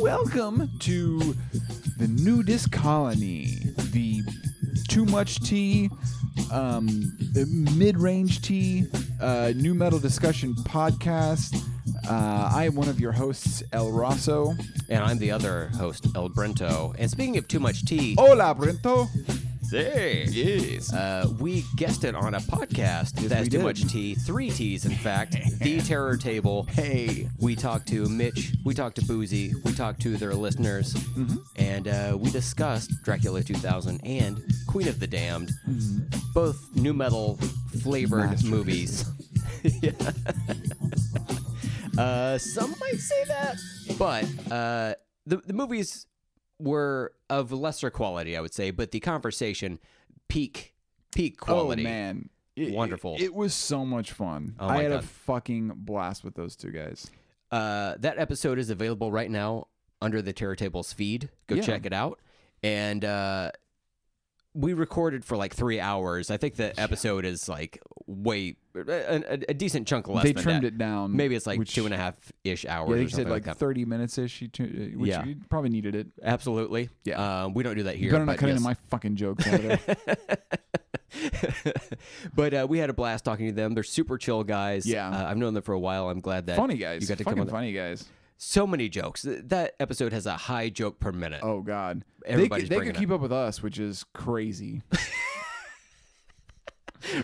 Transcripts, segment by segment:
Welcome to the nudist colony, the too much tea, um, mid range tea, uh, new metal discussion podcast. Uh, I am one of your hosts, El Rosso. And I'm the other host, El Brento. And speaking of too much tea, Hola, Brento. Oh, Hey. Yes. Uh, we guested on a podcast we that's too did. much tea. Three teas, in fact. the Terror Table. Hey. We talked to Mitch. We talked to Boozy. We talked to their listeners. And uh, we discussed Dracula 2000 and Queen of the Damned, both new metal flavored Masterpieces. movies. yeah. uh, some might say that, but uh, the, the movies were of lesser quality, I would say, but the conversation peak peak quality. Oh man, It- Wonderful. It, it was so much fun. Oh, I my had a God. fucking blast with those two guys. Uh, that episode is available right now under the Terror Tables feed. Go Yeah. check it out. And uh, we recorded for like three hours. I think the episode is like way a, a, a decent chunk less. they than trimmed that. it down. Maybe it's like which- two and a half ish hours. Yeah, or they said something like, like, that. thirty minutes ish. Which Yeah. you probably needed it. Absolutely. Yeah. Um, we don't do that here. You better not but cut yes. into my fucking jokes out of there. but uh, we had a blast talking to them. They're super chill guys. Yeah. Uh, I've known them for a while. I'm glad that funny guys. You got to fucking come on. funny guys. So many jokes. Th- That episode has a high joke per minute. Oh god. Everybody's they could, they bringing could it keep up with us, which is crazy.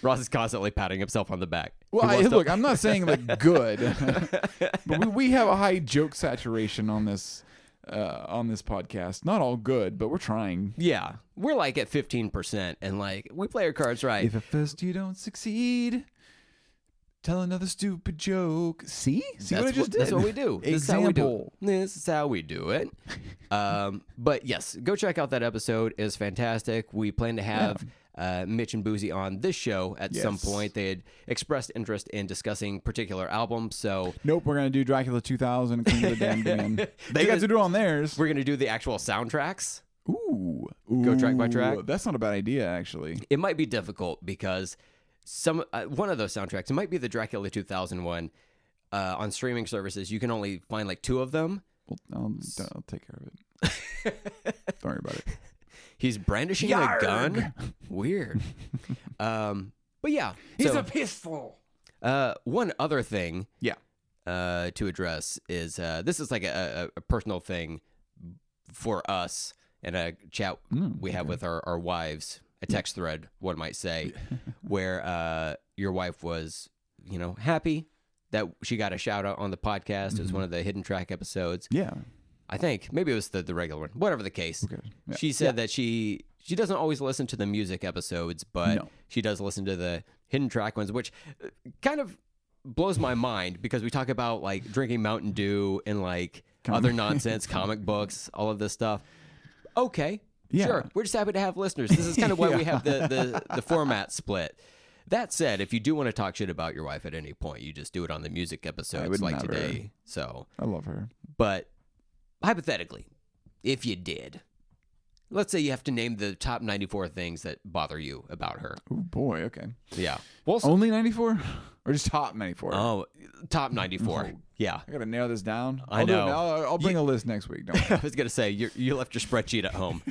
Ross is constantly patting himself on the back. Well, He I, wants to- look, I'm not saying like good, but we, we have a high joke saturation on this uh, on this podcast. Not all good, but we're trying. yeah, we're like at 15%, and like we play our cards right. If at first you don't succeed, tell another stupid joke. See? See that's what I just did? That's what we do. This is how we do Example. it. This is how we do it. Um, but yes, go check out that episode. It's fantastic. We plan to have uh, Mitch and Boozy on this show at some Yes. point. They had expressed interest in discussing particular albums, so Nope, we're gonna do Dracula 2000 and Queen of the Damned again. They Do got the- to do it on theirs. we're going to do the actual soundtracks. Ooh, Go track by Ooh, track? That's not a bad idea, actually. It might be difficult because some uh, one of those soundtracks. It might be the Dracula 2001 uh, on streaming services. You can only find like two of them. Well, I'll, I'll take care of it. Don't worry about it. He's brandishing a gun. Weird. um, but yeah, so, pistol. uh, one other thing Yeah. uh, to address is uh, this is like a, a, a personal thing for us and a chat we have with our, our wives, a text thread, one might say, where uh, your wife was, you know, happy that she got a shout out on the podcast. It was one of the hidden track episodes. Yeah. I think maybe it was the, the regular one, whatever the case. Yeah. She said that she she doesn't always listen to the music episodes, but No. she does listen to the hidden track ones, which uh, kind of blows my mind because we talk about like drinking Mountain Dew and like other nonsense, comic books, all of this stuff. Okay, Yeah. sure, we're just happy to have listeners. This is kind of why we have the, the the format split. That said, if you do want to talk shit about your wife at any point, you just do it on the music episodes would like never. today. So I love her. but hypothetically, if you did, let's say you have to name the top 94 things that bother you about her. Oh boy. Okay. Yeah. Well, Only 94 or just top 94? oh, top 94. Yeah. I gotta narrow this down. I I'll Do it know. now. I'll, I'll bring a list next week. Don't worry. I was going to say, you you left your spreadsheet at home.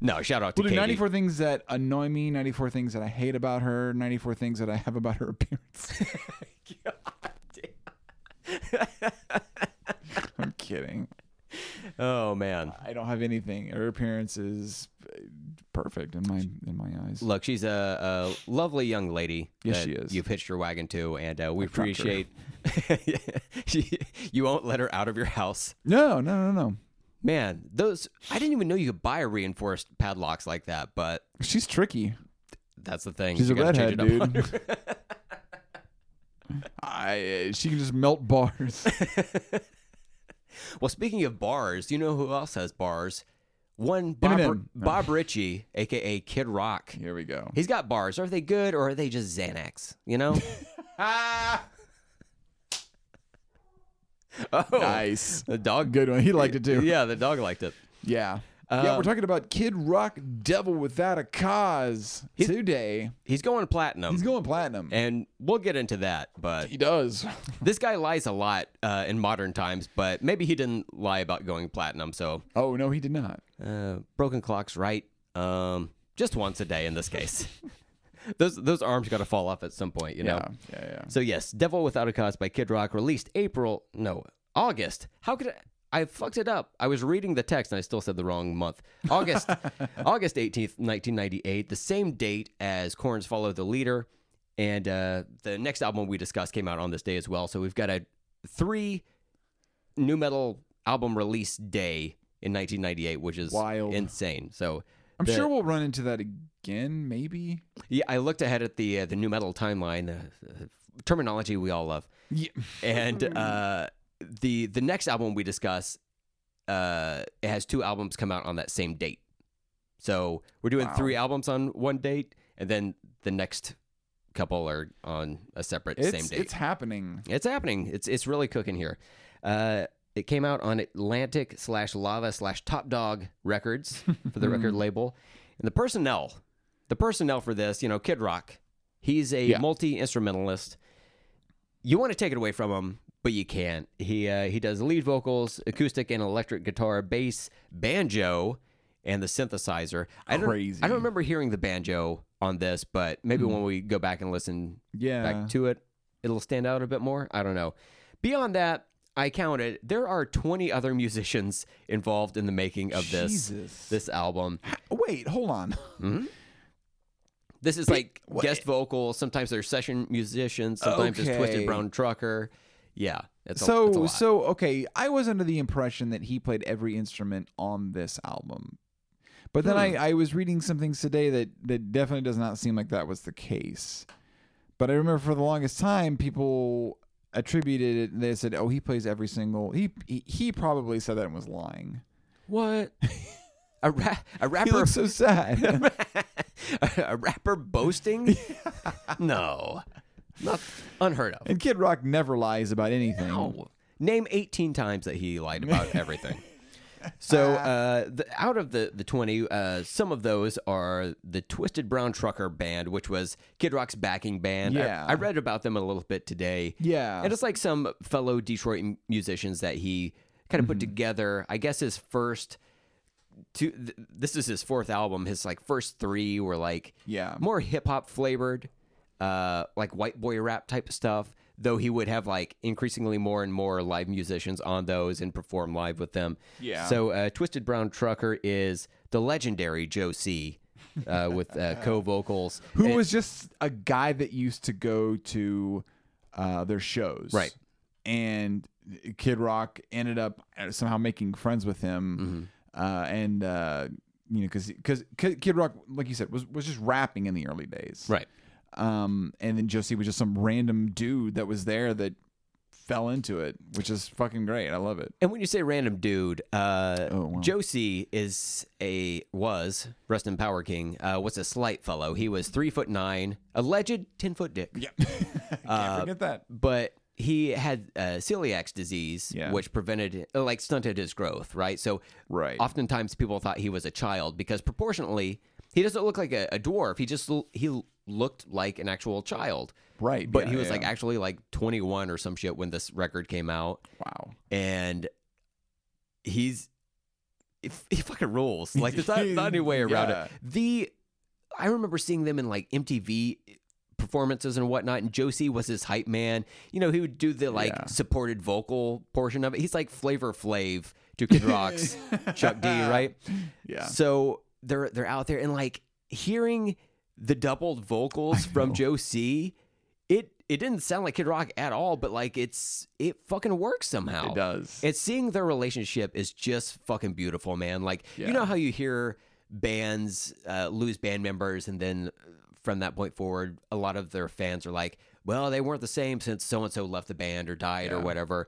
no, shout out to We'll do Katie. 94 things that annoy me, 94 things that I hate about her, 94 things that I have about her appearance. I'm kidding. Oh, man. I don't have anything. Her appearance is uh, perfect in my in my eyes. Look, she's a, a lovely young lady. Yes, that she is. You've hitched your wagon to, and uh, we dropped her. appreciate. She- you won't let her out of your house. No, no, no, no. Man, those I didn't even know you could buy reinforced padlocks like that, but She's tricky. that's the thing. She's You a gotta redhead, change it up. dude. I, uh, she can just melt bars. Well, speaking of bars, do you know who else has bars? One Bob, Eminem. No. Bob Ritchie, aka Kid Rock. Here we go. He's got bars. Are they good or are they just Xanax? You know? oh, Nice. the dog. Good one. He liked it too. Yeah, the dog liked it. Yeah. Um, yeah, we're talking about Kid Rock Devil without a cause today. He's going platinum. He's going platinum. and we'll get into that, but He does. this guy lies a lot uh, in modern times, but maybe he didn't lie about going platinum. So, Oh no, he did not. uh, broken clocks, right? Um, just once a day in this case. those those arms got to fall off at some point, you know. Yeah, yeah, yeah. So yes, Devil Without a Cause by Kid Rock released April, no, August. How could I I fucked it up. I was reading the text and I still said the wrong month. August August 18th, 1998, the same date as Korn's Follow the Leader and uh, the next album we discussed came out on this day as well. So we've got a three new metal album release day in 1998, which is Wild. insane. So I'm the- sure we'll run into that again, maybe. yeah, I looked ahead at the uh, the new metal timeline, uh, uh, terminology we all love. Yeah. and Mm-hmm. uh, the the next album we discuss uh, it has two albums come out on that same date. So we're doing Wow. three albums on one date, and then the next couple are on a separate It's, same date. it's It's, happening. happening. It's it's really cooking here. Uh, it came out on Atlantic slash Lava slash Top Dog Records for the Hmm. record label, and the personnel, the personnel for this, you know, Kid Rock, he's a Yeah. multi instrumentalist you want to take it away from him, but you can't. He uh, he does lead vocals, acoustic and electric guitar, bass, banjo, and the synthesizer. I don't Crazy. Hmm. I don't remember hearing the banjo on this, but maybe when we go back and listen Yeah. back to it, it'll stand out a bit more. I don't know. Beyond that, I counted there are 20 other musicians involved in the making of this Jesus. this album. Wait, hold on. This is like guest vocals. Sometimes they're session musicians. Sometimes it's Okay. Twisted Brown Trucker. Yeah, it's a, it's a so lot. so okay, I was under the impression that he played every instrument on this album. But then Hmm. I, I was reading some things today that, that definitely does not seem like that was the case. But I remember for the longest time people attributed it they said, Oh, he plays every single he he, he probably said that and was lying. What? a, ra- He a rapper? looks so sad. a rapper boasting? no, not unheard of. and Kid Rock never lies about anything. No. Name 18 times that he lied about everything. So, uh, the, out of the, the 20, uh, some of those are the Twisted Brown Trucker Band, which was Kid Rock's backing band. I- Yeah. I, read about them a little bit today. Yeah. And it's like some fellow Detroit m- musicians that he kind of Mm-hmm. put together. I guess his first two, th- this is his fourth album. His like first three were like Yeah. more hip hop flavored, uh, like white boy rap type of stuff. Though he would have like increasingly more and more live musicians on those and perform live with them. Yeah. So uh, Twisted Brown Trucker is the legendary Joe C. Uh, with uh, co vocals. Who was just a guy that used to go to uh, their shows. Right. And Kid Rock ended up uh, somehow making friends with him. Mm-hmm. Uh, and, uh, you know, because Kid Rock, like you said, was, was just rapping in the early days. Right. Um, and then Josie was just some random dude that was there that fell into it, which is fucking great. I love it. And when you say random dude, uh, Oh, wow. Josie is a was rest in power king. Uh, was a slight fellow. He was three foot nine, alleged ten foot dick, Yeah. Can't Uh, forget that. but he had uh, celiac disease, Yeah. which prevented uh, like stunted his growth. Right. So Right. oftentimes people thought he was a child because proportionately he doesn't look like a, a dwarf. He just l- he looked like an actual child. Right. But Yeah, he was yeah, like yeah. actually like 21 or some shit when this record came out wow. and he's if- he fucking rules. Like there's not, not any way around Yeah. it. The I remember seeing them in like MTV performances and whatnot, and Josie was his hype man. You know, he would do the like Yeah. supported vocal portion of it. He's like Flavor Flav to Kid Rock's Chuck D, right? Yeah. So they're they're out there and like hearing the doubled vocals from Joe C, it it didn't sound like Kid Rock at all, but like it's it fucking works somehow. It does. And seeing their relationship is just fucking beautiful, man. Like Yeah. you know how you hear bands uh, lose band members, and then uh, from that point forward, a lot of their fans are like, "Well, they weren't the same since so and so left the band or died or whatever."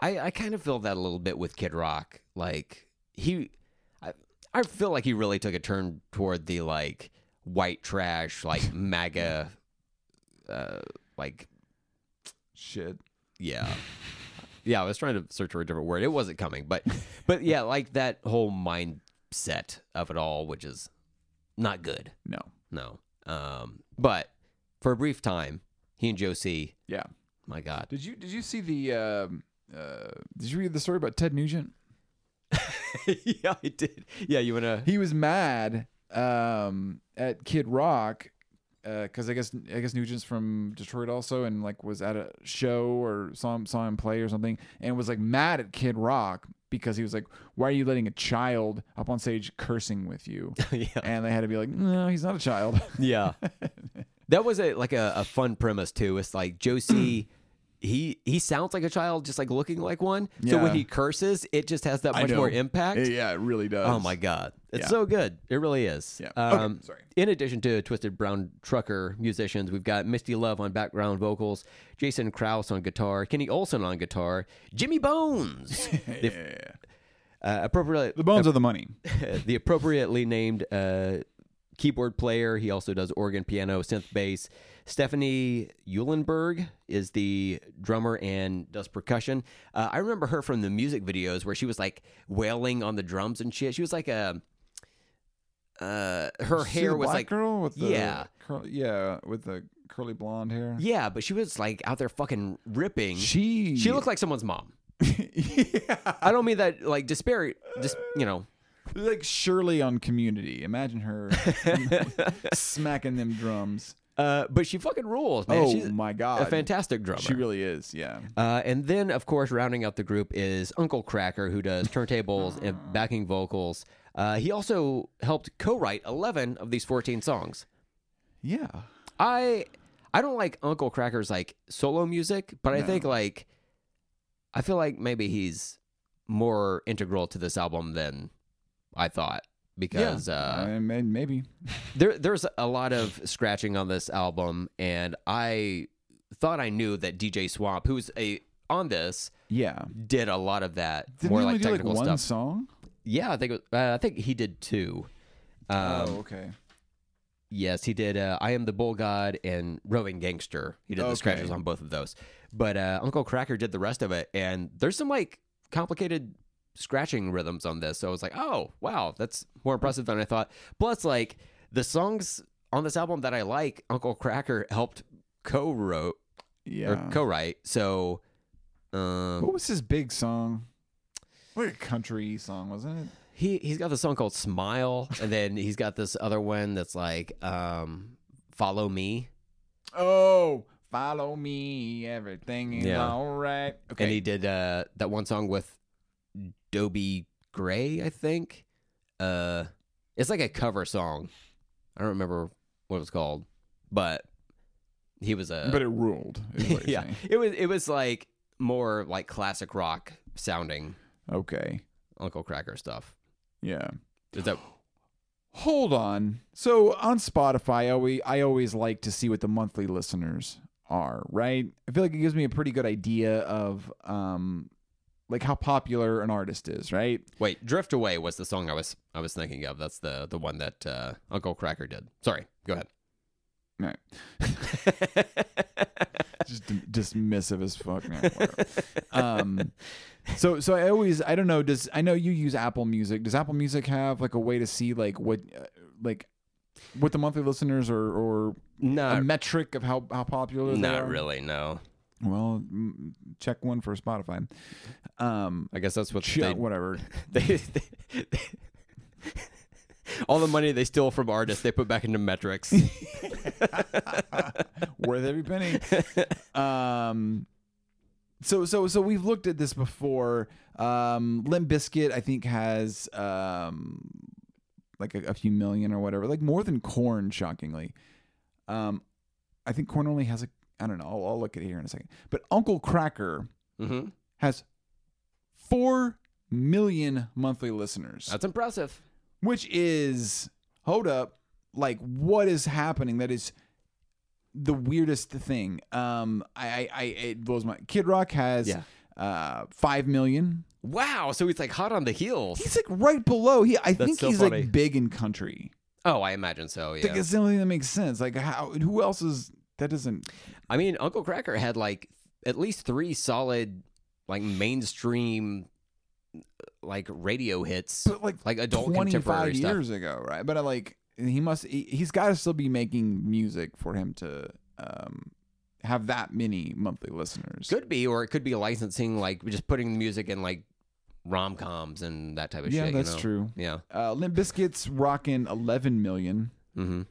I, I kind of feel that a little bit with Kid Rock. Like he, I, I feel like he really took a turn toward the like white trash, like MAGA, uh, like Shit. yeah yeah i was trying to search for a different word it wasn't coming but but yeah like that whole mind set of it all, which is not good. No. No. Um, but for a brief time, he and Josie, Yeah. my God, Did you did you see the um, uh, did you read the story about Ted Nugent? yeah, I did. Yeah, you wanna? He was mad um, at Kid Rock because I guess I guess Nugent's from Detroit also, and like was at a show or saw him saw him play or something, and was like mad at Kid Rock because he was like, "Why are you letting a child up on stage cursing with you?" yeah, and they had to be like, "No, he's not a child." yeah. that was a like a, a fun premise too. It's like Josie. He he sounds like a child, just like looking like one. So Yeah. when he curses, it just has that I much know. more impact. yeah, it really does. Oh my god, it's Yeah. so good. It really is. Yeah. Okay, Um, sorry. In addition to Twisted Brown Trucker musicians, we've got Misty Love on background vocals, Jason Krause on guitar, Kenny Olson on guitar, Jimmy Bones, the, uh, appropriately The bones of the money. uh, the appropriately named uh, keyboard player. He also does organ, piano, synth bass. Stephanie Uhlenberg is the drummer and does percussion. Uh, I remember her from the music videos where she was like wailing on the drums and shit. She was like a. Uh, her See hair the was black like girl with the Yeah. curl, yeah with the curly blonde hair. yeah, but she was like out there fucking ripping. She she looked like someone's mom. yeah. I don't mean that like disparate, just you know. like Shirley on Community. Imagine her smacking them drums. Uh, but she fucking rules, man. oh She's my god, a fantastic drummer. She really is. Yeah, Uh, and then, of course, rounding out the group is Uncle Cracker, who does turntables and backing vocals. Uh, he also helped co-write 11 of these 14 songs. yeah. I I don't like Uncle Cracker's like solo music, but I think like I feel like maybe he's more integral to this album than I thought because uh, I mean, maybe. there, there's a lot of scratching on this album, and I thought I knew that DJ Swamp, who's a on this, Yeah. did a lot of that Didn't more he only like do like technical one stuff. song? Yeah, I think it was, uh, I think he did two. Um, oh, okay. Yes, he did. Uh, I am the bull god and roving gangster. He did the Okay. scratches on both of those, but uh, Uncle Cracker did the rest of it. And there's some like complicated scratching rhythms on this. So I was like, oh wow, that's more impressive than I thought. Plus, like the songs on this album that I like, Uncle Cracker helped co-wrote Yeah. or co-write. So. Um, what was his big song? Like a country song, wasn't it? He he's got this song called Smile, and then he's got this other one that's like um, Follow Me, Oh, follow me. Everything is Yeah. all right. Okay. and he did uh, that one song with Dobie Gray, I think. Uh, it's like a cover song. I don't remember what it was called, but he was a but it ruled. Is what you're uh, yeah. saying. It was it was like more like classic rock sounding Okay. Uncle Cracker stuff. Yeah. Is that Hold on. So on Spotify, I always, I always like to see what the monthly listeners are, right? I feel like it gives me a pretty good idea of um like how popular an artist is, right? wait? Drift Away was the song I was I was thinking of. That's the the one that uh, Uncle Cracker did. Sorry, go ahead. Right. Just dim- dismissive as fuck. Nah, whatever. um so so I always I don't know, does I know you use Apple Music. Does Apple Music have like a way to see like what uh, like what the monthly listeners or or a not metric of how how popular they Uh, not are? really. No, Well, mm, check one for Spotify. Um, I guess that's what ch- whatever. they, they, they, all the money they steal from artists they put back into metrics. Worth every penny. Um, so so so we've looked at this before. Um, Limp Biscuit, I think, has um, like a, a few million or whatever, like more than Corn. Shockingly, um, I think Corn only has a. I don't know. I'll, I'll look at it here in a second. But Uncle Cracker hmm has four million monthly listeners. That's impressive. which is hold up like what is happening that is the weirdest thing um i i, I it blows my kid rock has Yeah. uh five million Wow. So he's like hot on the heels. he's like right below he i think so he's funny. like big in country Oh, I imagine so. I think Yeah. it's the only thing that makes sense like how who else is that doesn't I mean, Uncle Cracker had like at least three solid, like mainstream like radio hits, But like, like adult 25 contemporary stuff. years ago, right? But I like he must he, he's got to still be making music for him to um have that many monthly listeners. Could be, or it could be licensing, like just putting the music in like rom coms and that type of Yeah, shit. that's you know? true. Yeah. Uh, Limp Bizkit's rocking 11 million, Mm-hmm.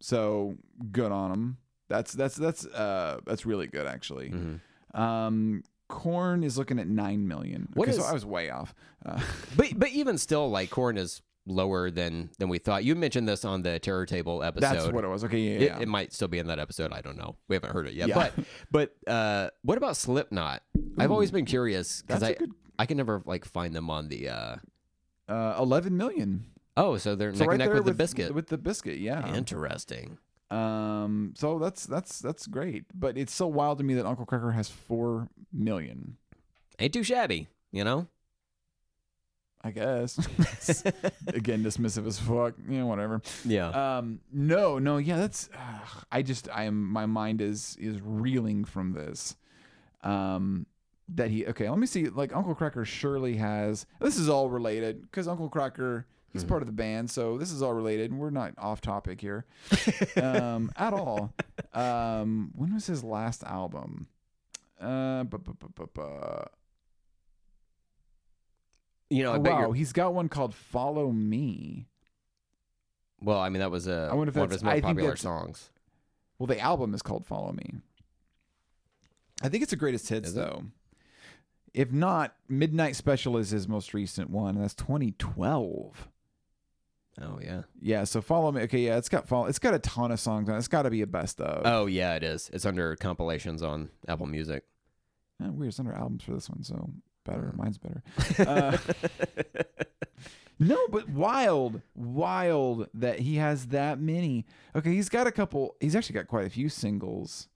so good on them. That's that's that's uh that's really good actually. hmm Um, Corn is looking at nine million. What okay, so is- I was way off. Uh, But but even still, like corn is lower than than we thought. You mentioned this on the terror table episode. that's what it was. Okay, yeah, It, yeah. it might still be in that episode. I don't know. We haven't heard it yet. Yeah. But but uh, what about Slipknot? I've always been curious because that's I a good. I can never like find them on the. Uh... Uh, 11 million. Oh, so they're So neck right and neck there with, with the biscuit. With the biscuit, yeah. Interesting. Um, so that's that's that's great, but it's so wild to me that Uncle Cracker has four million. Ain't too shabby, you know. I guess again dismissive as fuck. You know, whatever. yeah. Um, no, no, yeah, that's. ugh, I just, I am. My mind is is reeling from this. Um, that he. Okay, let me see. Like Uncle Cracker surely has. This is all related because Uncle Cracker. Mm-hmm. He's part of the band, so this is all related, and we're not off topic here um, at all. Um, when was his last album? Uh, bu- bu- bu- bu- bu- you know. I oh, bet wow, you're. he's got one called "Follow Me." Well, I mean, that was uh, I wonder if one of that's- his more I think popular that's- songs. Well, the album is called Follow Me. I think it's a greatest hits Is it? though. If not, Midnight Special is his most recent one, and that's 2012. Oh yeah. Yeah, so Follow Me. Okay, yeah, it's got follow. It's got a ton of songs on. it. It's got to be a best of. Oh yeah, it is. It's under compilations on Apple Music. Eh, weird, it's under albums for this one, so Hmm. better. Mine's better. Uh, no, but wild, wild that he has that many. Okay, he's got a couple. He's actually got quite a few singles.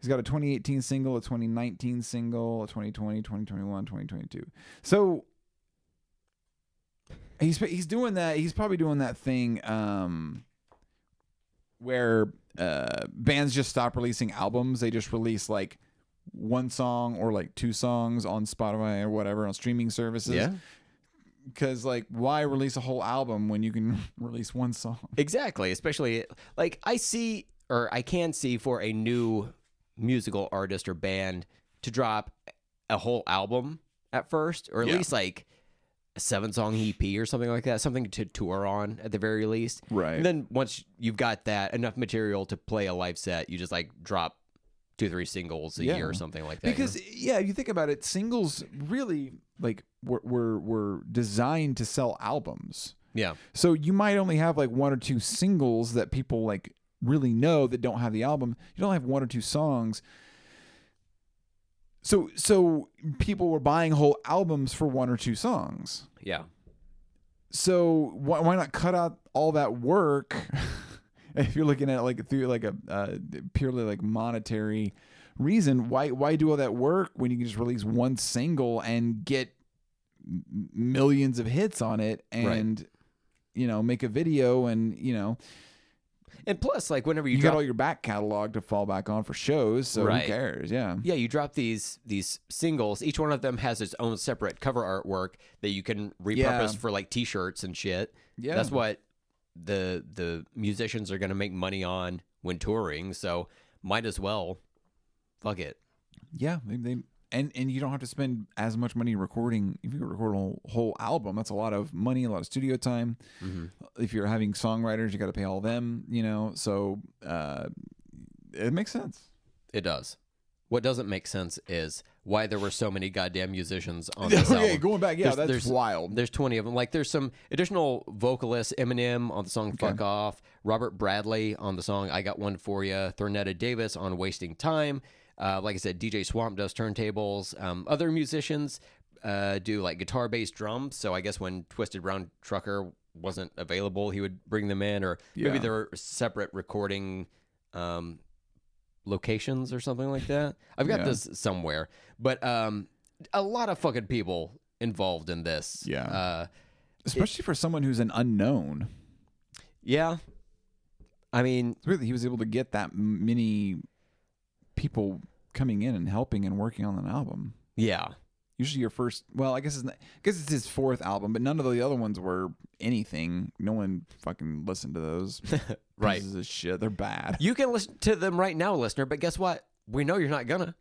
He's got a 2018 single, a 2019 single, a 2020, 2021, 2022. So he's he's doing that. He's probably doing that thing um, where uh, bands just stop releasing albums. They just release like one song or like two songs on Spotify or whatever on streaming services. yeah. Because like, why release a whole album when you can release one song? Exactly, especially like I see or I can see for a new musical artist or band to drop a whole album at first, or at Yeah. least like a seven song EP or something like that, something to tour on at the very least. Right. And then once you've got that enough material to play a live set, you just like drop two, three singles a Yeah. year or something like that. you Because yeah, you think about it, singles really like were were, were designed to sell albums. know? yeah. So you might only have like one or two singles that people like really know that don't have the album. You don't have one or two songs. So so people were buying whole albums for one or two songs. Yeah. so why, why not cut out all that work if you're looking at it like through like a uh, purely like monetary reason why why do all that work when you can just release one single and get m- millions of hits on it and you know make a video and you know And plus, like whenever you, you drop got all your back catalog to fall back on for shows so Right. who cares yeah Yeah, you drop these these singles. Each one of them has its own separate cover artwork that you can repurpose Yeah. for like t-shirts and shit. Yeah. That's what the the musicians are going to make money on when touring, so might as well fuck it. yeah they, they and and you don't have to spend as much money recording if you record a whole, whole album that's a lot of money a lot of studio time if you're having songwriters you got to pay all them you know so uh it makes sense It does. What doesn't make sense is why there were so many goddamn musicians on this album. going back There's- there's- wild There's 20 of them. Like there's some additional vocalists, Eminem on the song "Fuck Off," Robert Bradley on the song "I Got One for Ya," Thornetta Davis on "Wasting Time." Uh, like I said, DJ Swamp does turntables. Um, other musicians uh, do like guitar, bass, drums. So I guess when Twisted Brown Trucker wasn't available, he would bring them in, or maybe Yeah. there were separate recording um, locations or something like that. I've got Yeah. this somewhere, but um, a lot of fucking people involved in this. Yeah. uh, especially for someone who's an unknown yeah. I mean, it's weird that he was able to get that m- many people coming in and helping and working on an album yeah, Usually your first, well, I guess it's not, I guess it's his fourth album, but none of the other ones were anything. No one fucking listened to those. Right. Pieces of shit. They're bad. You can listen to them right now, listener, but guess what? We know you're not gonna.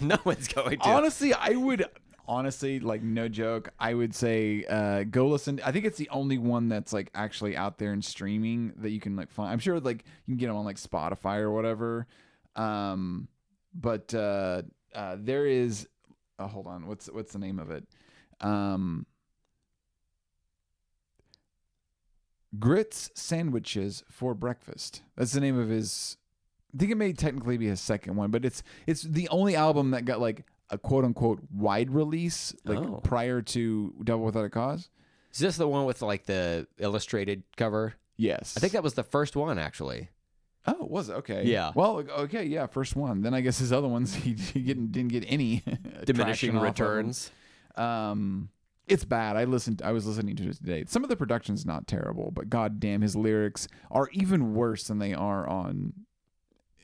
no one's going to. Honestly, I would honestly like no joke. I would say uh, go listen. I think it's the only one that's like actually out there and streaming that you can like find. I'm sure like you can get them on like Spotify or whatever. Um, but uh, uh, there is. Oh, hold on. What's what's the name of it? Um, grits sandwiches for breakfast. That's the name of his. I think it may technically be his second one, but it's it's the only album that got like a quote unquote wide release, like Oh. prior to Double Without a Cause. Is this the one with like the illustrated cover? Yes, I think that was the first one, actually. Oh, it was okay. Yeah. Well, okay, yeah, first one. Then I guess his other ones he, he didn't didn't get any traction Diminishing off of them. returns. Um, it's bad. I listened. I was listening to it today. Some of the production's not terrible, but goddamn, his lyrics are even worse than they are on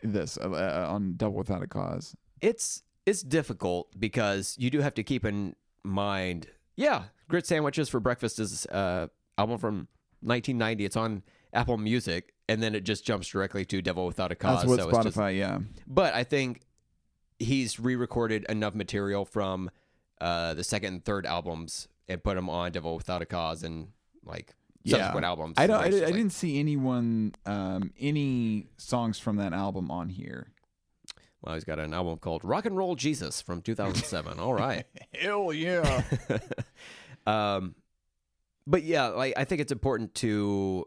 this uh, uh, on Double Without a Cause. It's it's difficult because you do have to keep in mind. Yeah, grit sandwiches for breakfast is uh album from 1990. It's on Apple Music, and then it just jumps directly to Devil Without a Cause. That's what so Spotify. It's just, yeah. But I think he's re-recorded enough material from uh, the second and third albums and put them on Devil Without a Cause and like Yeah. subsequent albums. I don't. where I, it's di- I just like- didn't see anyone. Um, any songs from that album on here. Well, he's got an album called Rock and Roll Jesus from 2007. All right. Hell yeah. Um, but yeah, like I think it's important to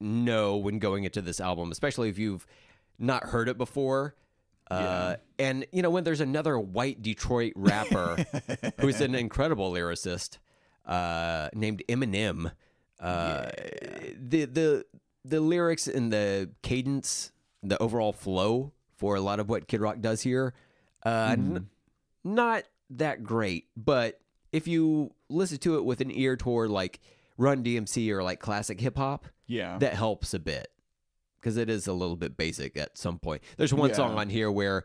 know when going into this album, especially if you've not heard it before. Uh, And you know when there's another white Detroit rapper who's an incredible lyricist uh, named Eminem, uh, the the the lyrics and the cadence, the overall flow for a lot of what Kid Rock does here, uh, n- not that great. But if you listen to it with an ear toward like Run DMC or like classic hip hop, yeah. that helps a bit because it is a little bit basic at some point. There's one Yeah. song on here where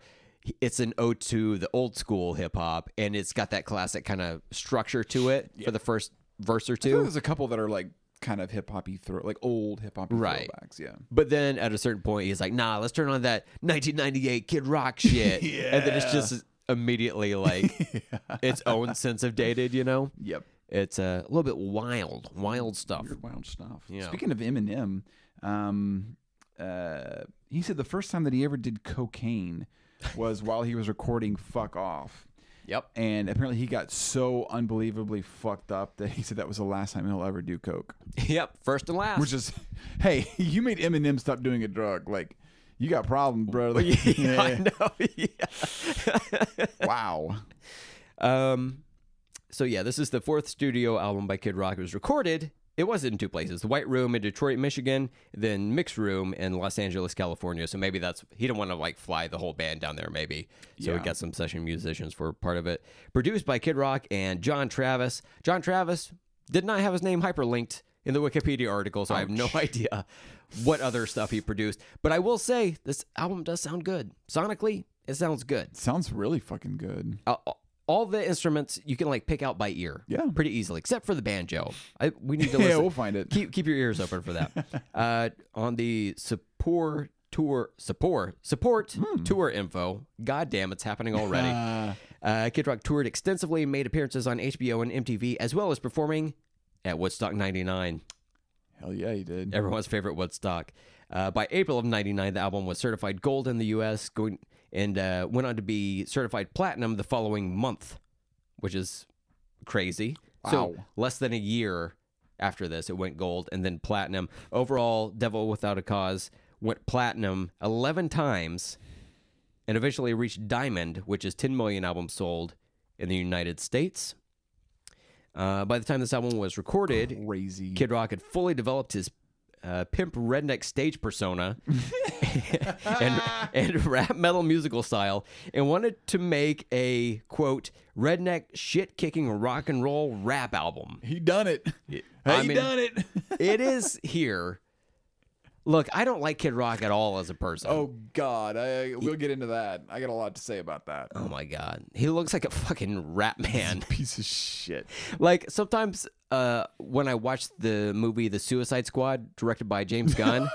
it's an ode to the old school hip hop, and it's got that classic kind of structure to it for the first verse or I think two. there's a couple that are like kind of hip hoppy throw, like old hip hoppy Right. throwbacks. Yeah. But then at a certain point, he's like, "Nah, let's turn on that 1998 Kid Rock shit," and then it's just immediately like its own sense of dated. You know, Yep. it's uh, a little bit wild, wild stuff. Wild stuff. Yeah. Speaking of Eminem, um, uh, he said the first time that he ever did cocaine was while he was recording "Fuck Off." Yep. And apparently, he got so unbelievably fucked up that he said that was the last time he'll ever do coke. Yep. First and last. Which is, hey, you made Eminem stop doing a drug. Like, you got problems, bro. Like, yeah, I know. Yeah. wow. Um, so yeah, this is the fourth studio album by Kid Rock. It was recorded. It was in two places: the White Room in Detroit, Michigan, then Mixed Room in Los Angeles, California. So maybe that's he didn't want to like fly the whole band down there. Maybe so we Yeah. got some session musicians for part of it. Produced by Kid Rock and John Travis. John Travis did not have his name hyperlinked in the Wikipedia article, so I have no idea what other stuff he produced. But I will say this album does sound good sonically. It sounds good Sounds really fucking good. uh, all the instruments you can like pick out by ear, Yeah. pretty easily, except for the banjo. I, we need to Yeah, listen. we'll find it. Keep keep your ears open for that. uh, on the support tour, support support Hmm. tour info. God damn, it's happening already. Uh, Uh, Kid Rock toured extensively and made appearances on HBO and MTV, as well as performing at Woodstock '99 hell yeah, he did. everyone's favorite Woodstock. Uh, by April of '99, the album was certified gold in the U.S. going and uh, went on to be certified platinum the following month, which is crazy. So Wow. less than a year after this, it went gold and then platinum. Overall, "Devil Without a Cause" went platinum 11 times, and eventually reached diamond, which is 10 million albums sold in the United States. Uh, by the time this album was recorded, Crazy. Kid Rock had fully developed his uh, pimp redneck stage persona and, and rap metal musical style and wanted to make a quote redneck shit kicking rock and roll rap album He done it. He I mean- done it. it is here Look, I don't like Kid Rock at all as a person. Oh God, I, we'll get into that. I got a lot to say about that. Oh my god, he looks like a fucking rat man. Piece of shit. like sometimes uh, when I watch the movie The Suicide Squad, directed by James Gunn,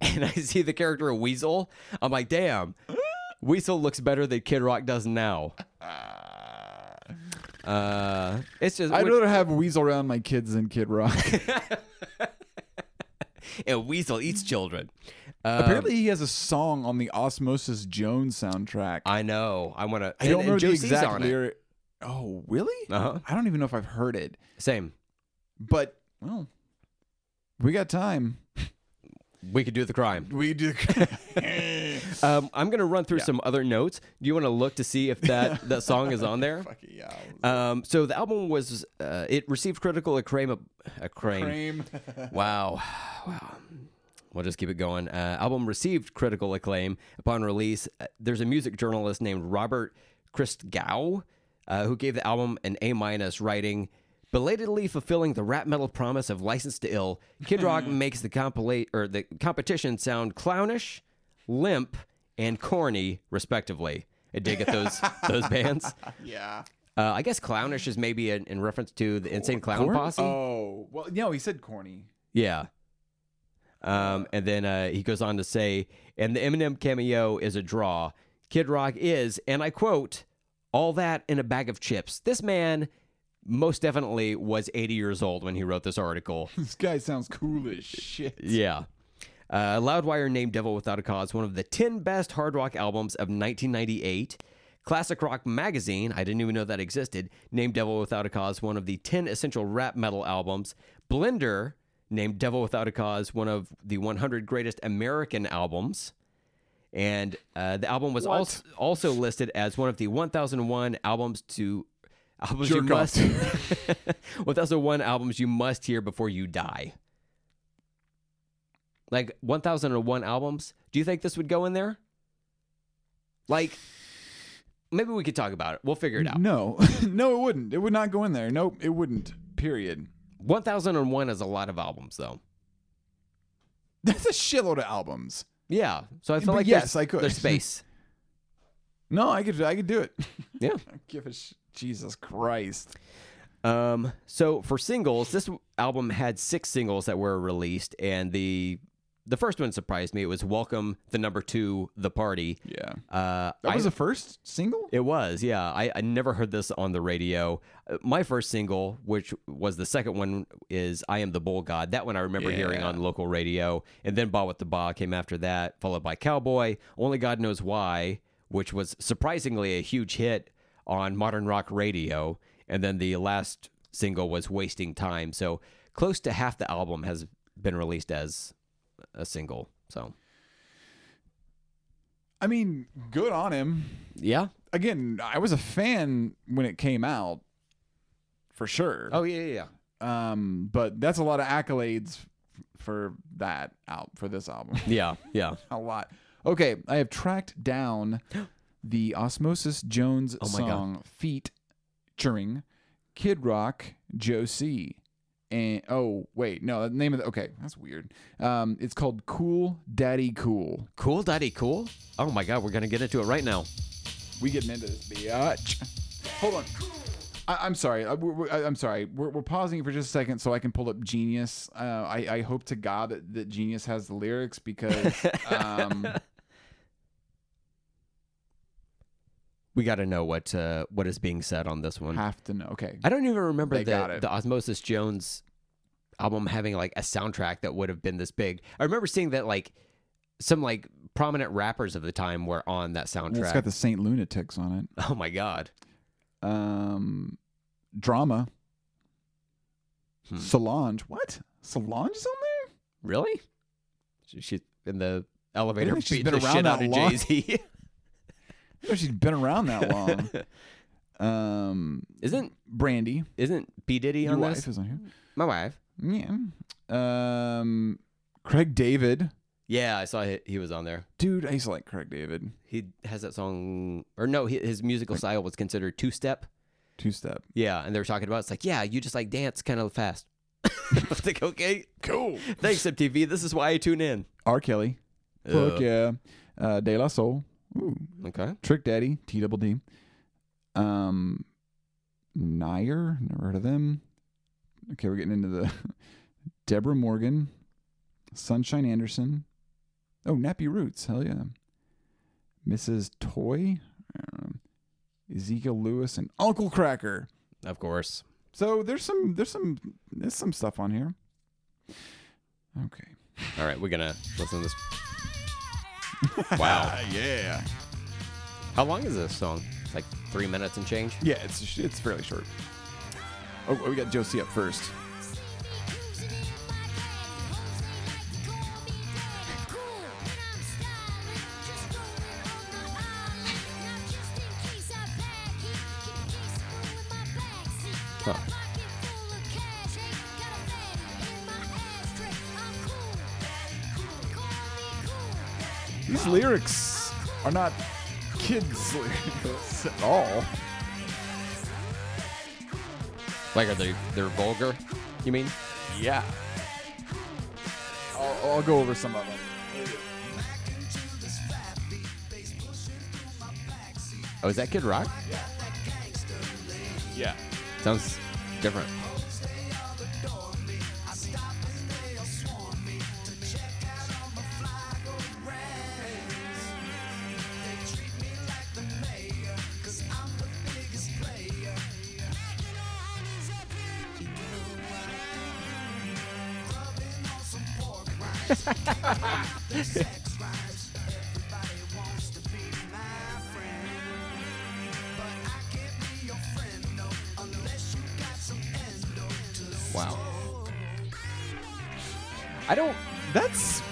and I see the character of Weasel, I'm like, damn, Weasel looks better than Kid Rock does now. Uh, it's just I'd rather have Weasel around my kids than Kid Rock. and Weasel eats children. Uh, Apparently, he has a song on the Osmosis Jones soundtrack. I know. I want to. I don't remember Joe the C's exact on it. lyric. Oh, really? Uh-huh. I don't even know if I've heard it. Same. But well, we got time. We could do the crime. We do. Um, I'm gonna run through some other notes. Do you want to look to see if that that song is on there? yeah. Um, so the album was uh, it received critical acclaim. acclaim. Frame. Wow, wow. We'll just keep it going. Uh, album received critical acclaim upon release. Uh, There's a music journalist named Robert Christgau uh, who gave the album an A minus, writing. Belatedly fulfilling the rap metal promise of "License to Ill," Kid Rock makes the compilate or the competition sound clownish, limp, and corny, respectively. I dig at those those bands. yeah. Uh, I guess clownish is maybe in, in reference to the insane clown Corn- posse. Oh well, no, he said corny. Yeah. Um, and then uh, he goes on to say, and the Eminem cameo is a draw. Kid Rock is, and I quote, all that in a bag of chips. This man most definitely was 80 years old when he wrote this article. This guy sounds cool as shit. yeah. Uh, Loudwire named Devil Without a Cause one of the 10 best hard rock albums of 1998. Classic Rock Magazine, I didn't even know that existed, named Devil Without a Cause one of the 10 essential rap metal albums. Blender named Devil Without a Cause one of the 100 greatest American albums. And uh, the album was also, also listed as one of the 1001 albums to albums you Jerk off must 1001 albums you must hear before you die. Like 1001 albums. Do you think this would go in there? Like maybe we could talk about it. We'll figure it out. No, no, it wouldn't. It would not go in there. Nope, it wouldn't. Period. 1001 is a lot of albums though. That's a shitload of albums. Yeah. So I feel But like yes, there's, I could. there's space. No, I could, I could do it. Yeah. Give a sh- Jesus Christ. Um, so for singles, this album had six singles that were released, and the the first one surprised me. It was "Welcome," the number two, "The Party." Yeah, Uh, that I- was the first single. it was, yeah. I, I never heard this on the radio. Uh, My first single, which was the second one, is I Am the Bull God. That one I remember hearing Yeah. on local radio. And then Ba with the Ba came after that, followed by Cowboy, Only God Knows Why, which was surprisingly a huge hit on modern rock radio. And then the last single was Wasting Time. So close to half the album has been released as a single. So, I mean, good on him. yeah. Again, I was a fan when it came out, for sure. Oh, yeah, yeah, yeah. Um, but that's a lot of accolades f- for that out for this album. Yeah, yeah. a lot. Okay, I have tracked down the Osmosis Jones Oh my God. song "Feet," featuring Kid Rock, Joe C. And oh wait, no, the name of the okay, that's weird. Um, it's called "Cool Daddy Cool." Cool Daddy Cool? Oh my god, we're gonna get into it right now. We getting into this biatch. Hold on. I, I'm sorry. I, we're, we're- I, am sorry. We're, we're pausing for just a second so I can pull up Genius. Uh, I, I hope to God that, that Genius has the lyrics because um, We gotta know what uh, what is being said on this one. have to know. Okay. I don't even remember They got the, it. the Osmosis Jones album having like a soundtrack that would have been this big. I remember seeing that like some like prominent rappers of the time were on that Well, soundtrack. it's got the Saint Lunatics on it. oh my god. Um, drama. Hmm. Solange. What? Solange's on there? Really? She- She's in the elevator think she's beating been the around shit that out of long. Jay-Z. I know she's been around that long. um, isn't Brandy. isn't B Diddy Your on wife this? is on here. My wife. Yeah. Um, Craig David. Yeah, I saw he, he was on there. Dude, I used to like Craig David. He has that song, or no, he, his musical style was considered two step. Two step. Yeah, and they were talking about it's like, yeah, you just like dance kind of fast. I was like, okay, Cool. thanks MTV. This is why I tune in. R. Kelly. Fuck yeah. Uh, De La Soul. Ooh. Okay. Trick Daddy. T Double D. Um, Nair. Never heard of them. Okay, we're getting into the Deborah Morgan, Sunshine Anderson. Oh, Nappy Roots. Hell yeah. Mrs. Toy. Um, Ezekiel Lewis and Uncle Cracker. Of course. So there's some there's some there's some stuff on here. Okay. All right, we're gonna listen to this. Wow. yeah. How long is this song? It's like three minutes and change. Yeah, it's it's fairly short. Oh, we got Josie up first. Huh. These lyrics are not kids' lyrics at all. Like, are they they're vulgar? You mean? Yeah. I'll, I'll go over some of them. Oh, is that Kid Rock? Yeah. Sounds different. Wow. I don't. That's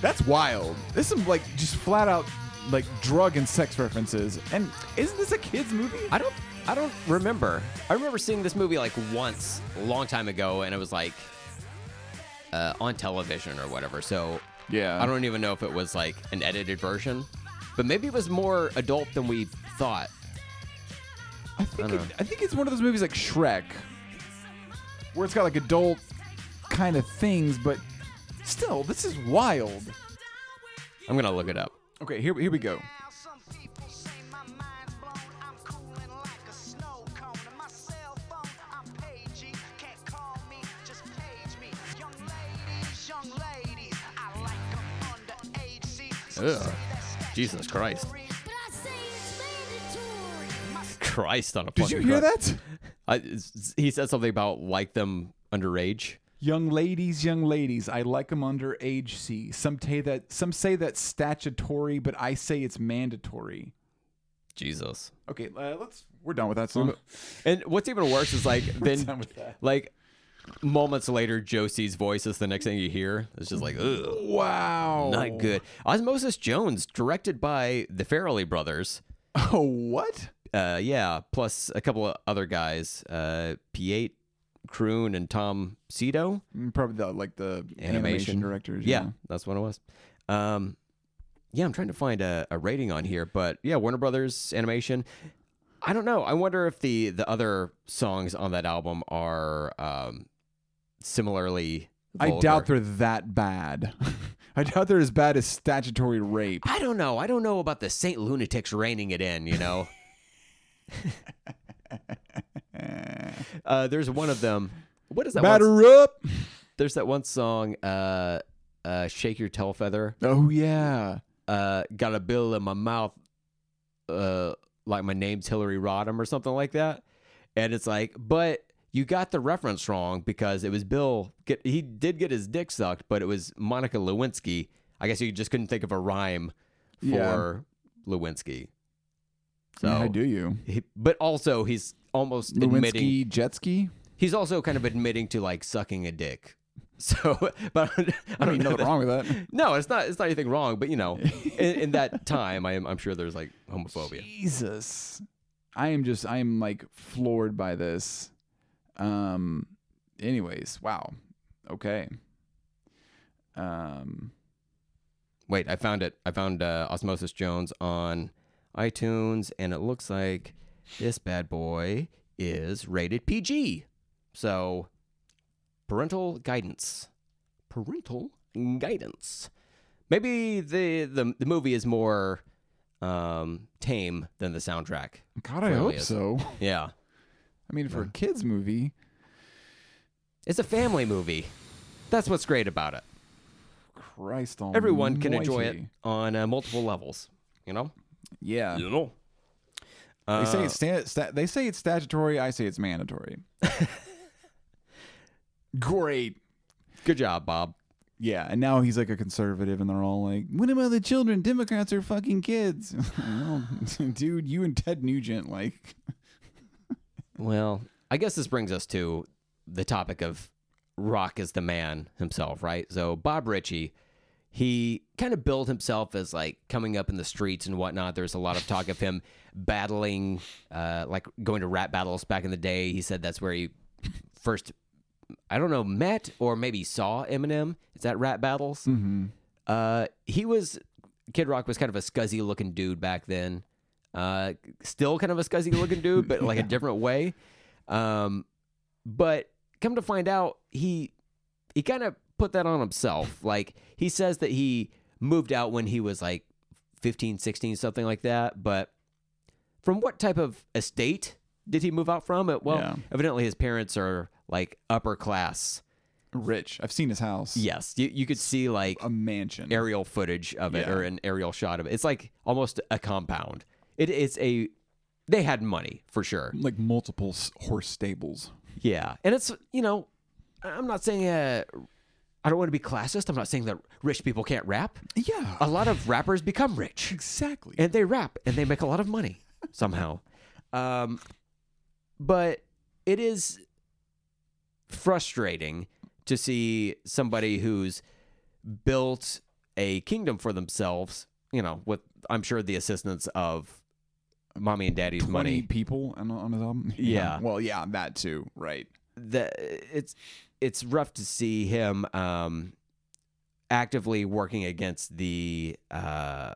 that's wild. There's some like just flat out like drug and sex references. And isn't this a kids movie? I don't. I don't remember. I remember seeing this movie like once, a long time ago, and it was like uh, on television or whatever. So yeah. I don't even know if it was like an edited version, but maybe it was more adult than we thought. I think I it, don't know. I think it's one of those movies like Shrek, where it's got like adult kind of things, but still, this is wild. I'm gonna look it up. Okay, here here we go. Ugh. Jesus Christ. Christ on a Did you hear that? I, s- he said something about like them underage. Young ladies, young ladies, I like 'em under age C. Some say that some say that's statutory, but I say it's mandatory. Jesus. Okay, uh, let's we're done with that song. And what's even worse is like done then with that. like moments later Josie's voice is the next thing you hear. It's just like ugh, Wow, not good. Osmosis Jones, directed by the Farrelly brothers. Oh, what? Uh, yeah, plus a couple of other guys, uh, Piet Kroon and Tom Cito. Mm, Probably the, like the animation, Animation. directors. Yeah, that's what it was. Um, yeah, I'm trying to find a, a rating on here, but yeah, Warner Brothers Animation. I don't know. I wonder if the the other songs on that album are um, similarly. I vulgar. doubt they're that bad. I doubt they're as bad as statutory rape. I don't know. I don't know about the Saint Lunatics reining it in. You know. uh, there's one of them. What is that? One, Batter up. there's that one song. Uh, uh, Shake your tail feather. Oh yeah. uh, got a bill in my mouth, uh, like my name's Hillary Rodham or something like that. And it's like, but you got the reference wrong because it was Bill. Get, he did get his dick sucked, but it was Monica Lewinsky. I guess you just couldn't think of a rhyme Yeah. for Lewinsky. So, yeah, I do you. he- but also he's almost admitting Lewinsky jet ski. he's also kind of admitting to like sucking a dick. So, but I don't, I don't mean, know nothing that- wrong with that. no, it's not. It's not anything wrong, but you know, in, in that time, I'm, I'm sure there's like homophobia. Jesus. I am just. I am like floored by this. Um. Anyways, wow. Okay. Um. Wait, I found it. I found uh, Osmosis Jones on iTunes, and it looks like this bad boy is rated PG. So, parental guidance. Parental guidance. Maybe the the, the movie is more um, tame than the soundtrack. God, I Really hope is. so. Yeah, I mean, for a kids movie, it's a family movie. That's what's great about it. Christ almighty. Everyone can enjoy it on uh, multiple levels. You know. Yeah. You know. They say it's sta- sta- they say it's statutory. I say it's mandatory. Great. Good job, Bob. Yeah, and now he's like a conservative, and they're all like, "What about the children? Democrats are fucking kids." well, dude, you and Ted Nugent, like, Well, I guess this brings us to the topic of rock is the man himself, right? So Bob Ritchie, he kind of billed himself as like coming up in the streets and whatnot. There's a lot of talk of him battling, uh, like going to rap battles back in the day. He said that's where he first, I don't know, met or maybe saw Eminem. Is that rap battles? mhm. Uh, he was Kid Rock was kind of a scuzzy looking dude back then. Uh, still kind of a scuzzy looking dude, but like a different way. Um, but come to find out, he he kind of put that on himself. Like he says that he moved out when he was like 15, 16, something like that. But from what type of estate did he move out from? It well, Yeah. evidently his parents are like upper class. rich. I've seen his house. Yes, you, you could see like a mansion. aerial footage of it Yeah. or an aerial shot of it. It's like almost a compound. It is a they had money for sure. like multiple s- horse stables. Yeah. And it's you know, I'm not saying uh I don't want to be classist. I'm not saying that rich people can't rap. Yeah, A lot of rappers become rich exactly. and they rap and they make a lot of money somehow. Um, but it is frustrating to see somebody who's built a kingdom for themselves, you know, with I'm sure the assistance of mommy and daddy's 20 money. people on, on his album. Yeah. Well, yeah, that too. Right. That it's it's rough to see him um, actively working against the uh,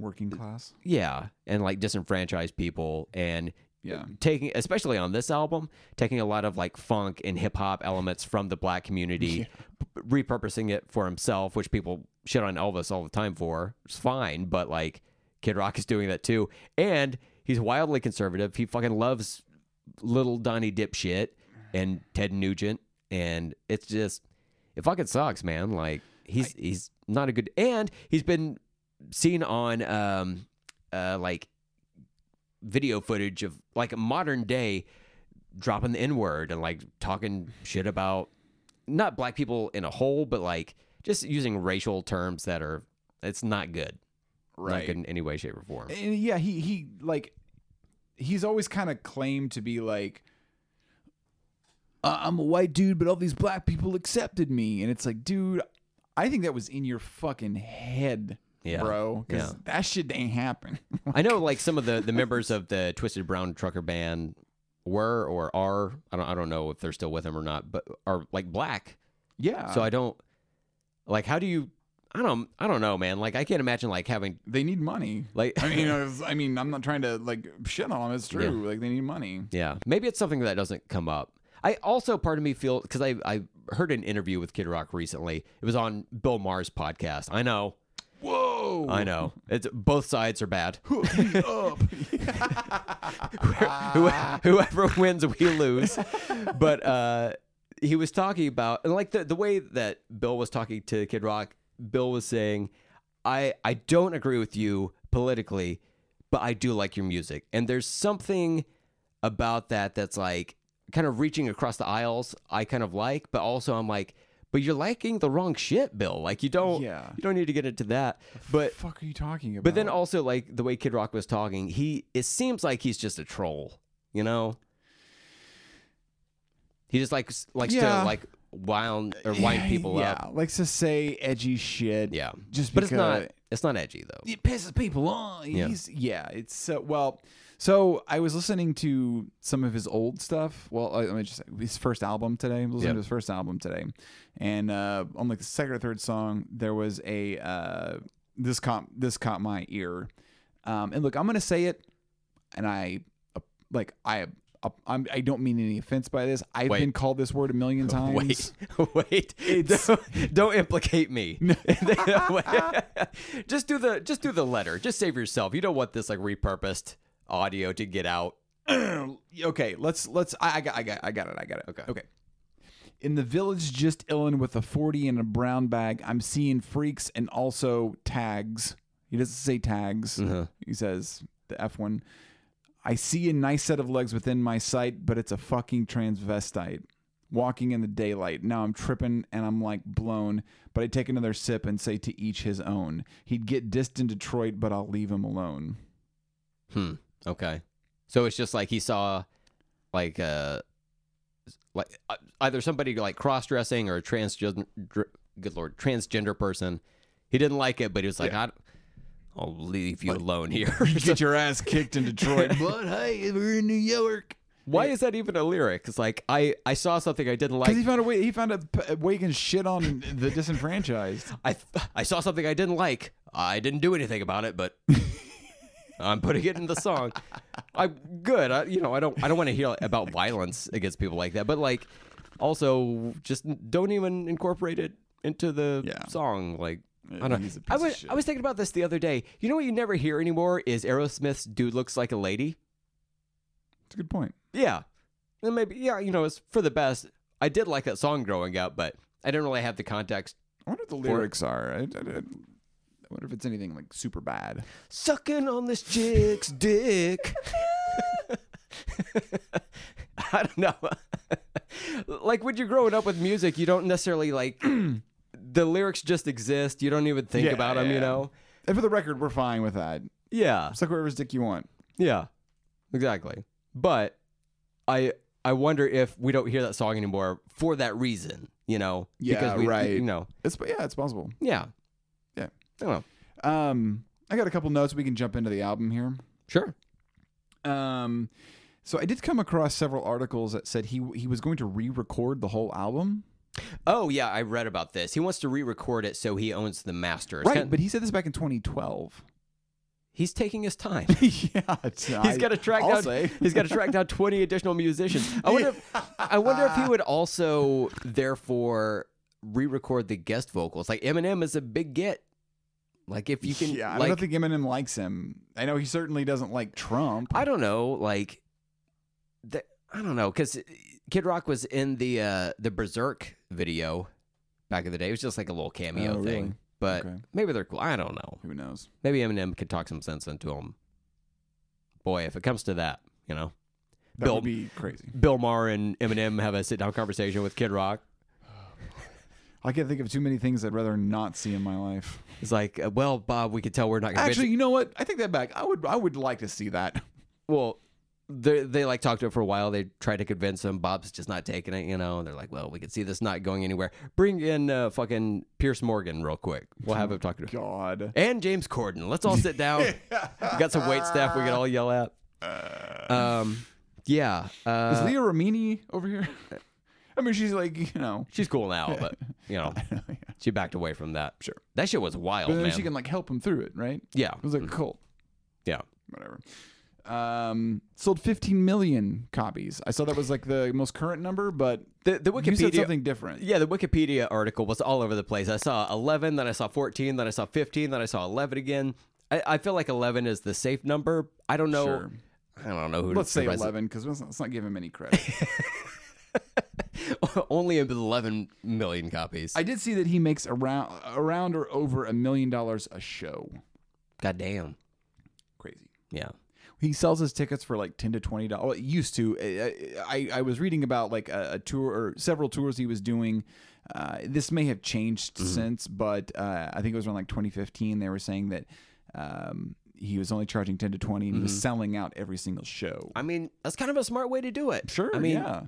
Working class. yeah and like disenfranchised people and Yeah. taking especially on this album taking a lot of like funk and hip hop elements from the black community p- repurposing it for himself which people shit on Elvis all the time for it's fine but like Kid Rock is doing that too and he's wildly conservative he fucking loves little Donnie dipshit and Ted Nugent and it's just it fucking sucks man like he's he's not a good and he's been seen on um uh like video footage of like a modern day dropping the N word and like talking shit about not black people in a whole, but like just using racial terms that are it's not good. Not Right. good in any way, shape, or form. And yeah, he he like he's always kind of claimed to be like "I- I'm a white dude, but all these black people accepted me, and it's like, dude, I think that was in your fucking head, Yeah. bro, because Yeah. that shit ain't happen. I know like some of the, the members of the Twisted Brown Trucker Band were or are I don't I don't know if they're still with him or not, but are like black. yeah, So I don't like how do you I don't I don't know, man. Like I can't imagine like having they need money. like I mean, I, was- I mean, I'm not trying to like shit on them. It's true. Like they need money. Yeah, maybe it's something that doesn't come up. I also, part of me feel because I I heard an interview with Kid Rock recently. It was on Bill Maher's podcast. I know, Whoa, I know. It's both sides are bad. Hook me up. Who- Whoever wins, we lose. But uh, he was talking about and like the the way that Bill was talking to Kid Rock. Bill was saying, "I I don't agree with you politically, but I do like your music." And there's something about that that's like kind of reaching across the aisles. I kind of like, but also I'm like, but you're liking the wrong shit, Bill. Like you don't Yeah. you don't need to get into that. But fuck are you talking about? but then also like the way Kid Rock was talking, he it seems like he's just a troll, you know. He just like likes Yeah. to like wind or wind people yeah, up. likes to say edgy shit. Yeah, just but because it's not it's not edgy though. it pisses people off. Yeah. He's, yeah, it's so well. So I was listening to some of his old stuff. Well, I- let me just say his first album today. I was listening Yep. to his first album today, and uh, on like the second or third song, there was a uh, this caught this caught my ear. Um, and look, I'm gonna say it, and I uh, like I a- I'm, I don't mean any offense by this. I've Wait. been called this word a million times. Wait, wait! It's- Don't, don't implicate me. just do the just do the letter. Just save yourself. You don't want this like repurposed audio to get out. okay, let's let's. I, I got I got I got it. I got it. Okay. Okay. In the village just illin with a forty and a brown bag, I'm seeing freaks and also tags. He doesn't say tags. He says the F one. I see a nice set of legs within my sight, but it's a fucking transvestite walking in the daylight. Now I'm tripping and I'm like blown, but I take another sip and say to each his own. He'd get dissed in Detroit, but I'll leave him alone. Hmm. Okay. So it's just like he saw, like uh, like uh, either somebody like cross dressing or a transgender. Good lord, transgender person. He didn't like it, but he was like, I, "I'll leave you alone here." Get your ass kicked in Detroit. but hey, we're in New York. Why is that even a lyric? It's like I, I saw something I didn't like. Because he found a way. He found a, p- a way he can shit on the disenfranchised. I I saw something I didn't like. I didn't do anything about it, but I'm putting it in the song. I'm good. I, you know, I don't I don't want to hear about violence against people like that, but like also just don't even incorporate it into the Yeah. song. Like I don't. He's a piece I of was shit. I was thinking about this the other day. You know what you never hear anymore is Aerosmith's "Dude Looks Like a Lady." It's a good point. Yeah. And maybe, yeah, you know, it's for the best. I did like that song growing up, but I didn't really have the context. I wonder what the lyrics are. I, I, I I wonder if it's anything like super bad. Sucking on this chick's dick. I don't know. like when you're growing up with music, you don't necessarily like the lyrics just exist. You don't even think Yeah, about them, yeah. you know? And for the record, we're fine with that. Yeah. Suck whatever's dick you want. Yeah, exactly. But I I wonder if we don't hear that song anymore for that reason. You know, Yeah, we, right. You know, It's but yeah, it's possible. yeah, Yeah. I don't know. Um, I got a couple notes. We can jump into the album here. Sure. Um, so I did come across several articles that said he he was going to re-record the whole album. Oh yeah, I read about this. He wants to re-record it so he owns the master. It's right, kinda- but he said this back in 2012. he's taking his time. yeah, it's- I- He's got to track I'll down. say. He's got to track down twenty additional musicians. I wonder. If, I wonder if he would also therefore re-record the guest vocals. Like Eminem is a big get. Like if you can, yeah, I like, don't think Eminem likes him. I know he certainly doesn't like Trump. I don't know, like, the, I don't know, because Kid Rock was in the uh, the Berserk video back in the day. It was just like a little cameo Oh, thing, really? but Okay. maybe they're cool. I don't know. Who knows? Maybe Eminem could talk some sense into him. Boy, if it comes to that, you know, That Bill- would be crazy. Bill Maher and Eminem have a sit down conversation with Kid Rock. I can't think of too many things I'd rather not see in my life. It's like, uh, well, Bob, we could tell we're not gonna Actually, you know what? I take that back. I would I would like to see that. well they they like talked to him for a while they tried to convince him bob's just not taking it you know and they're like well we can see this not going anywhere bring in uh, fucking pierce morgan real quick we'll have him talk to him God. and james corden let's all sit down we got some wait staff we can all yell at um yeah Uh. Is uh, Leah Ramini over here? I mean, she's like, you know, she's cool now but you know she backed away from that sure that shit was wild but then Oh, man she can like help him through it, right? yeah Mm-hmm. It was like cool, yeah whatever. Um, sold 15 million copies. I saw that was like the most current number, but the, the you said wikipedia something different. Yeah, the Wikipedia article was all over the place. I saw 11, then I saw 14, then I saw 15, then I saw 11 again. I, I feel like 11 is the safe number. I don't know. Sure. I don't know who. Let's the say rest- 11 because let's, not- let's not give him any credit. Only 11 million copies. I did see that he makes around around or over a million dollars a show. God damn. Crazy. Yeah. He sells his tickets for like ten to twenty dollars. Used to, I, I I was reading about like a, a tour or several tours he was doing. Uh, this may have changed since, but uh, I think it was around like 2015. They were saying that um, he was only charging ten to twenty, and he was selling out every single show. I mean, that's kind of a smart way to do it. sure, I mean, yeah,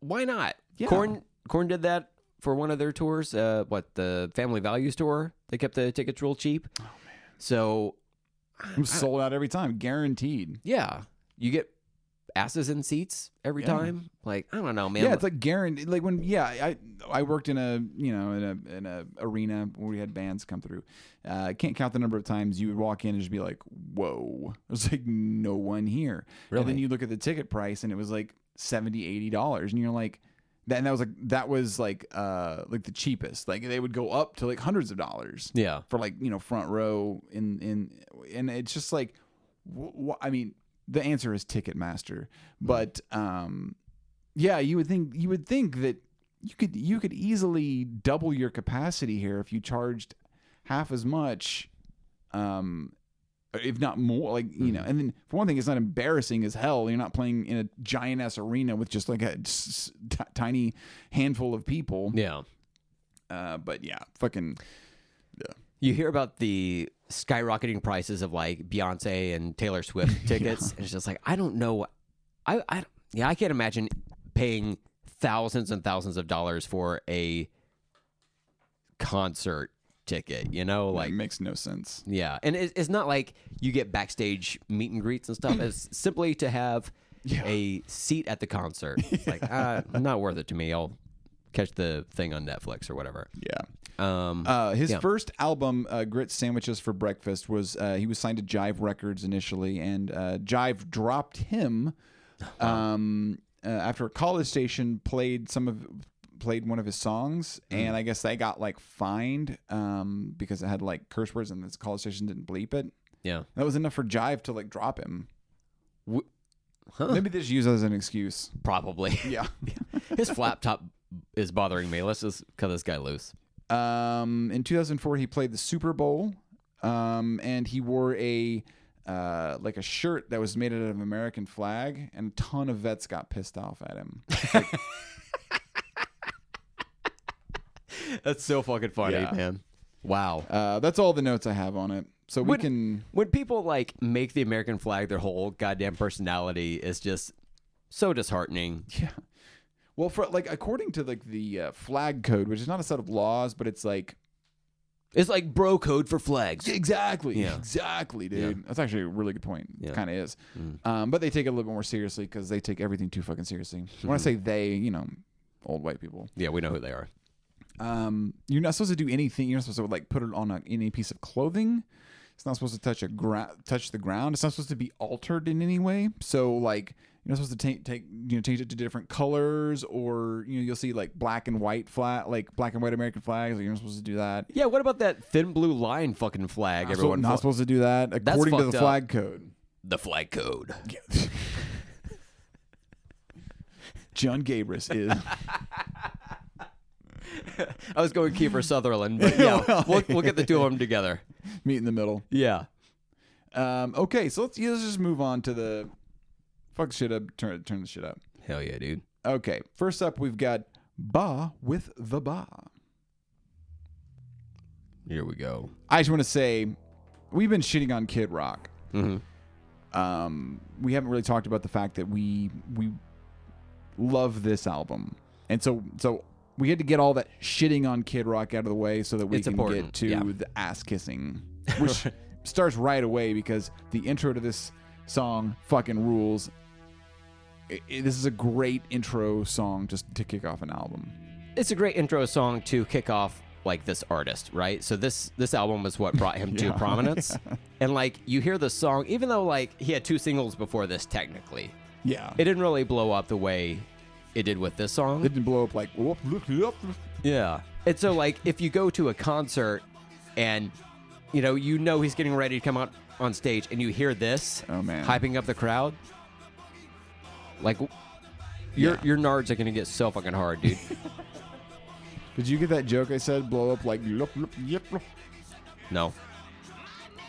why not? Yeah. Corn Corn did that for one of their tours. Uh, what the Family Values tour? They kept the tickets real cheap. Oh man. So it was sold out every time, guaranteed. Yeah. You get asses in seats every Yeah. time. Like I don't know, man. Yeah, it's like guaranteed. Like when yeah, I I worked in a you know in a in a arena where we had bands come through. Uh, I can't count the number of times you would walk in and just be like, "Whoa!" There's like no one here. And then Really? you look at the ticket price and it was like 70 80 dollars, and you're like. That, and that was like that was like uh like the cheapest like they would go up to like hundreds of dollars yeah, for like you know front row in in and it's just like wh- wh- I mean the answer is Ticketmaster, Hmm. but um, yeah, you would think you would think that you could you could easily double your capacity here if you charged half as much, um, if not more. Like Hmm. you know, and then for one thing, it's not embarrassing as hell. You're not playing in a giant ass arena with just like a s- s- t- tiny handful of people. yeah. Uh, but yeah, fucking You hear about the skyrocketing prices of like Beyonce and Taylor Swift tickets, and it's just like I don't know. I, I yeah, I can't imagine paying thousands and thousands of dollars for a concert ticket. You know, like like makes no sense. yeah, and it, it's not like you get backstage meet and greets and stuff. It's simply to have a seat at the concert. It's like uh, not worth it to me. I'll catch the thing on Netflix or whatever. Yeah. Um, Uh, his first album, uh, Grit Sandwiches for Breakfast, was uh, he was signed to Jive Records initially, and uh, Jive dropped him um, uh, after a college station played some of played one of his songs, and I guess they got like fined um, because it had like curse words, and this college station didn't bleep it. yeah. That was enough for Jive to like drop him. W- huh? Maybe they just use that as an excuse. Probably. Yeah. His flap top is bothering me. Let's just cut this guy loose. Um, in 2004, he played the Super Bowl, um, and he wore a uh, like a shirt that was made out of an American flag, and a ton of vets got pissed off at him. That's so fucking funny, Yeah. man. Wow. Uh, that's all the notes I have on it. So we Would- can. When people like make the American flag their whole goddamn personality is just so disheartening. Yeah. Well, for like according to like the uh, flag code, which is not a set of laws, but it's like It's like bro code for flags. exactly, Yeah. exactly, dude. That's actually a really good point. Yeah. Mm. It kind of is. Um, but they take it a little bit more seriously because they take everything too fucking seriously. When I say they, you know, old white people. Yeah, we know who they are. Um, you're not supposed to do anything. You're not supposed to like put it on a, any piece of clothing. It's not supposed to touch a gra- touch the ground. It's not supposed to be altered in any way. So like you're not supposed to take take you know change it to different colors or you know you'll see like black and white flag like black and white American flags. Like, you're not supposed to do that. Yeah, what about that thin blue line fucking flag? Everyone Everyone not fl- supposed to do that according to the fucked up. flag code. the flag code. John Gabris is I was going Kiefer Sutherland, but yeah, we'll, we'll get the two of them together. meet in the middle. Yeah. Um, okay, so let's yeah, let's just move on to the fuck shit up. Turn turn the shit up. Hell yeah, dude. Okay, first up we've got Ba with the Ba. Here we go. I just want to say we've been shitting on Kid Rock. Mm-hmm. Um, we haven't really talked about the fact that we we love this album, and so so we had to get all that shitting on Kid Rock out of the way so that we It's can important, get to yeah. the ass kissing, which starts right away because the intro to this song fucking rules. I I- this is a great intro song just to kick off an album. it's a great intro song to kick off like this artist, right? So this this album was what brought him to prominence. And like you hear the song, even though like he had two singles before this technically, Yeah, it didn't really blow up the way it did with this song. It didn't blow up like whoop, look, look. yeah. And so like if you go to a concert and you know, you know he's getting ready to come out on stage and you hear this Oh, man. hyping up the crowd. Like your Yeah. your nards are gonna get so fucking hard, dude. Did you get that joke I said? Blow up like look, look, yep. look. no.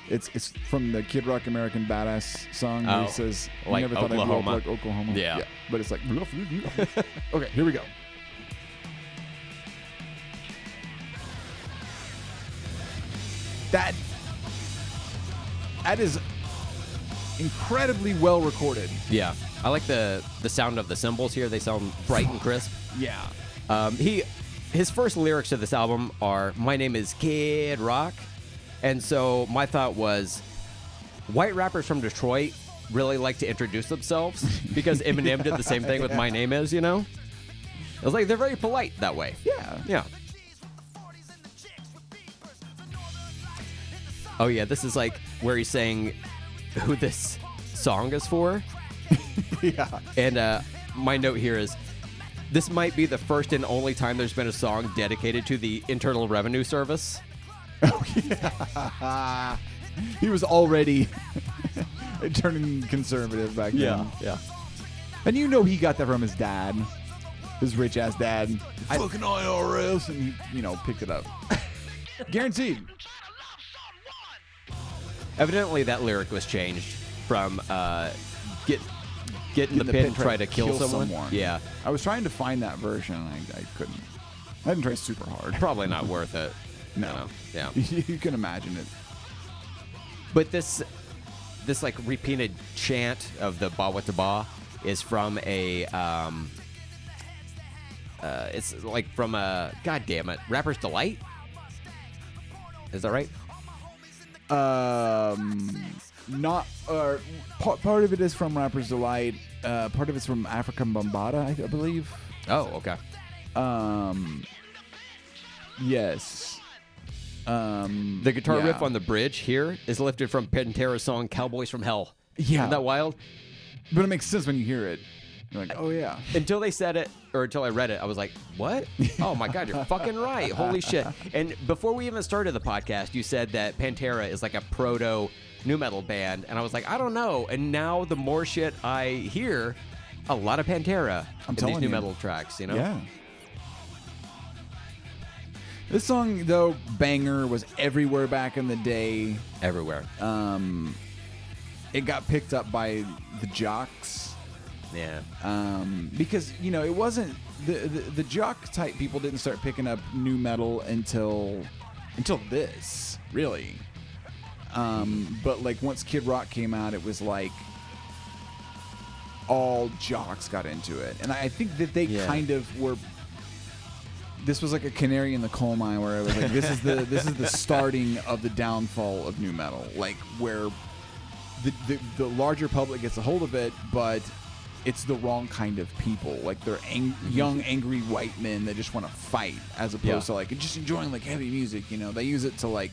It's it's from the Kid Rock American Badass song where Oh, he says, "You like never thought I'd blow up Oklahoma. like Oklahoma." Yeah. but it's like look, look, look. okay. Here we go. That that is incredibly well recorded. Yeah, I like the the sound of the cymbals here. They sound bright and crisp. Yeah, Um, he his first lyrics to this album are "My name is Kid Rock," and so my thought was, white rappers from Detroit really like to introduce themselves because Eminem did the same thing with My Name Is, you know? It was like they're very polite that way. Yeah. Yeah. Oh yeah, this is like where he's saying who this song is for. yeah. And uh, my note here is this might be the first and only time there's been a song dedicated to the Internal Revenue Service. He was already turning conservative back then. yeah. And you know he got that from his dad, his rich ass dad. Fucking IRS, and he, you know, picked it up. Guaranteed. Evidently, that lyric was changed from uh, "get get in the, pit, and try to kill, someone. Yeah, I was trying to find that version, and I, I couldn't. I didn't try super hard. probably not worth it. No. No. Yeah. you can imagine it. But this this like repeated chant of the ba wa ta ba is from a um uh it's like from a god damn it rapper's delight is that right Um, not or part, part of it is from Rapper's Delight. Uh, part of it's from African Bombada, I, I believe. oh okay Um, yes. Um, the guitar yeah. riff on the bridge here is lifted from pantera's song cowboys from hell Yeah. isn't that wild but it makes sense when you hear it. You're like, oh yeah, until they said it or until I read it, I was like, "What? Oh my god, you're fucking right! Holy shit!" And before we even started the podcast, you said that Pantera is like a proto new metal band, and I was like, "I don't know." And now the more shit I hear, a lot of Pantera I'm in these telling new you. metal tracks, you know? yeah. This song though, banger was everywhere back in the day. everywhere. Um, it got picked up by the jocks. yeah, um, because you know it wasn't the, the the jock type people didn't start picking up new metal until until this really. Um, but like once Kid Rock came out, it was like all jocks got into it, and I think that they Yeah. kind of were. This was like a canary in the coal mine, where it was like this is the this is the starting of the downfall of new metal, like where the, the, the larger public gets a hold of it, but it's the wrong kind of people. Like they're ang- young, angry white men that just want to fight, as opposed Yeah. to like just enjoying like heavy music. You know, they use it to like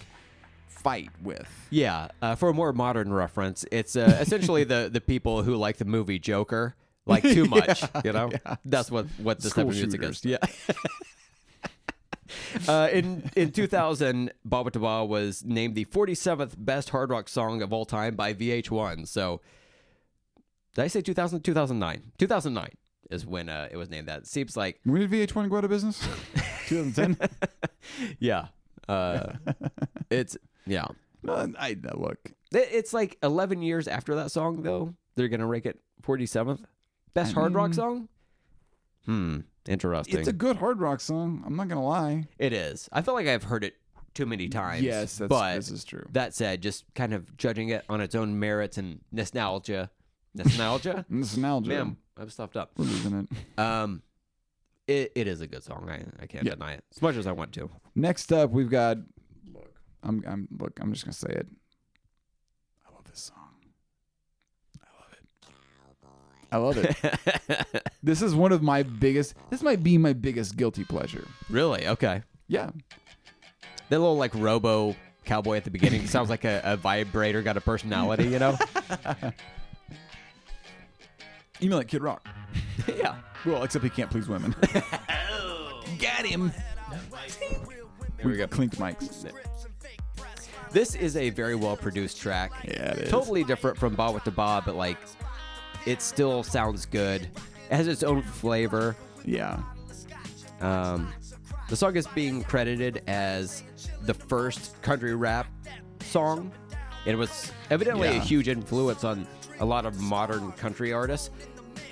fight with. yeah. Uh, for a more modern reference, it's uh, essentially the the people who like the movie Joker. Like too much, you know. That's what what this type School of music shooters. is. Yeah. Uh, in in 2000, Baba Taba was named the 47th best hard rock song of all time by VH1. So, did I say 2000? 2009. 2009 is when uh, it was named that. Seems like, When did VH1 go out of business? 2010. yeah. Uh, it's, yeah. no, I no, look. It- It's like 11 years after that song, though. They're going to rank it 47th best hard rock song? Hmm. Interesting. It's a good hard rock song. I'm not gonna lie. It is. I feel like I've heard it too many times. Yes, that's- but this is true. That said, just kind of judging it on its own merits and nostalgia, nostalgia. Nostalgia. Man, I'm stuffed up. We're losing it. Um, it, it is a good song. I, I can't Yeah. deny it as much as I want to. Next up, we've got. Look, I'm, I'm look. I'm just gonna say it. I love this song. I love it. I love it. this is one of my biggest. This might be my biggest guilty pleasure. Really? Okay. Yeah. That little like robo cowboy at the beginning sounds like a, a vibrator got a personality. You know? Email at Kid Rock. yeah. Well, except he can't please women. Got him. There we go. Clinked mics. This is a very well produced track. Yeah, it is. Totally different from Ba with the Ba, but like it still sounds good. It has its own flavor. Yeah. Um, the song is being credited as the first country rap song. It was evidently a Yeah. huge influence on a lot of modern country artists.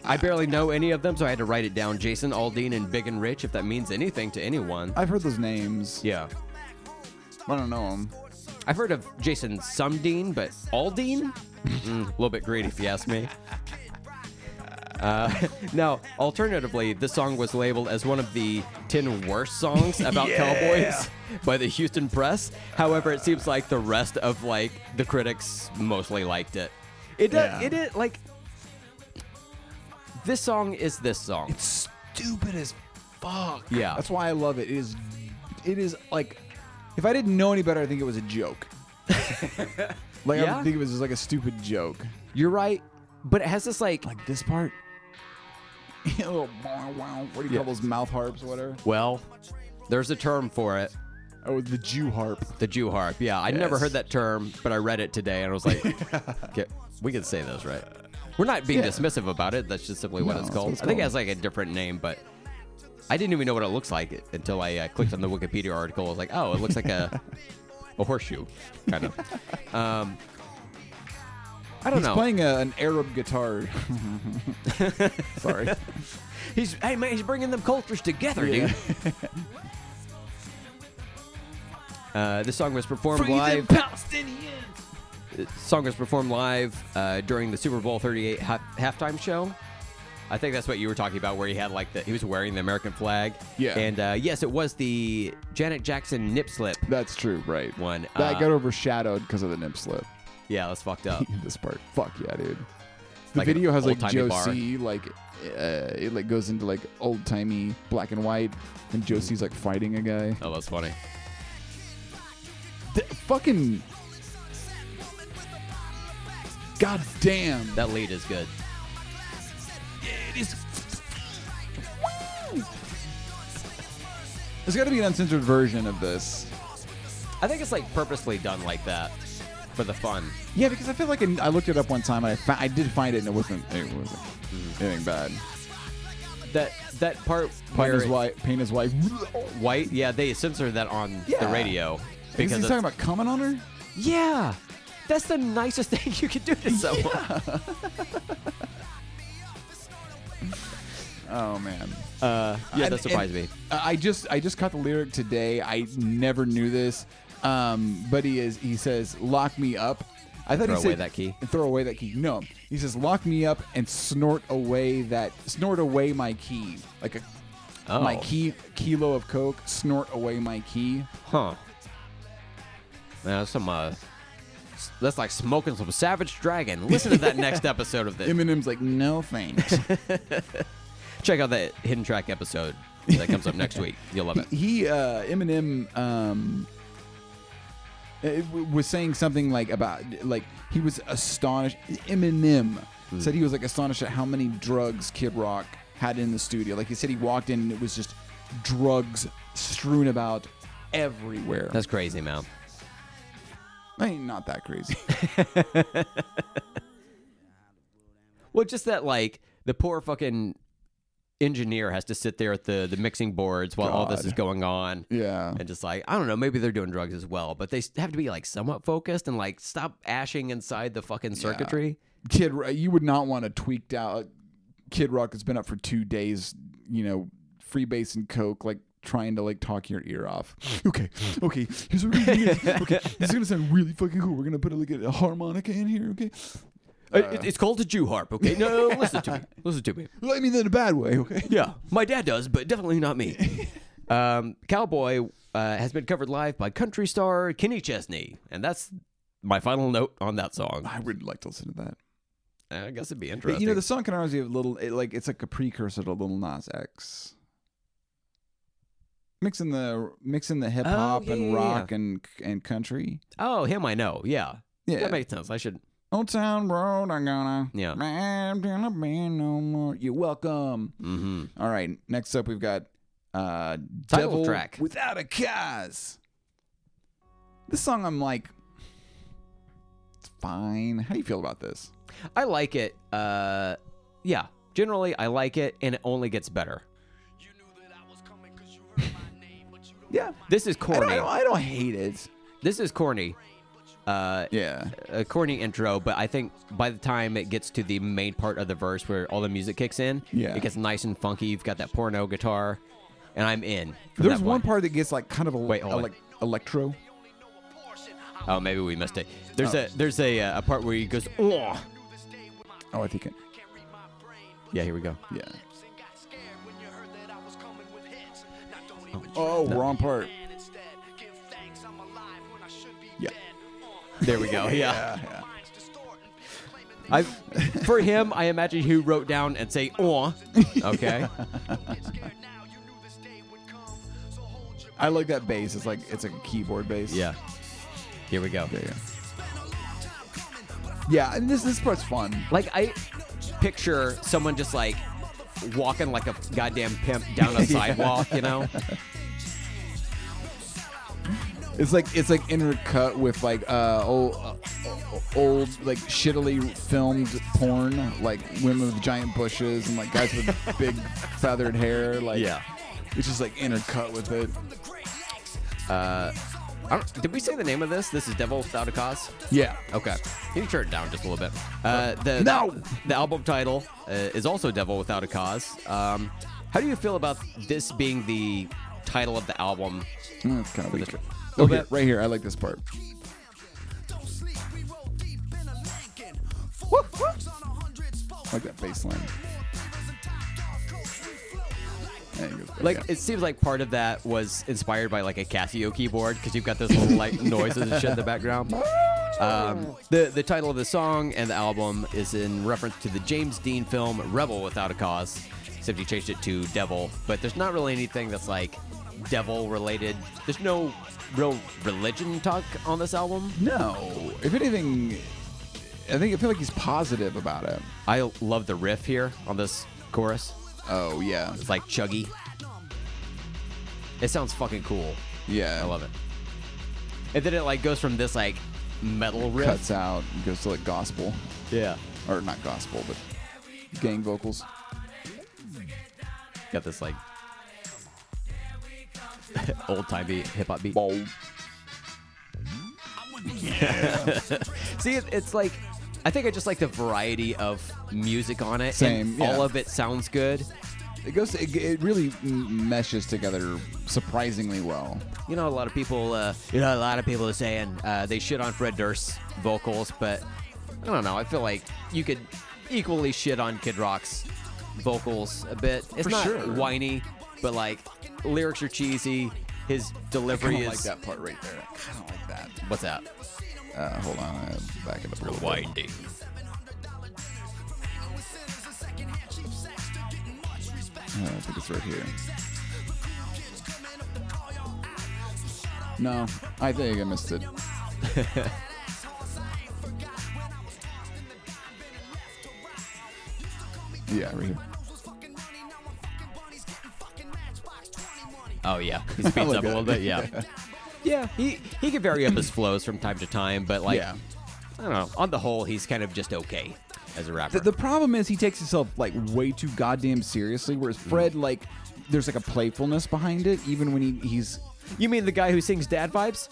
I barely know any of them, so I had to write it down. Jason Aldean and Big and Rich, if that means anything to anyone. I've heard those names. Yeah. I don't know them. I've heard of Jason Sumdean, but Aldean? Mm, a little bit greedy, if you ask me. Uh, now, alternatively, this song was labeled as one of the 10 worst songs about cowboys by the Houston Press. However, it seems like the rest of like the critics mostly liked it. It does. Yeah. It is like this song is this song. Stupid as fuck. Yeah. That's why I love it. It is it is like if I didn't know any better, I think it was a joke. like I Yeah? would think it was just like a stupid joke. You're right, but it has this like. Like this part. a little wow, wow. What do you call those mouth harps, whatever? Well, there's a term for it. Oh, the Jew harp. The Jew harp. Yeah, I never Yes. heard that term, but I read it today and I was like, okay, we can say those, right? We're not being dismissive about it. That's just simply what No, it's that's what called. it's I think it called. has like a different name, but I didn't even know what it looks like until I uh, clicked on the Wikipedia article. I was like, oh, it looks like a a horseshoe, kind of. Um, I don't He's know. playing a, an Arab guitar. Sorry. he's hey man, he's bringing them cultures together, dude. Uh, this song was performed live. This song was performed live uh, during the Super Bowl 38 ha- halftime show. I think that's what you were talking about, where he had like the he was wearing the American flag. Yeah. And uh, yes, it was the Janet Jackson nip slip That's true, right? one. That Uh, got overshadowed because of the nip slip. yeah, that's fucked up. this part. Fuck yeah, dude. The Like an video has like old-timey bar. Josie like uh, it like goes into like old timey black and white, and Mm-hmm. Josie's like fighting a guy. oh, that's funny. Th- fucking god damn! That lead is good. There's got to be an uncensored version of this. I think it's like purposely done like that for the fun. Yeah, because I feel like I I looked it up one time and I fa- I did find it and it wasn't it wasn't Mm-hmm. anything bad. That that part Pain where is it- white. Pain is white. white, yeah, they censored that on the Yeah. radio Because because he's it's- talking about coming on her. yeah, that's the nicest thing you could do to someone. Oh man. Uh, yeah, And- that surprised and me. I I just I just caught the lyric today. I never knew this, um, but he is he says lock me up. I thought Throw he away said, that key. Throw away that key. No, he says lock me up and snort away that snort away my key like a Oh. my key kilo of coke. Snort away my key. Huh. Man, that's some uh s- that's like smoking some savage dragon. Listen to that next episode of this. Eminem's like no thanks. Check out that hidden track episode that comes up next week. You'll love it. he uh, Eminem um, it w- was saying something like about like he was astonished. Eminem said he was like astonished at how many drugs Kid Rock had in the studio. Like he said, he walked in and it was just drugs strewn about everywhere. That's crazy, man. I mean, not that crazy. Well, just that like the poor fucking engineer has to sit there at the the mixing boards while all this God. is going on. yeah, And just like I don't know, maybe they're doing drugs as well, but they s- have to be like somewhat focused and like stop ashing inside the fucking circuitry. Kid, Ro- you would not want a tweaked out Kid Rock has been up for two days. You know, free base and coke, like trying to like talk your ear off. Okay, okay, here's what we're gonna do. Okay, this is gonna sound really fucking cool. We're gonna put like a harmonica in here. Okay, Uh, it- it's called a Jew harp, okay? No, no, no, listen to me. Listen to me. Well, I mean that in a bad way. Okay, Yeah, my dad does, but definitely not me. um, Cowboy uh, has been covered live by country star Kenny Chesney, and that's my final note on that song. I would like to listen to that. I guess it'd be But, interesting. you know, the song can always be a little it, like it's like a precursor to Little Nas X. Mixing the mixing the hip hop yeah, and yeah, rock and and country. oh, him I know. Yeah. Yeah. that makes sense. I should. Old Town Road, I'm gonna. Yeah. I'm gonna be no more. You're welcome. Mm-hmm. All right. Next up, we've got uh, Title Devil track. Without a Cause. This song, I'm like, it's fine. How do you feel about this? I like it. Uh, yeah, generally I like it, and it only gets better. Yeah. This is I don't, I corny. don't, I don't hate it. This is corny. Uh, Yeah. a corny intro, but I think by the time it gets to the main part of the verse where all the music kicks in, Yeah. it gets nice and funky. You've got that porno guitar, and I'm in. from There's that one point. part that gets like kind of a, Wait, hold on. elec- electro. Oh, maybe we missed it. There's a there's a, uh, a part where he goes, oh, Oh, I think it. yeah. Here we go. Yeah. Oh, wrong part. Yeah. Uh, There we go. Yeah. yeah. I, for him, I imagine he wrote down and say, "Oh, okay." I like that bass. It's like it's a keyboard bass. yeah. Here we go. Yeah. Yeah. yeah and this this part's fun. Like I picture someone just like walking like a goddamn pimp down a sidewalk, you know? It's like it's like intercut with like uh old uh, old like shittily filmed porn, like women with giant bushes and like guys with big feathered hair. Like Yeah. it's just like intercut with it. I don't, did we say the name of this? This is Devil Without a Cause. Yeah. Okay, can you turn it down just a little bit? Uh, the No! the album title uh, is also "Devil Without a Cause." Um, how do you feel about this being the title of the album? Mm, It's kind of weak. this one. Oh, Little here, bit. right here. I like this part. I like that bass line. There you go. Like, Yeah. it seems like part of that was inspired by like a Casio keyboard because you've got those little like noises and shit in the background. Um, the the title of the song and the album is in reference to the James Dean film Rebel Without a Cause, except you changed it to Devil. But there's not really anything that's like devil related. There's no real religion talk on this album. no. If anything, I think I feel like he's positive about it. I love the riff here on this chorus. Oh yeah, It's like chuggy. It sounds fucking cool. yeah. I love it. And then it like goes from this like metal riff. Cuts out and goes to like gospel, Yeah. or not gospel, but gang vocals. Got this like old timey hip hop beat. Bow. See, it, it's like I think I just like the variety of music on it. Same, and yeah. All of it sounds good. It goes. It, it really m- meshes together surprisingly well. You know, a lot of people. Uh, you know, a lot of people are saying uh, they shit on Fred Durst's vocals, but I don't know. I feel like you could equally shit on Kid Rock's vocals a bit. It's For not sure. whiny, but like lyrics are cheesy. His I delivery kinda is like that part right there. I kind of like that. what's that? Uh, hold on, I back it up a little bit. Uh, I think it's right here. No, I think I missed it. yeah, right here. Oh yeah, he speeds up a Okay. little bit. Yeah, yeah. He he can vary up his flows from time to time, but like yeah. I don't know. On the whole, he's kind of just okay as a rapper. The, the problem is he takes himself like way too goddamn seriously, whereas Fred like there's like a playfulness behind it, even when he, he's you mean the guy who sings dad vibes?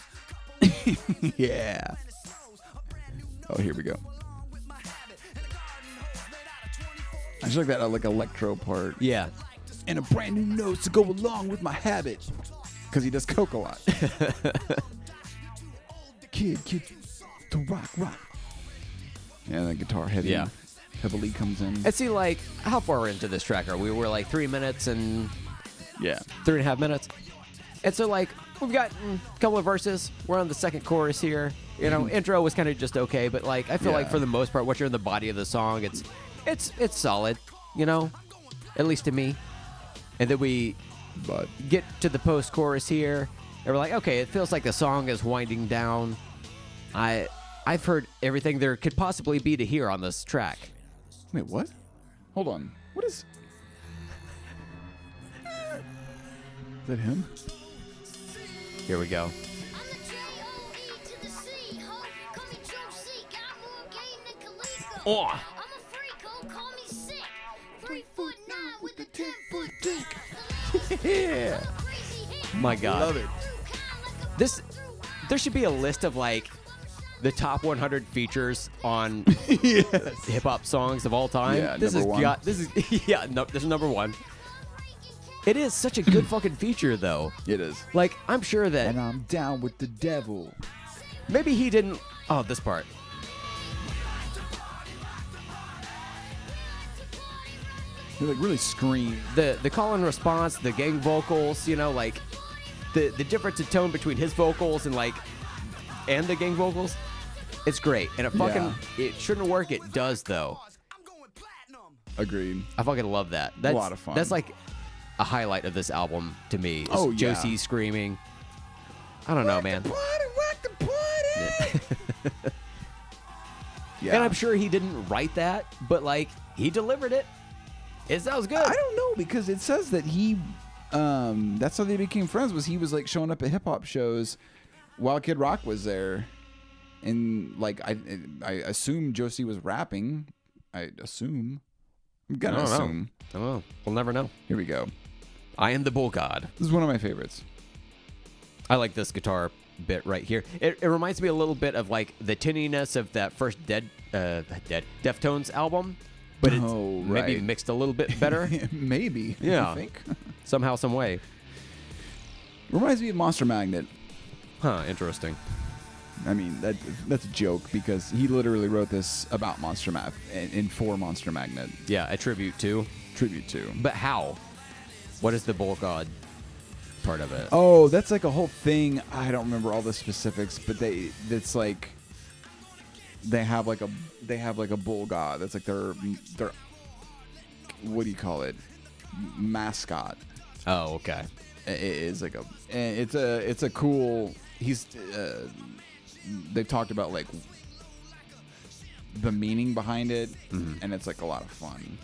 yeah. Oh, here we go. I just like that uh, like electro part. Yeah. and a brand new nose to go along with my habit. Because he does coke a lot. kid, kid, to rock, rock. Yeah, that guitar heavy, Yeah. heavily comes in. And see, like, how far into this track are we? We're like three minutes and yeah. three and a half minutes. And so, like, we've got mm, a couple of verses. We're on the second chorus here. You know, intro was kind of just okay, but like, I feel like Mm-hmm. Yeah. for the most part, what you're in the body of the song, it's it's it's solid. You know, at least to me. And then we But get to the post chorus here, and we're like, okay, it feels like the song is winding down. I I've heard everything there could possibly be to hear on this track. wait, what? Hold on. What is? Is that him? Here we go. E Oh. Oh. I'm a freak, oh, call me sick. Three foot nine with a ten foot dick. Yeah. My God. Love it. This there should be a list of like the top 100 features on hip hop songs of all time. Yeah, this number is one. got- this is yeah, no, this is number 1. It is such a good fucking feature though. It is. Like I'm sure that And I'm down with the devil. Maybe he didn't. Oh, this part. He like really scream. The the call and response, the gang vocals. You know, like the the difference in tone between his vocals and like and the gang vocals. It's great, and it fucking Yeah. it shouldn't work. It does though. Agreed. I fucking love that. That's lot of fun. That's like a highlight of this album to me. is Oh, yeah. Josie screaming. I don't know, man. Yeah. And I'm sure he didn't write that, but like he delivered it. It sounds good. I don't know because it says that he. Um, that's how they became friends. Was he was like showing up at hip hop shows while Kid Rock was there, and like I, I assume Josie was rapping. I assume. I'm I gonna don't know. assume. I don't know. We'll never know. Here we go. I am the bull god. This is one of my favorites. I like this guitar bit right here. It, it reminds me a little bit of like the tinniness of that first Dead uh, Dead Deftones album, but it's Oh, maybe right. mixed a little bit better Maybe. Yeah. I think. somehow, some way. Reminds me of Monster Magnet. Huh? Interesting. I mean, that that's a joke because he literally wrote this about Monster Map and, and for Monster Magnet Yeah, a tribute to. tribute to. But how? What is the bull god part of it? Oh, that's like a whole thing. I don't remember all the specifics, but they that's like they have like a they have like a bull god. That's like their their what do you call it? Mascot. Oh, okay. I- i- is like a and it's a it's a cool he's uh, they've talked about like the meaning behind it Mm-hmm. and it's like a lot of fun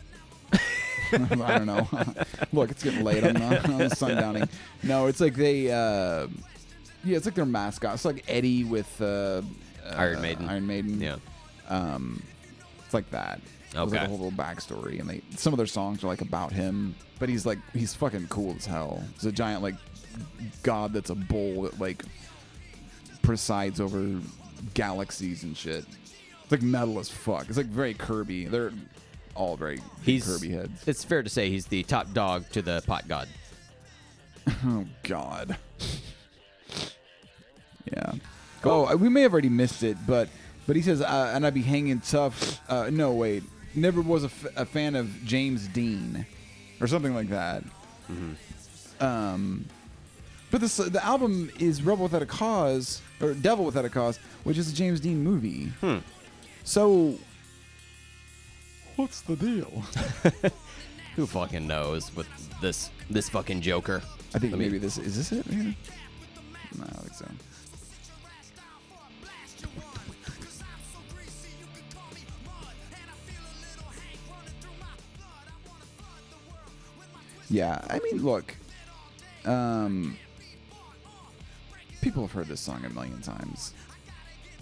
i don't know look it's getting late i'm not I'm sundowning no it's like they uh yeah it's like their mascot it's like eddie with uh, uh Iron Maiden. iron maiden Yeah. it's like that It was like Okay. a whole little backstory, and they some of their songs are like about him, but he's like he's fucking cool as hell. He's a giant like god that's a bull that like presides over galaxies and shit. It's like metal as fuck. It's like very Kirby. They're all very big He's Kirby heads. It's fair to say he's the top dog to the pot god. Oh God. Yeah. Oh, we may have already missed it, but but he says, uh, and I'd be hanging tough. Uh, no, wait. Never was a, f- a fan of James Dean, or something like that. Um, but this the album is Rebel Without a Cause or Devil Without a Cause, which is a James Dean movie. So, what's the deal? Who fucking knows with this this fucking Joker? I think Let me- maybe this is this it. Maybe? No, I don't think so. Yeah, I mean, look, um, people have heard this song a million times.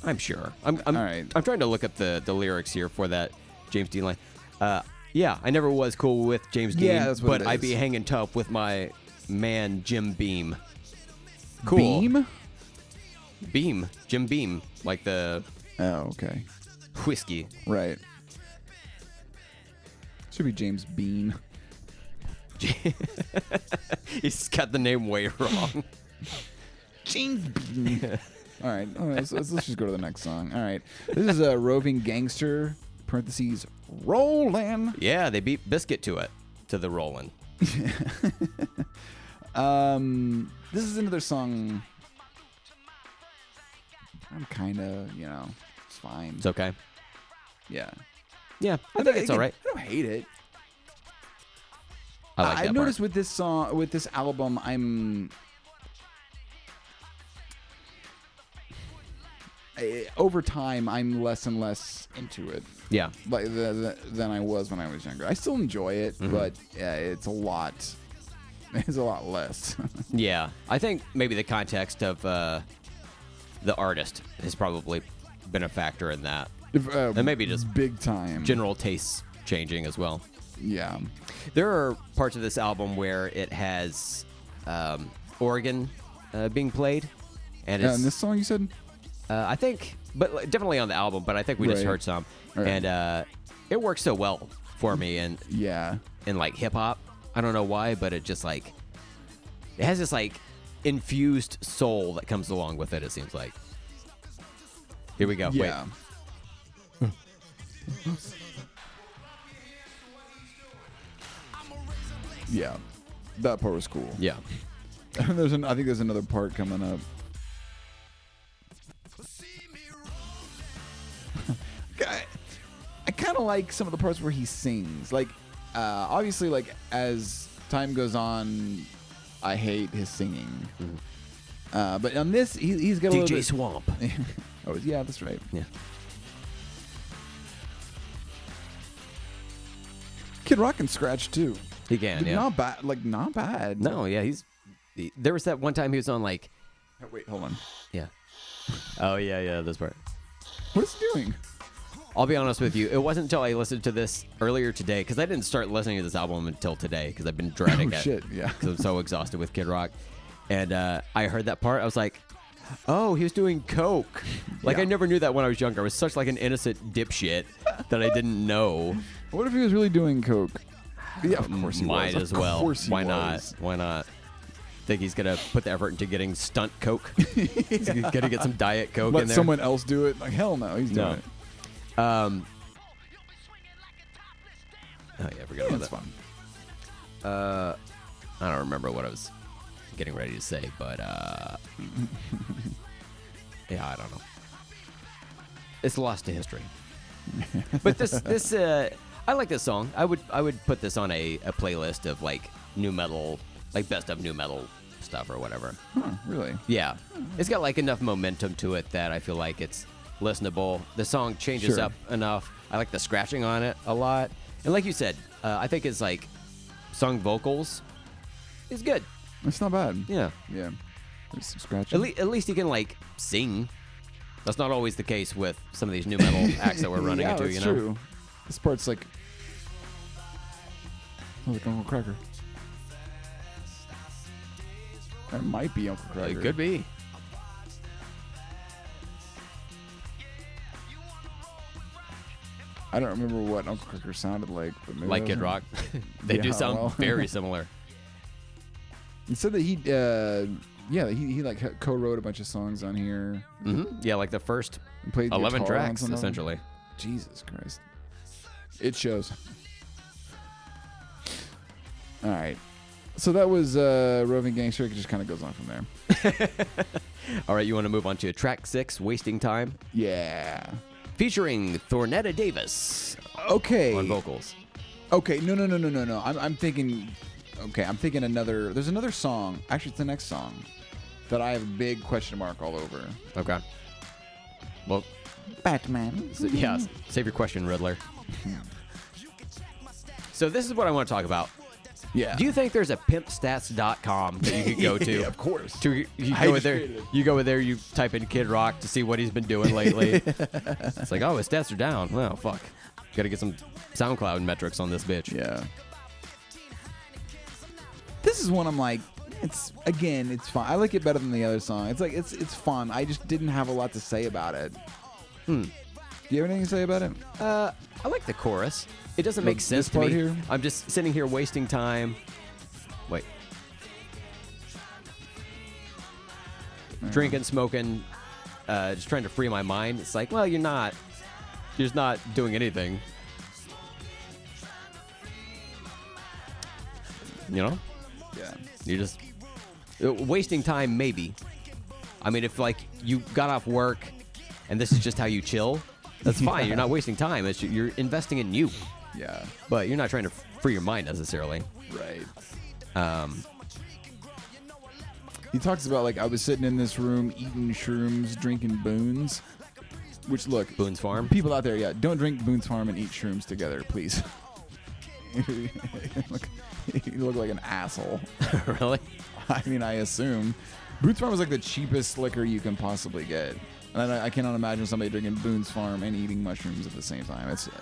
I'm sure. I'm I'm, All right. I'm trying to look up the, the lyrics here for that James Dean line. Uh, yeah, I never was cool with James Dean, Yeah, that's what but it I'd be is. hanging tough with my man Jim Beam. Beam. Beam. Jim Beam, like the Oh, okay, whiskey. right. Should be James Bean. He's got the name way wrong. James Bean. All right, all right, let's, let's let's just go to the next song. All right, this is a roving gangster (parentheses rolling). yeah, they beat Biscuit to it, to the Roland. Um, this is another song. I'm kind of, you know, it's fine. It's okay. yeah, Yeah, I think it's all right. I don't hate it. I like that have part. noticed with this song, with this album, I'm I- over time, I'm less and less into it. Yeah. like the, the, than I was when I was younger. I still enjoy it, Mm-hmm. but yeah, it's a lot. It's a lot less. Yeah, I think maybe the context of uh, the artist has probably been a factor in that. If, uh, And maybe just big time. General tastes changing as well. yeah, There are parts of this album where it has um, organ uh, being played, and Yeah, it's and this song you said. uh, I think, but like, definitely on the album. But I think we just Right. heard some, Right. and uh, it works so well for me. And Yeah, in like hip hop. I don't know why, but it just like it has this like infused soul that comes along with it. It seems like. Here we go. yeah. Oh, Wait. Yeah, that part was cool. Yeah. there's an, I think there's another part coming up. kind of like some of the parts where he sings. Like, uh, obviously, like as time goes on, I hate his singing. Mm-hmm. Uh, but on this, he, he's got a little DJ bit- Swamp. oh, yeah, that's right. Yeah. Kid Rock can scratch too. He can, yeah. Not bad. Like not bad. No, yeah, he's. he- there was that one time he was on like, Oh, Wait, hold on. yeah. Oh yeah, yeah, this part. What is he doing? I'll be honest with you. It wasn't until I listened to this earlier today because I didn't start listening to this album until today because I've been dreading Oh, it. shit, yeah. because I'm so exhausted with Kid Rock. And uh, I heard that part. I was like, oh, he was doing coke. Like Yeah. I never knew that when I was younger. I was such like an innocent dipshit that I didn't know. What if he was really doing coke? Yeah, of course he Might was. as Of well. course he Why was. not? Why not? Think he's gonna put the effort into getting stunt coke? He's gonna get some diet coke in Let there. someone else do it. Like hell no, he's doing No. it. Um, oh yeah, forgot about That's that. fun. I don't remember what I was getting ready to say, but uh, yeah, I don't know. It's lost to history. but this this uh, I like this song. I would I would put this on a, a playlist of like new metal, like best of new metal stuff or whatever. Huh, really? Yeah, it's got like enough momentum to it that I feel like it's listenable. The song changes Sure. up enough. I like the scratching on it a lot, and like you said, uh, I think it's like sung vocals is good. That's not bad. Yeah, Yeah. There's some scratching. at, le- at least he can like sing. That's not always the case with some of these new metal acts that we're running yeah, into. that's you know, true. This part's like sounds like Uncle Cracker. That might be Uncle Uh, Cracker. it could be. I don't remember what Uncle Cracker sounded like, but maybe Like that Kid was- Rock, they do Yeah, sound well. very similar. It said that he, uh, yeah, he, he like co-wrote a bunch of songs on here. hmm Yeah, like the first And played eleven guitar on tracks some of them. essentially. Jesus Christ. It shows. All right. So that was uh, Roving Gangster. It just kind of goes on from there. All right, you want to move on to track six, "Wasting Time." Yeah. featuring Thornetta Davis Okay. on vocals. Okay. No, no, no, no, no, no. I'm, I'm thinking. Okay. I'm thinking another. There's another song. Actually, it's the next song that I have a big question mark all over. Okay. Well, Batman. so, yeah, s- save your question, Riddler. So this is what I want to talk about. Yeah. Do you think there's a pimpstats.com that you could go to? Yeah, of course. To, you you I go in just there, created it. you go in there, you type in Kid Rock to see what he's been doing lately. it's like, oh, his stats are down. Well, fuck. Got to get some SoundCloud metrics on this bitch. Yeah. This is one I'm like, it's again, it's fun. I like it better than the other song. It's like it's it's fun. I just didn't have a lot to say about it. Hmm. Do you have anything to say about it? Uh, I like the chorus. It doesn't make This sense to me. part here? I'm just sitting here wasting time. Wait. Drinking, smoking, uh, just trying to free my mind. It's like, well, you're not. You're just not doing anything. You know? Yeah. You're just uh, wasting time, maybe. I mean, if like you got off work and this is just how you chill, that's fine. You're not wasting time. It's, you're investing in you, Yeah. but you're not trying to free your mind necessarily. Right. Um, He talks about like I was sitting in this room eating shrooms, drinking boons. Which look, Boone's Farm. people out there, yeah, don't drink Boone's Farm and eat shrooms together, please. you, look, you look like an asshole. really? I mean, I assume Boone's Farm is like the cheapest liquor you can possibly get. And I, I cannot imagine somebody drinking Boone's Farm and eating mushrooms at the same time. It's uh,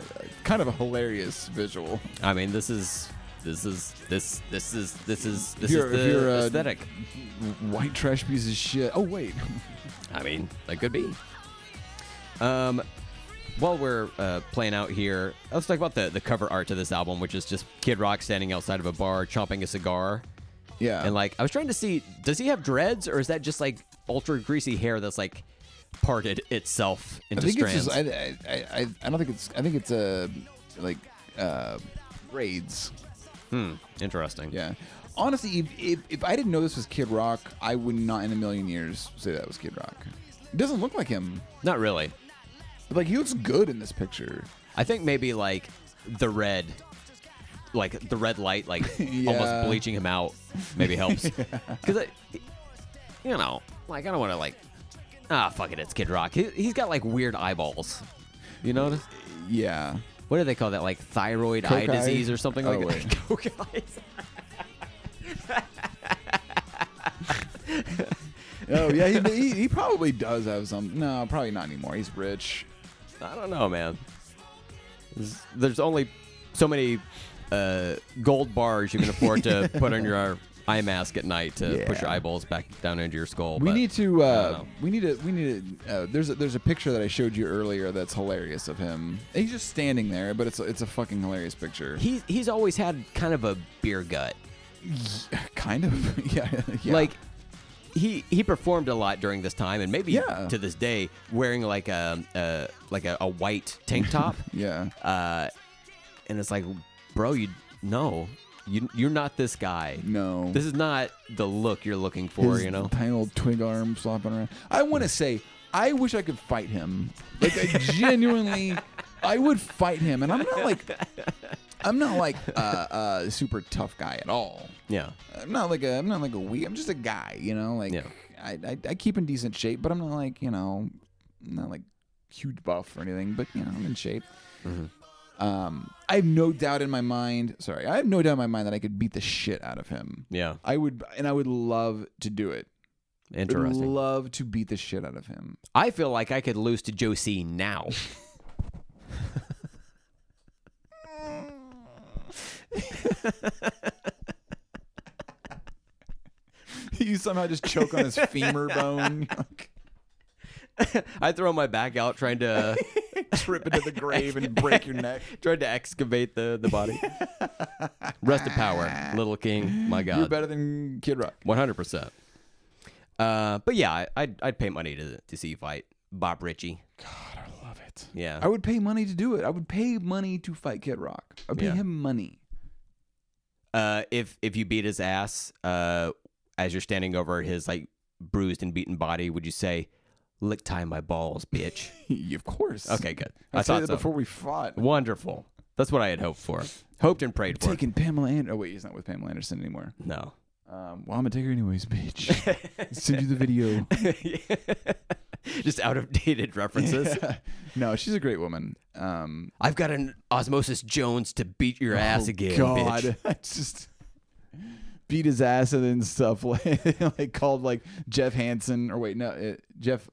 kind of a hilarious visual. I mean, this is this is this this is this is this you're- is if the you're, uh, aesthetic. White trash piece of shit. Oh wait, I mean, that could be. Um, while we're uh, playing out here, let's talk about the the cover art to this album, which is just Kid Rock standing outside of a bar, chomping a cigar. yeah. And like, I was trying to see, does he have dreads or is that just like ultra greasy hair that's like parted itself I into think it's strands? just I, I, I, I- I don't think it's I think it's uh like uh braids. hmm, interesting. Yeah. Honestly, if, if if I didn't know this was Kid Rock, I would not in a million years say that was Kid Rock. It doesn't look like him. Not really. Like he looks good in this picture. I think maybe like the red, like the red light, like Yeah. almost bleaching him out, maybe helps. Because you know, like I don't want to like ah fuck it, it's Kid Rock. He, he's got like weird eyeballs. You know Yeah. what do they call that? Like thyroid eye Coke eye? disease or something Oh, like wait. that. Coke eyes. Oh yeah, he, he, he probably does have some. No, probably not anymore. He's rich. I don't know, man. There's, there's only so many uh, gold bars you can afford to put on your eye mask at night to push your Yeah. eyeballs back down into your skull. We but need to. I Uh, don't know. we need to. We need to. Uh, there's a, there's a picture that I showed you earlier that's hilarious of him. He's just standing there, but it's a, it's a fucking hilarious picture. He, he's always had kind of a beer gut. kind of. yeah, yeah. Like he he performed a lot during this time, and maybe Yeah. to this day wearing like a, a like a, a white tank top. Yeah. uh, and it's like, bro, you no, you you're not this guy. No. This is not the look you're looking for. His you know, tiny little twig arm flopping around. I want to say, I wish I could fight him. Like I genuinely, I would fight him, and I'm not like, I'm not like a, a super tough guy at all. yeah. I'm not like a, I'm not like a weak. I'm just a guy, you know. Like Yeah. I, I, I keep in decent shape, but I'm not like you know, I'm not like huge buff or anything. But you know, I'm in shape. Mm-hmm. Um, I have no doubt in my mind. Sorry, I have no doubt in my mind that I could beat the shit out of him. Yeah, I would, and I would love to do it. I would interesting. love to beat the shit out of him. I feel like I could lose to Josie now. you somehow just choke on his femur bone, like, I throw my back out trying to trip into the grave and break your neck. trying to excavate the the body. Rest of power, Little King. My You're God, better than Kid Rock. one hundred percent. Uh, but yeah, I, I'd I'd pay money to to see you fight Bob Ritchie. God, I love it. Yeah, I would pay money to do it. I would pay money to fight Kid Rock. I would pay Yeah. him money. uh, if if you beat his ass, uh, as you're standing over his like bruised and beaten body, would you say, "Lick tie my balls, bitch"? of course. Okay, good. I, I, said thought that so. before we fought. Wonderful. That's what I had hoped for, hoped and prayed for. Taking Pamela Anderson. Oh wait, he's not with Pamela Anderson anymore. No. Um, well, I'm gonna take her anyways, bitch. Send you the video. Just out of dated references. no, she's a great woman. Um, I've got an Osmosis Jones to beat your ass oh, again, God, bitch. I just beat his ass and then stuff like, like called like Jeff Hansen or wait no uh, Jeff.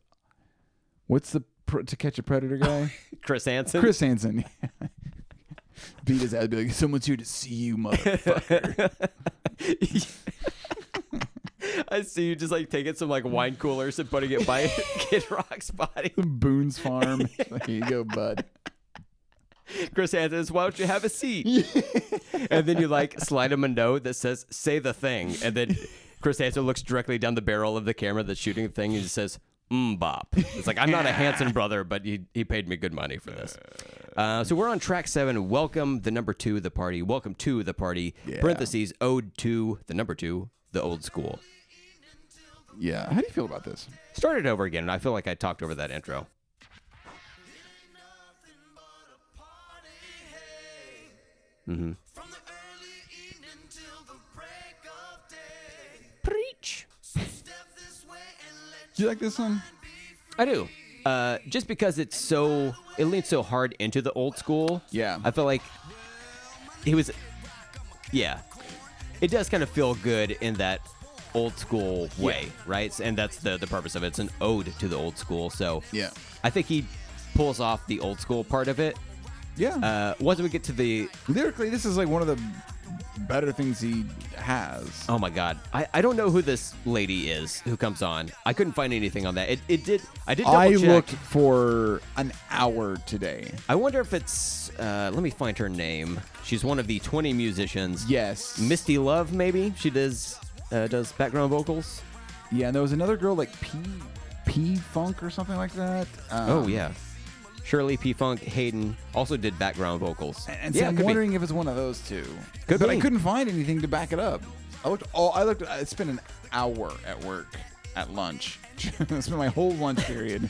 What's the pr- to catch a predator guy? Chris Hansen. Chris Hansen. Beat his ass. Be like, someone's here to see you, motherfucker. I see you just like taking some like wine coolers and putting it by Kid Rock's body. Boone's Farm. Here you go, bud. Chris Hansen, why don't you have a seat? and then you like slide him a note that says, say the thing. And then Chris Hansen looks directly down the barrel of the camera that's shooting the thing and he says, mm bop. It's like, I'm not a Hansen brother, but he, he paid me good money for this. Uh, so we're on track seven. Welcome the number two, the party. Welcome to the party. Yeah. Parentheses, ode to the number two, the old school. Yeah. How do you feel about this? Start it over again. And I feel like I talked over that intro. Mm-hmm. From the early evening till the break of day. Preach. Step this way and let Do you like this one? I do. Uh, just because it's so, it leans so hard into the old school. Yeah. I feel like he was, yeah. It does kind of feel good in that old school way, right? And that's the the purpose of it. It's an ode to the old school. So Yeah. I think he pulls off the old school part of it. Yeah. Uh, once we get to the Lyrically, this is like one of the better things he has. Oh my god. I, I don't know who this lady is who comes on. I couldn't find anything on that. It, it did I did double I check. looked for an hour today. I wonder if it's. Uh, let me find her name. She's one of the 20 musicians. Yes. Misty Love, maybe she does uh, does background vocals. Yeah, and there was another girl like P P Funk or something like that. Um, oh yeah, Shirley P. Funk Hayden also did background vocals. And so yeah, I'm could be. wondering if it's one of those two. Could but I be. couldn't find anything to back it up. I looked all I looked I spent an hour at work at lunch. I spent my whole lunch period Doing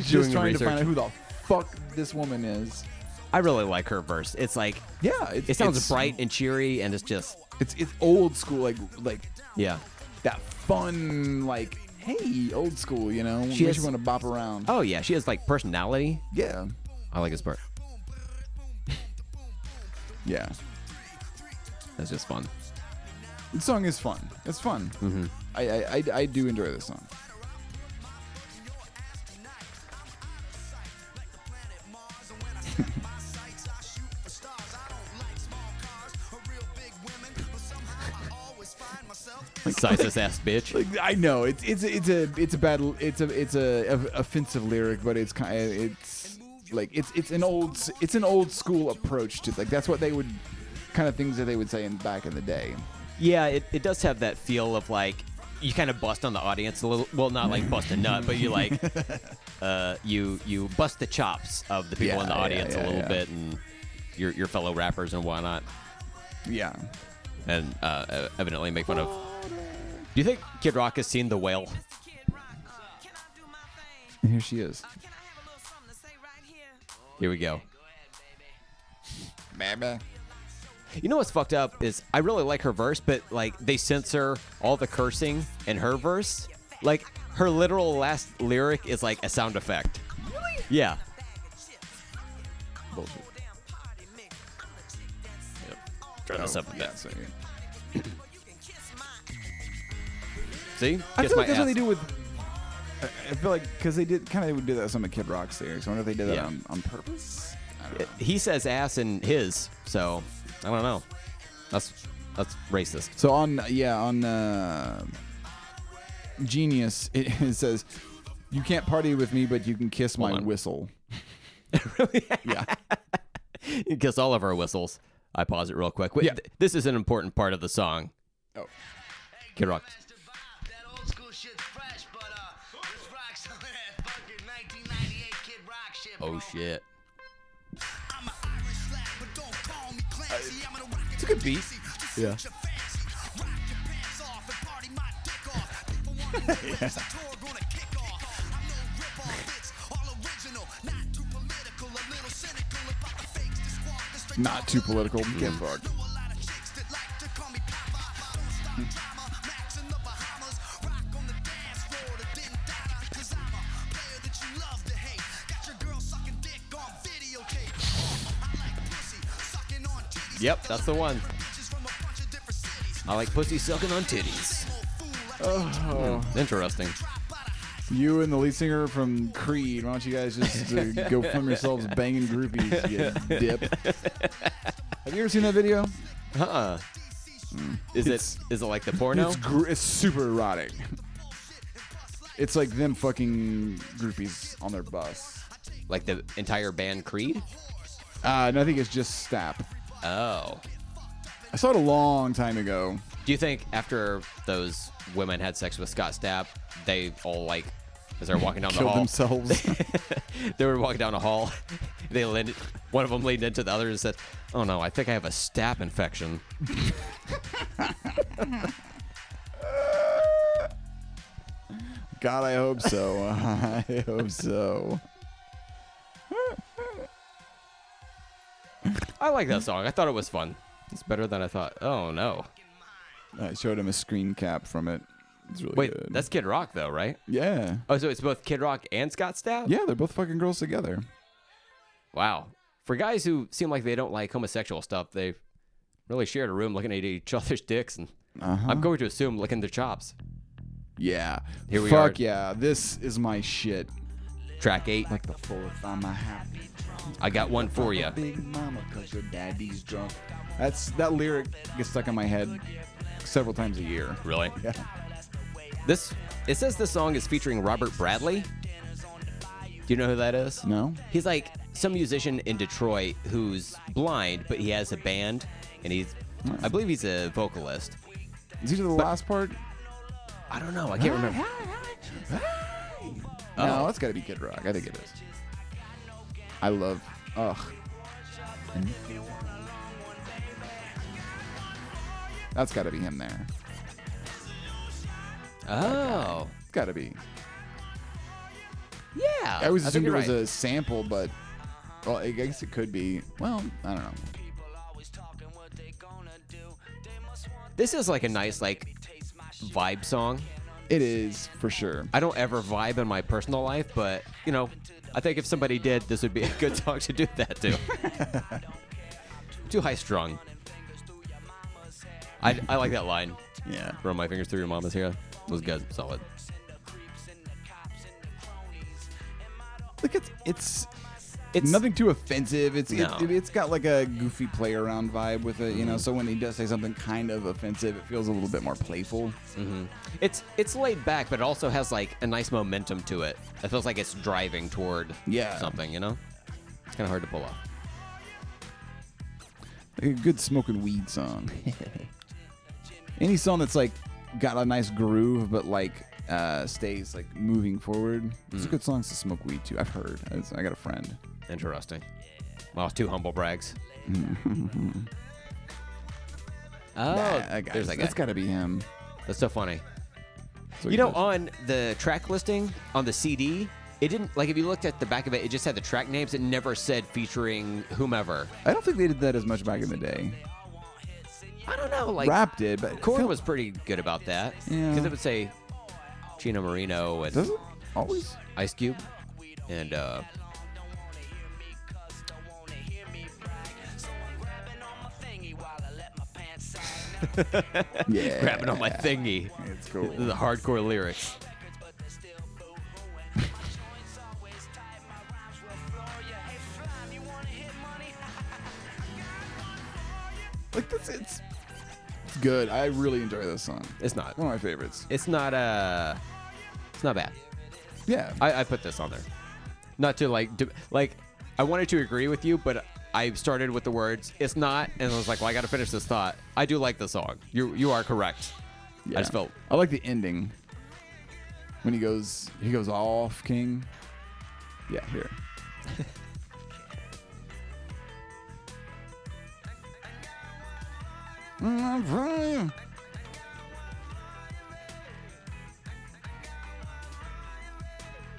just trying the to research. find out who the fuck this woman is. I really like her verse. It's like Yeah, it's- it sounds it's- bright and cheery, and it's just It's it's old school, like like yeah. that fun, like hey, old school. You know, She makes has- you want to bop around. Oh yeah, she has like personality. yeah, I like this part. yeah. That's just fun. The song is fun. It's fun. Mm-hmm. I, I, I I do enjoy this song. Sizes ass bitch. Like I know it's it's it's a it's a bad it's a it's a, a- offensive lyric, but it's kind of, it's like it's it's an old it's an old school approach to like that's what they would kind of things that they would say in back in the day. Yeah, it, it does have that feel of like you kind of bust on the audience a little. Well, not like bust a nut, but you like uh, you you bust the chops of the people Yeah, in the yeah, audience yeah, a little yeah. bit and your your fellow rappers and whatnot, Yeah, and uh, evidently make fun of. Do you think Kid Rock has seen the whale? and here she is. Here we go. Baby. You know what's fucked up is I really like her verse, but like they censor all the cursing in her verse. Like her literal last lyric is like a sound effect. Yeah. Bullshit. Turn this up a Yeah, bit. so- See? I Kiss feel my like that's what ass. they do with. I I feel like because they did kind of would do that some of Kid Rock's there. So I wonder if they did that Yeah. on, on purpose. I don't know. He says ass in his, so I don't know. That's that's racist. So on yeah on uh, Genius it, it says you can't party with me, but you can kiss my Hold on. whistle. yeah, You kiss all of our whistles. I pause it real quick. Wait, Yeah. th- this is an important part of the song. oh. Kid Rock. That old school shit's fresh, but uh, this rock's on that fucking 1998 Kid Rock shit. Oh shit. I'm an Irish lad, but don't call me Clancy. I'm gonna rock it's a good beat. your Yeah. fancy. Rock your pants off and party my dick off. People want to whips, I tour on a kickoff. I'm no rip-off, it's all original. Not too political, a little cynical about the fakes, the squad, the straight Not too political. Kid Rock. Know a lot of chicks that like to call me Papa. I don't stop drama, Max in the Bahamas. Rock on the dance floor to Din Dada. Cause I'm a player that you love to hate. Got your girl sucking dick on videotape. Oh, I like pussy, sucking on titties. Yep, that's the one. Bitches from a bunch of different cities. I like pussy sucking on titties. Hmm, Oh, Interesting. you and the lead singer from Creed. Why don't you guys just uh, go film yourselves banging groupies, you dip? Have you ever seen that video? Huh. Is It's- it is it like the porno? It's, gr- it's super erotic. It's like them fucking groupies on their bus. Like the entire band Creed? Uh, and I think it's just Stap. Oh. I saw it a long time ago. Do you think after those women had sex with Scott Stapp, they all like as they're walking down the Killed hall, themselves. they were walking down the hall. They leaned, one of them leaned into the other and said, "Oh no, I think I have a staph infection." God, I hope so. I hope so. I like that song. I thought it was fun. It's better than I thought. Oh no! I showed him a screen cap from it. It's really Wait, good. that's Kid Rock though, right? yeah, Oh, so it's both Kid Rock and Scott Stapp. yeah. They're both fucking girls together. Wow. For guys who seem like they don't like homosexual stuff, they really shared a room looking at each other's dicks, and Uh-huh. I'm going to assume looking at their chops. Yeah. Here we Fuck are. yeah. This is my shit. Track eight. Like the fourth, I'm a happy I got one for you. big mama 'cause your daddy's drunk. That's that lyric gets stuck in my head several times a year. Really? Yeah. This it says this song is featuring Robert Bradley. Do you know who that is? No. He's like some musician in Detroit who's blind, but he has a band, and he's I believe he's a vocalist. Is he to the last part? I don't know. I can't remember. No, that's got to be Kid Rock. I think it is. I love. Ugh. Mm-hmm. That's got to be him there. Oh, It's got to be. yeah. I always think assumed it you're was right. a sample, but Well, I guess it could be. Well, I don't know. This is like a nice like vibe song. It is for sure. I don't ever vibe in my personal life, but you know, I think if somebody did, this would be a good song to do that to. Too high strung. I, I like that line. Yeah. Run my fingers through your mama's hair. Was good, solid. Look, it's it's It's nothing too offensive. It's it, No. Mm-hmm. it's got like a goofy play around vibe with it, you know. So when he does say something kind of offensive, it feels a little bit more playful. It's it's laid back, but it also has like a nice momentum to it. It feels like it's driving toward Yeah. something, you know? It's kind of hard to pull off. Like a good smoking weed song. Any song that's like got a nice groove, but like uh, stays like moving forward. Mm. It's good songs to smoke weed too. I've heard. It's- I got a friend. Interesting. Well, two humble brags. oh, That- that guy- there's that guy. That's got to be him. That's so funny. So You he know, does- on the track listing on the CD, it didn't like if you looked at the back of it, it just had the track names. It never said featuring whomever. I don't think they did that as much back in the day. I don't know. Like Rap did, but Korn Phil- was pretty good about that Yeah. because it would say Gino Marino and does it always. Ice Cube and uh, Yeah, grabbing on my thingy. It's cool. The hardcore lyrics. Like that's it's, it's good. I really enjoy this song. It's not. One of my favorites. It's not. Uh, it's not bad. Yeah. I, I put this on there. Not to like, d like, I wanted to agree with you, but I started with the words "it's not," and I was like, "Well, I got to finish this thought." I do like the song. You you are correct. yeah. just felt- I like the ending. When he goes, he goes off king. Yeah, here. Mm, I'm fine.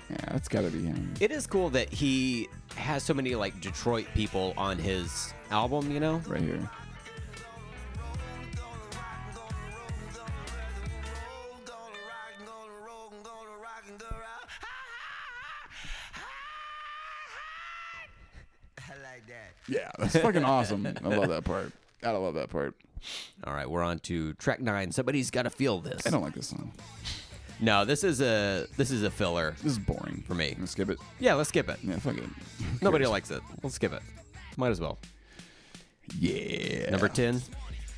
Yeah, that's gotta be him. It is cool that he has so many like Detroit people on his album. You know, Right here. Yeah, that's fucking awesome. I love that part. Gotta love that part. all right, we're on to track nine. Somebody's got to feel this. I don't like this song. No, this is a this is a filler. This is boring For me. I'm gonna skip it. Yeah, let's skip it. Yeah, fuck it. Nobody likes it. We'll skip it. Might as well. Yeah. Number ten,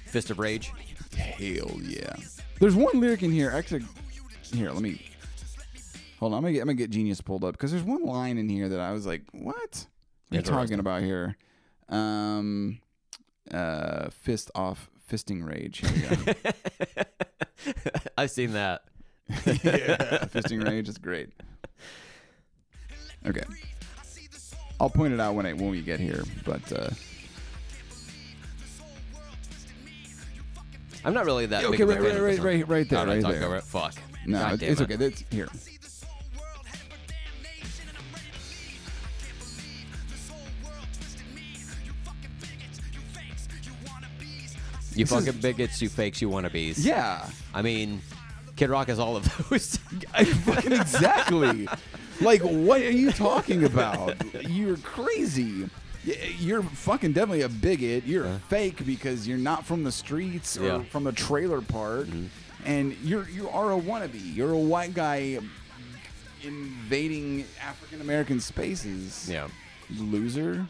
Fist of Rage. Hell yeah. There's one lyric in here. Actually, here, let me. Hold on. I'm gonna get, I'm gonna get Genius pulled up because there's one line in here that I was like, what? What are you Interesting. talking about here? Um, uh, fist off, fisting rage. Here we go. I've seen that. fisting rage is great. Okay. I'll point it out when I when we get here, but uh, I'm not really that. Okay, big of a right, fan of right, this right, right- one. right there, I'm not right talking there. over it. Fuck. no, God it's, damn it's it. okay. That's here. You This is- fucking bigots, you fakes, you wannabes. Yeah, I mean, Kid Rock is all of those. fucking exactly. like, what are you talking about? You're crazy. Y- You're fucking definitely a bigot. You're a fake because you're not from the streets or Yeah. Mm-hmm. from a trailer park, and you're you are a wannabe. You're a white guy invading African American spaces. yeah. loser.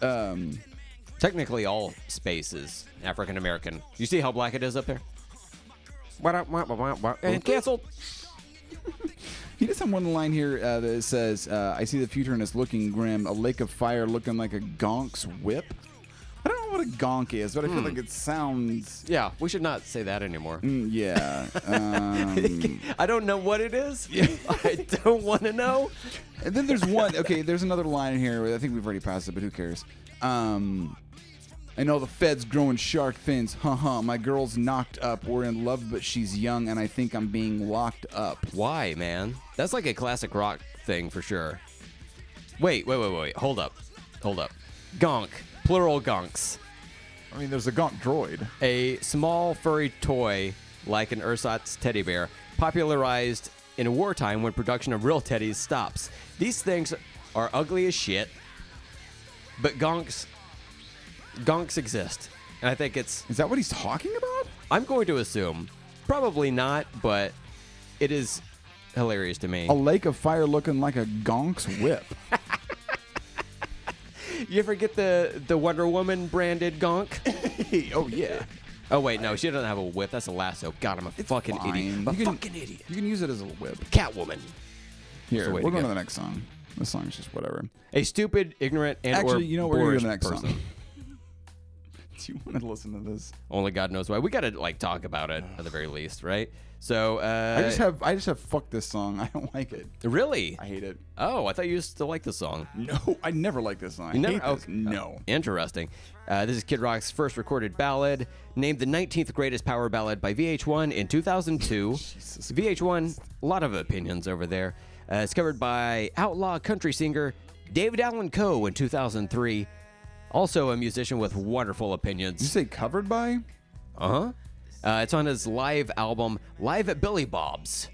Um, Technically, all space is African American. You see how black it is up there? And canceled. He does have one line here uh, that says, uh, "I see the future and it's looking grim. A lake of fire, looking like a gonk's whip." I don't know what a gonk is, but I feel Hmm. like it sounds. Yeah, we should not say that anymore. Mm, Yeah. um, I don't know what it is. I don't want to know. and then there's one. Okay, there's another line in here. where I think we've already passed it, but who cares? Um, I know the feds growing shark fins. Huh huh. My girl's knocked up. We're in love, but she's young, and I think I'm being locked up. Why, man? That's like a classic rock thing for sure. Wait, wait, wait, wait, wait. Hold up. Hold up. Gonk. Plural gonks. I mean, there's a gaunt droid. A small furry toy like an ersatz teddy bear, popularized in wartime when production of real teddies stops. These things are ugly as shit, but gonks gonks exist. And I think it's Is that what he's talking about? I'm going to assume probably not, but it is hilarious to me. A lake of fire looking like a gonk's whip. You ever get the the Wonder Woman branded gonk? oh yeah. Oh wait, no, she doesn't have a whip. That's a lasso. God, I'm a fucking idiot. I'm a You can- fucking idiot. You can use it as a whip. Catwoman. Here, way we're to going go. to the next song. This song is just whatever. A stupid, ignorant, and or Actually, you know, we're going to do boorish the next person. song. Do you want to listen to this? Only God knows why. We gotta like talk about it at the very least, right? So uh I just have I just have fucked this song. I don't like it. really. I hate it. Oh, I thought you used to like the song. No, I never liked this song. I You never- hate this. okay. No. Interesting. Uh, this is Kid Rock's first recorded ballad, named the 19th greatest power ballad by VH1 in 2002. VH1, a lot of opinions over there. Uh, it's covered by outlaw country singer David Allen Coe in 2003. Also a musician with wonderful Did you opinions. say covered by? Uh-huh. Uh, it's on his live album, Live at Billy Bob's.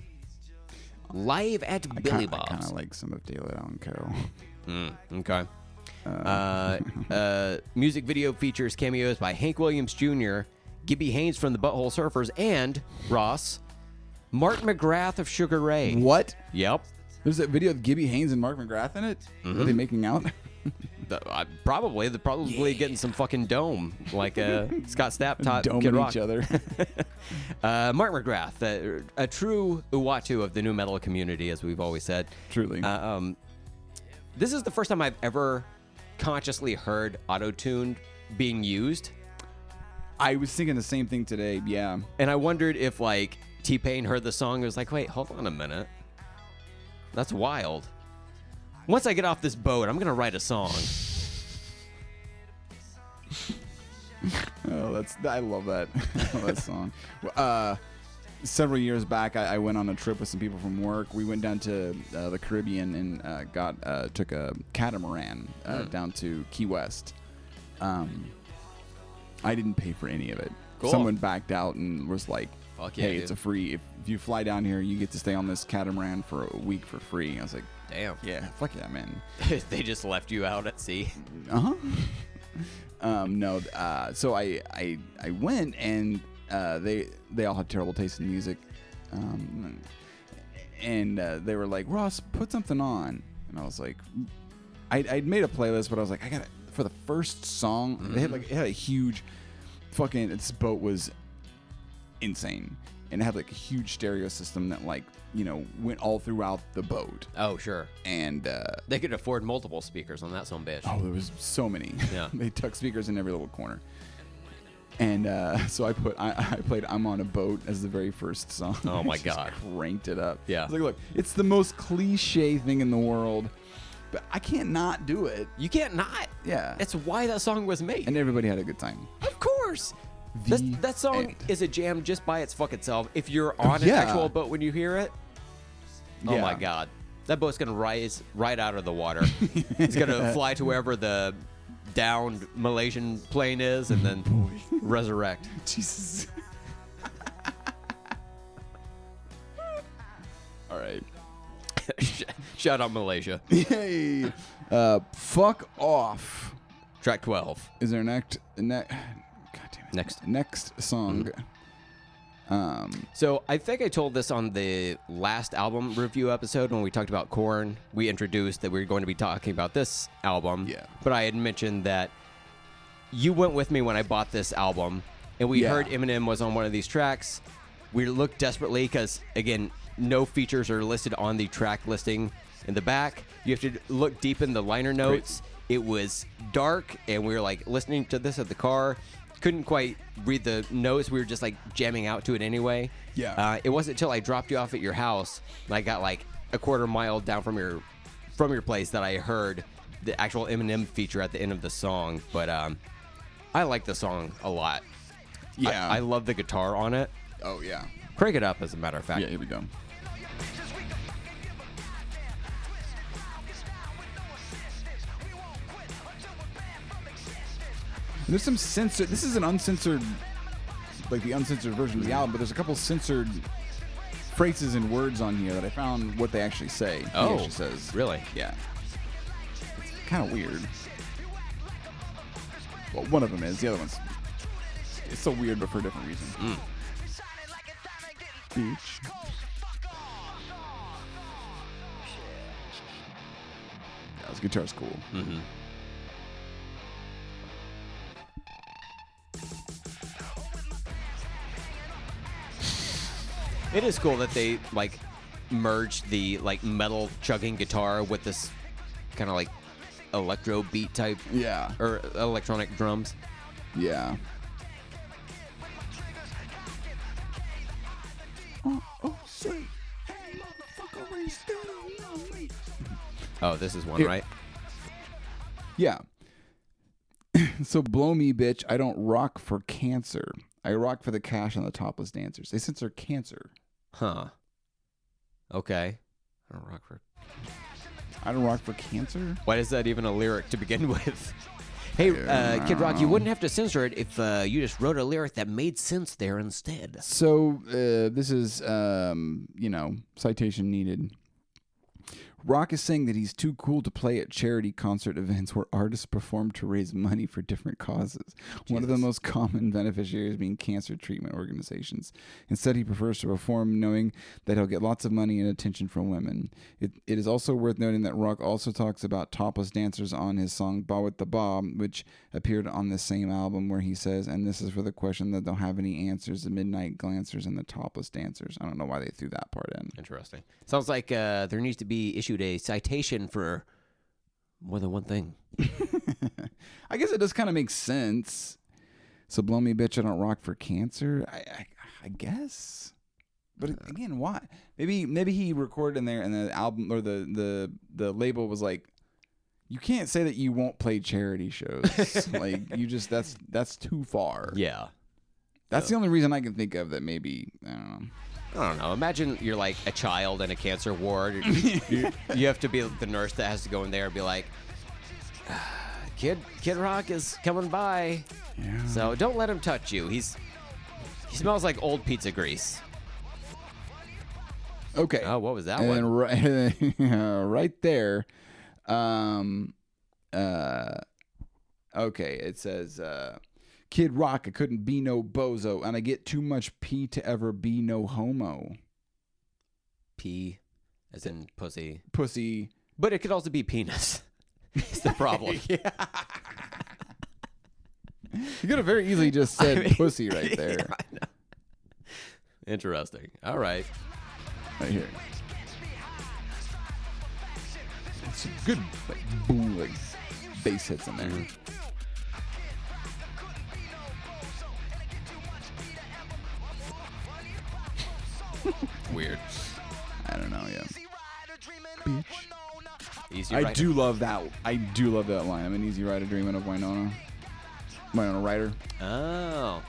Live at Billy Kinda- I kind Bob's. of like some of David Allen Coe. Okay. Uh, uh, music video features cameos by Hank Williams Jr., Gibby Haynes from the Butthole Surfers, and Ross, Mark McGrath of Sugar Ray. What? Yep. There's that video of Gibby Haynes and Mark McGrath in it. Are Mm-hmm. they making out? The- I- probably they're probably getting some fucking dome like uh, Scott Stapp taught Kid Doming Rock. each other. Uh, Mark McGrath, uh, a true Uatu of the new metal community, as we've always said. Truly. Uh, um, this is the first time I've ever consciously heard auto-tuned being used. I was thinking the same thing today. Yeah. And I wondered if like T Pain heard the song and was like, wait, hold on a minute. That's wild. Once I get off this boat, I'm gonna write a song. Oh, that's I love that I love that song. Uh, several years back, I, I went on a trip with some people from work. We went down to uh, the Caribbean and uh, got uh, took a catamaran uh, Hmm. down to Key West. Um, I didn't pay for any of it. Cool. Someone backed out and was like, Fuck yeah, "Hey, it's dude. a free. If you fly down here, you get to stay on this catamaran for a week for free." I was like, Damn. "Yeah, fuck yeah, man." they just left you out at sea. Uh-huh. um, no, uh, so I, I I went and uh, they they all have terrible taste in music, um, and uh, they were like Ross, put something on, and I was like, I, I'd made a playlist, but I was like, I got to for the first song. They had like it had a huge fucking its boat was insane, and it had like a huge stereo system that like you know went all throughout the boat, Oh, sure. and uh, They could afford multiple speakers on that some bitch. Oh, there was so many. Yeah. they tuck speakers in every little corner. And uh, so I put I, I played "I'm on a Boat" as the very first song. Oh my I just God. cranked it up. Yeah. I was like, look, it's the most cliche thing in the world, but I can't not do it. You can't not. Yeah. That's why that song was made. And everybody had a good time. of course. The That's, that song end. Oh, is a jam just by its fucking self. If you're on Yeah. an actual boat when you hear it, Oh Yeah. my god. That boat's gonna rise right out of the water. it's gonna fly to wherever the downed Malaysian plane is and then resurrect. Jesus. All right. Shout out Malaysia. Yay. Uh, fuck off. Track twelve. Is there next ne- God damn it. Next. next song? Um. So I think I told this on the last album review episode when we talked about Korn. We introduced that we were going to be talking about this album. Yeah. But I had mentioned that you went with me when I bought this album, and we Yeah. heard Eminem was on one of these tracks. We looked desperately because again, no features are listed on the track listing in the back. You have to look deep in the liner notes. It was dark, and we were like listening to this at the car. Couldn't quite read the notes. We were just like jamming out to it anyway. Yeah. Uh, it wasn't until I dropped you off at your house and I got like a quarter mile down from your from your place that I heard the actual Eminem feature at the end of the song. But um, I like the song a lot. I- Yeah. Mm-hmm. I, love the guitar on it. oh yeah. Crank it up, as a matter of fact. Yeah. Here we go. There's some censored. This is an uncensored, like the uncensored version of the album, but there's a couple censored phrases and words on here that I found what they actually say. he Oh, actually says really? Yeah, it's kind of weird. Well, one of them is. The other one's it's so weird, but for a different reason. Hmm. Bitch. Yeah, his guitar's cool. Hmm. It is cool that they like merged the like metal chugging guitar with this kind of like electro beat type Yeah. or electronic drums. Yeah. Oh, see. Oh, this is one, Here. right? Yeah. so blow me, bitch. I don't rock for cancer. I rock for the cash on the topless dancers. They censor cancer. Huh. Okay. I don't rock for. I don't rock for cancer. Why is that even a lyric to begin with? Hey, uh, Kid Rock, you wouldn't have to censor it if uh, you just wrote a lyric that made sense there instead. So uh, this is, um, you know, citation needed. Rock is saying that he's too cool to play at charity concert events where artists perform to raise money for different causes. One of the most common beneficiaries being cancer treatment organizations. Instead, he prefers to perform knowing that he'll get lots of money and attention from women. It, it is also worth noting that Rock also talks about topless dancers on his song Ba with the Bob, which appeared on the same album, where he says, and this is for the question that don't have any answers the midnight glancers and the topless dancers. I don't know why they threw that part in. Interesting. Sounds like uh, there needs to be issued a citation for more than one thing. I guess it does kind of make sense. So blow me, bitch! I don't rock for cancer. I, I, I guess. But again, why? Maybe maybe he recorded in there, and the album or the the the label was like, you can't say that you won't play charity shows. like you just that's that's too far. Yeah. That's the only reason I can think of that. Maybe I don't know. I don't know. Imagine you're like a child in a cancer ward. You, you- you have to be the nurse that has to go in there and be like, "Ah, "Kid, Kid Rock is coming by, Yeah. so don't let him touch you. He's he smells like old pizza grease." Okay. Oh, what was that and one? then right, right there, um, uh, okay, it says, uh, Kid Rock, I couldn't be no bozo, and I get too much pee to ever be no homo. P, as in pussy, Pussy. but it could also be penis. It's the problem. You could have very easily just said mean- pussy right there. Interesting. All right. Right here. It's a good, like, boom, like, bass hits in there. Weird. I don't know, yeah. Easy. I rider. do love that. I do love that line. I'm an easy rider dreaming of Winona. Winona Ryder. Oh.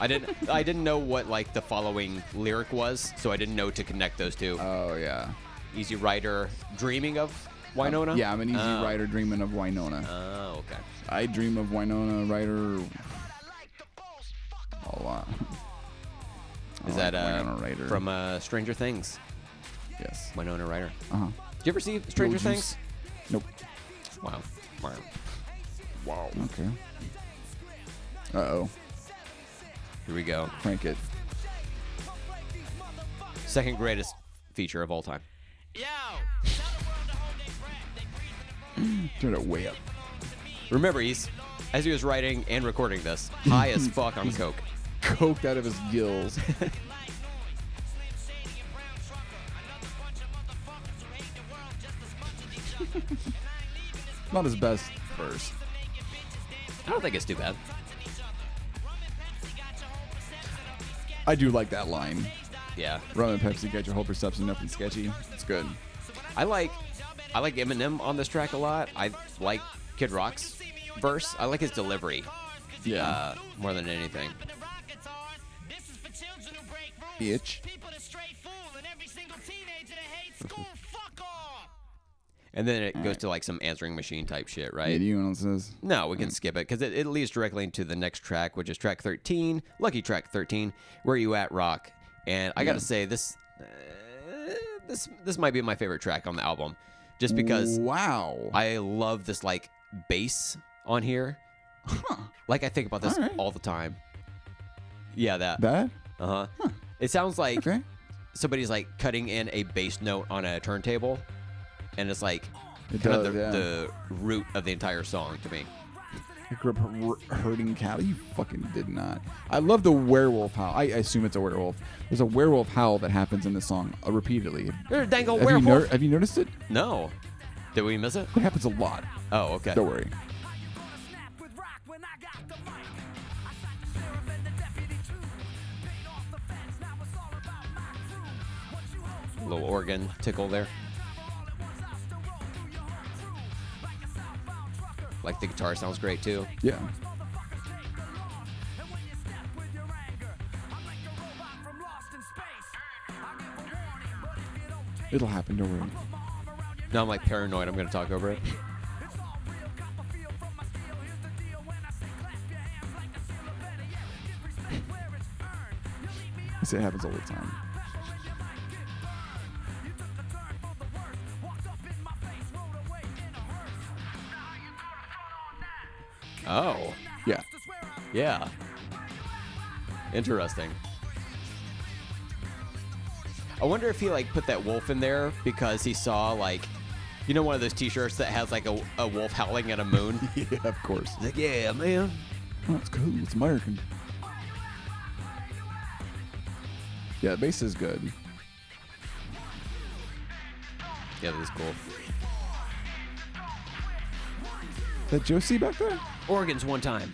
I didn't. I didn't know what like the following lyric was, so I didn't know to connect those two. Oh, yeah. Easy Rider, dreaming of Winona. Yeah, I'm an easy Oh. rider dreaming of Winona. Oh, okay. I dream of Winona Ryder a lot. I like Is that uh, Winona Ryder. from uh, Stranger Things? Yes. Winona Ryder. Uh huh. Did you ever see Stranger Beetlejuice. Things? Nope. Wow. Wow. Wow. Okay. Uh oh. Here we go. Crank it. Second greatest feature of all time. Turn it way up. Remember, he's as he was writing and recording this, high as fuck on coke. Coked out of his gills. Not his best verse. I don't think it's too bad. I do like that line. Yeah. Rum and Pepsi, get your whole perception, nothing sketchy. It's good. I like I like Eminem on this track a lot. I like Kid Rock's verse. I like his delivery Yeah. uh, more than anything. Bitch. and then it goes to like some answering machine type shit, right? Anyone else says? No, we can skip it because it, it leads directly into the next track, which is track 13, Lucky Track 13, Where You At Rock. And I got to say, this. Uh, this this might be my favorite track on the album, just because Wow. I love this like bass on here. Like I think about this all, Alright. the time. Yeah, that. that? uh huh. It sounds like Okay. somebody's like cutting in a bass note on a turntable, and it's like It kind does, of the, yeah. the root of the entire song to me. I grew up hu- herding cattle. You fucking did not. I love the werewolf howl. I assume it's a werewolf. There's a werewolf howl that happens in this song uh, repeatedly. There's a dangle Have you, werewolf. ner- have you noticed it? No. Did we miss it? It happens a lot. Oh, okay. Don't worry. Little organ tickle there. Like the guitar sounds great too. Yeah. It'll happen. Don't worry. Now I'm like paranoid. I'm gonna talk over it. I say it happens all the time. Oh, Yeah. yeah. Interesting. I wonder if he like put that wolf in there because he saw like, you know, one of those T-shirts that has like a, a wolf howling at a moon. Yeah, of course. He's like, yeah, man. Oh, it's cool. It's American. Yeah, the bass is good. Yeah, that is cool. Is that Josie back there? Organs one time.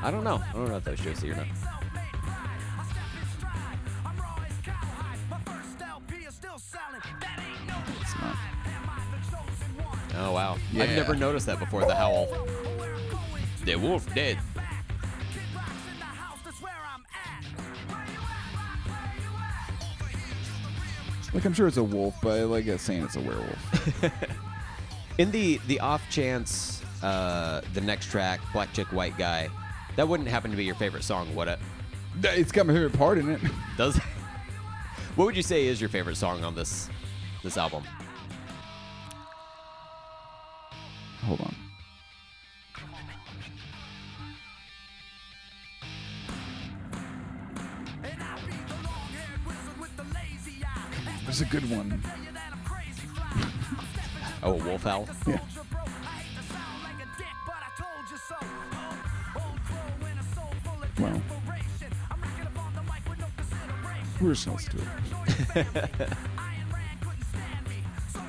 I don't know. I don't know if that was Josie or not. It's not. Oh wow! I've Yeah. never noticed that before. The howl. The wolf dead. Like, I'm sure it's a wolf, but I like it saying it's a werewolf. In the the off chance, uh, the next track, Black Chick White Guy, that wouldn't happen to be your favorite song, would it? it's got my favorite part in it. Does? what would you say is your favorite song on this this album? Hold on. There's a good one. Oh, a wolf howl. Yeah. Well, we're just gonna do it.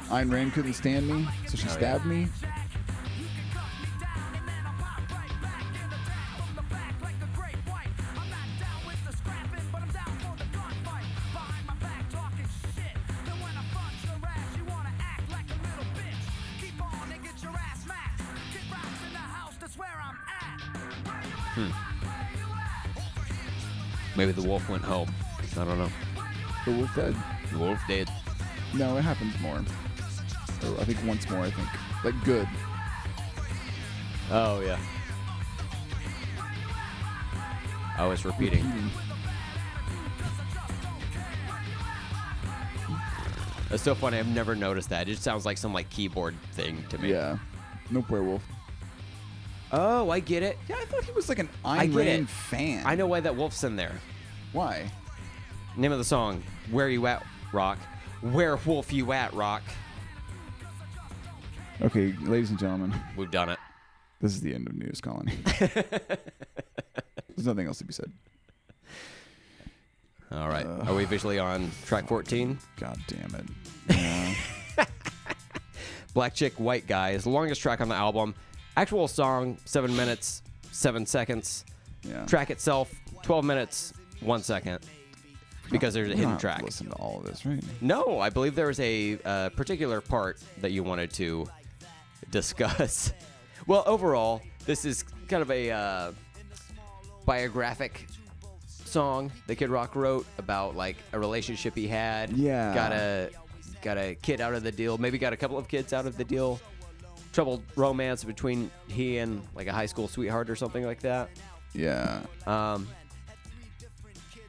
Ayn Rand couldn't stand me, so she Oh, yeah. stabbed me. Maybe the wolf went home. I don't know. The wolf dead. The wolf dead. No, it happens more. Or I think once more. I think like good. Oh yeah. Oh, it's repeating. That's so funny. I've never noticed that. It just sounds like some like keyboard thing to me. Yeah. Nope, werewolf. Oh, I get it. Yeah, I thought he was like an I Ayn get it. Rand fan. I know why that wolf's in there. why. Name of the song: "Where You At, Rock." Where wolf you at, Rock? Okay, ladies and gentlemen, We've done it. this is the end of news, Colony. There's nothing else to be said. All right. Are we visually on track 14? God damn it. Yeah. Black Chick White Guy is the longest track on the album. Actual song, 7 minutes, 7 seconds. Yeah. Track itself, 12 minutes, 1 second. Because there's a We're hidden not track. Listen to all of this, right? No, I believe there was a uh, particular part that you wanted to discuss. well, overall, this is kind of a uh, biographic song that Kid Rock wrote about like a relationship he had. Yeah. Got a got a kid out of the deal. Maybe got a couple of kids out of the deal. Troubled romance between he and like a high school sweetheart or something like that. Yeah. Um,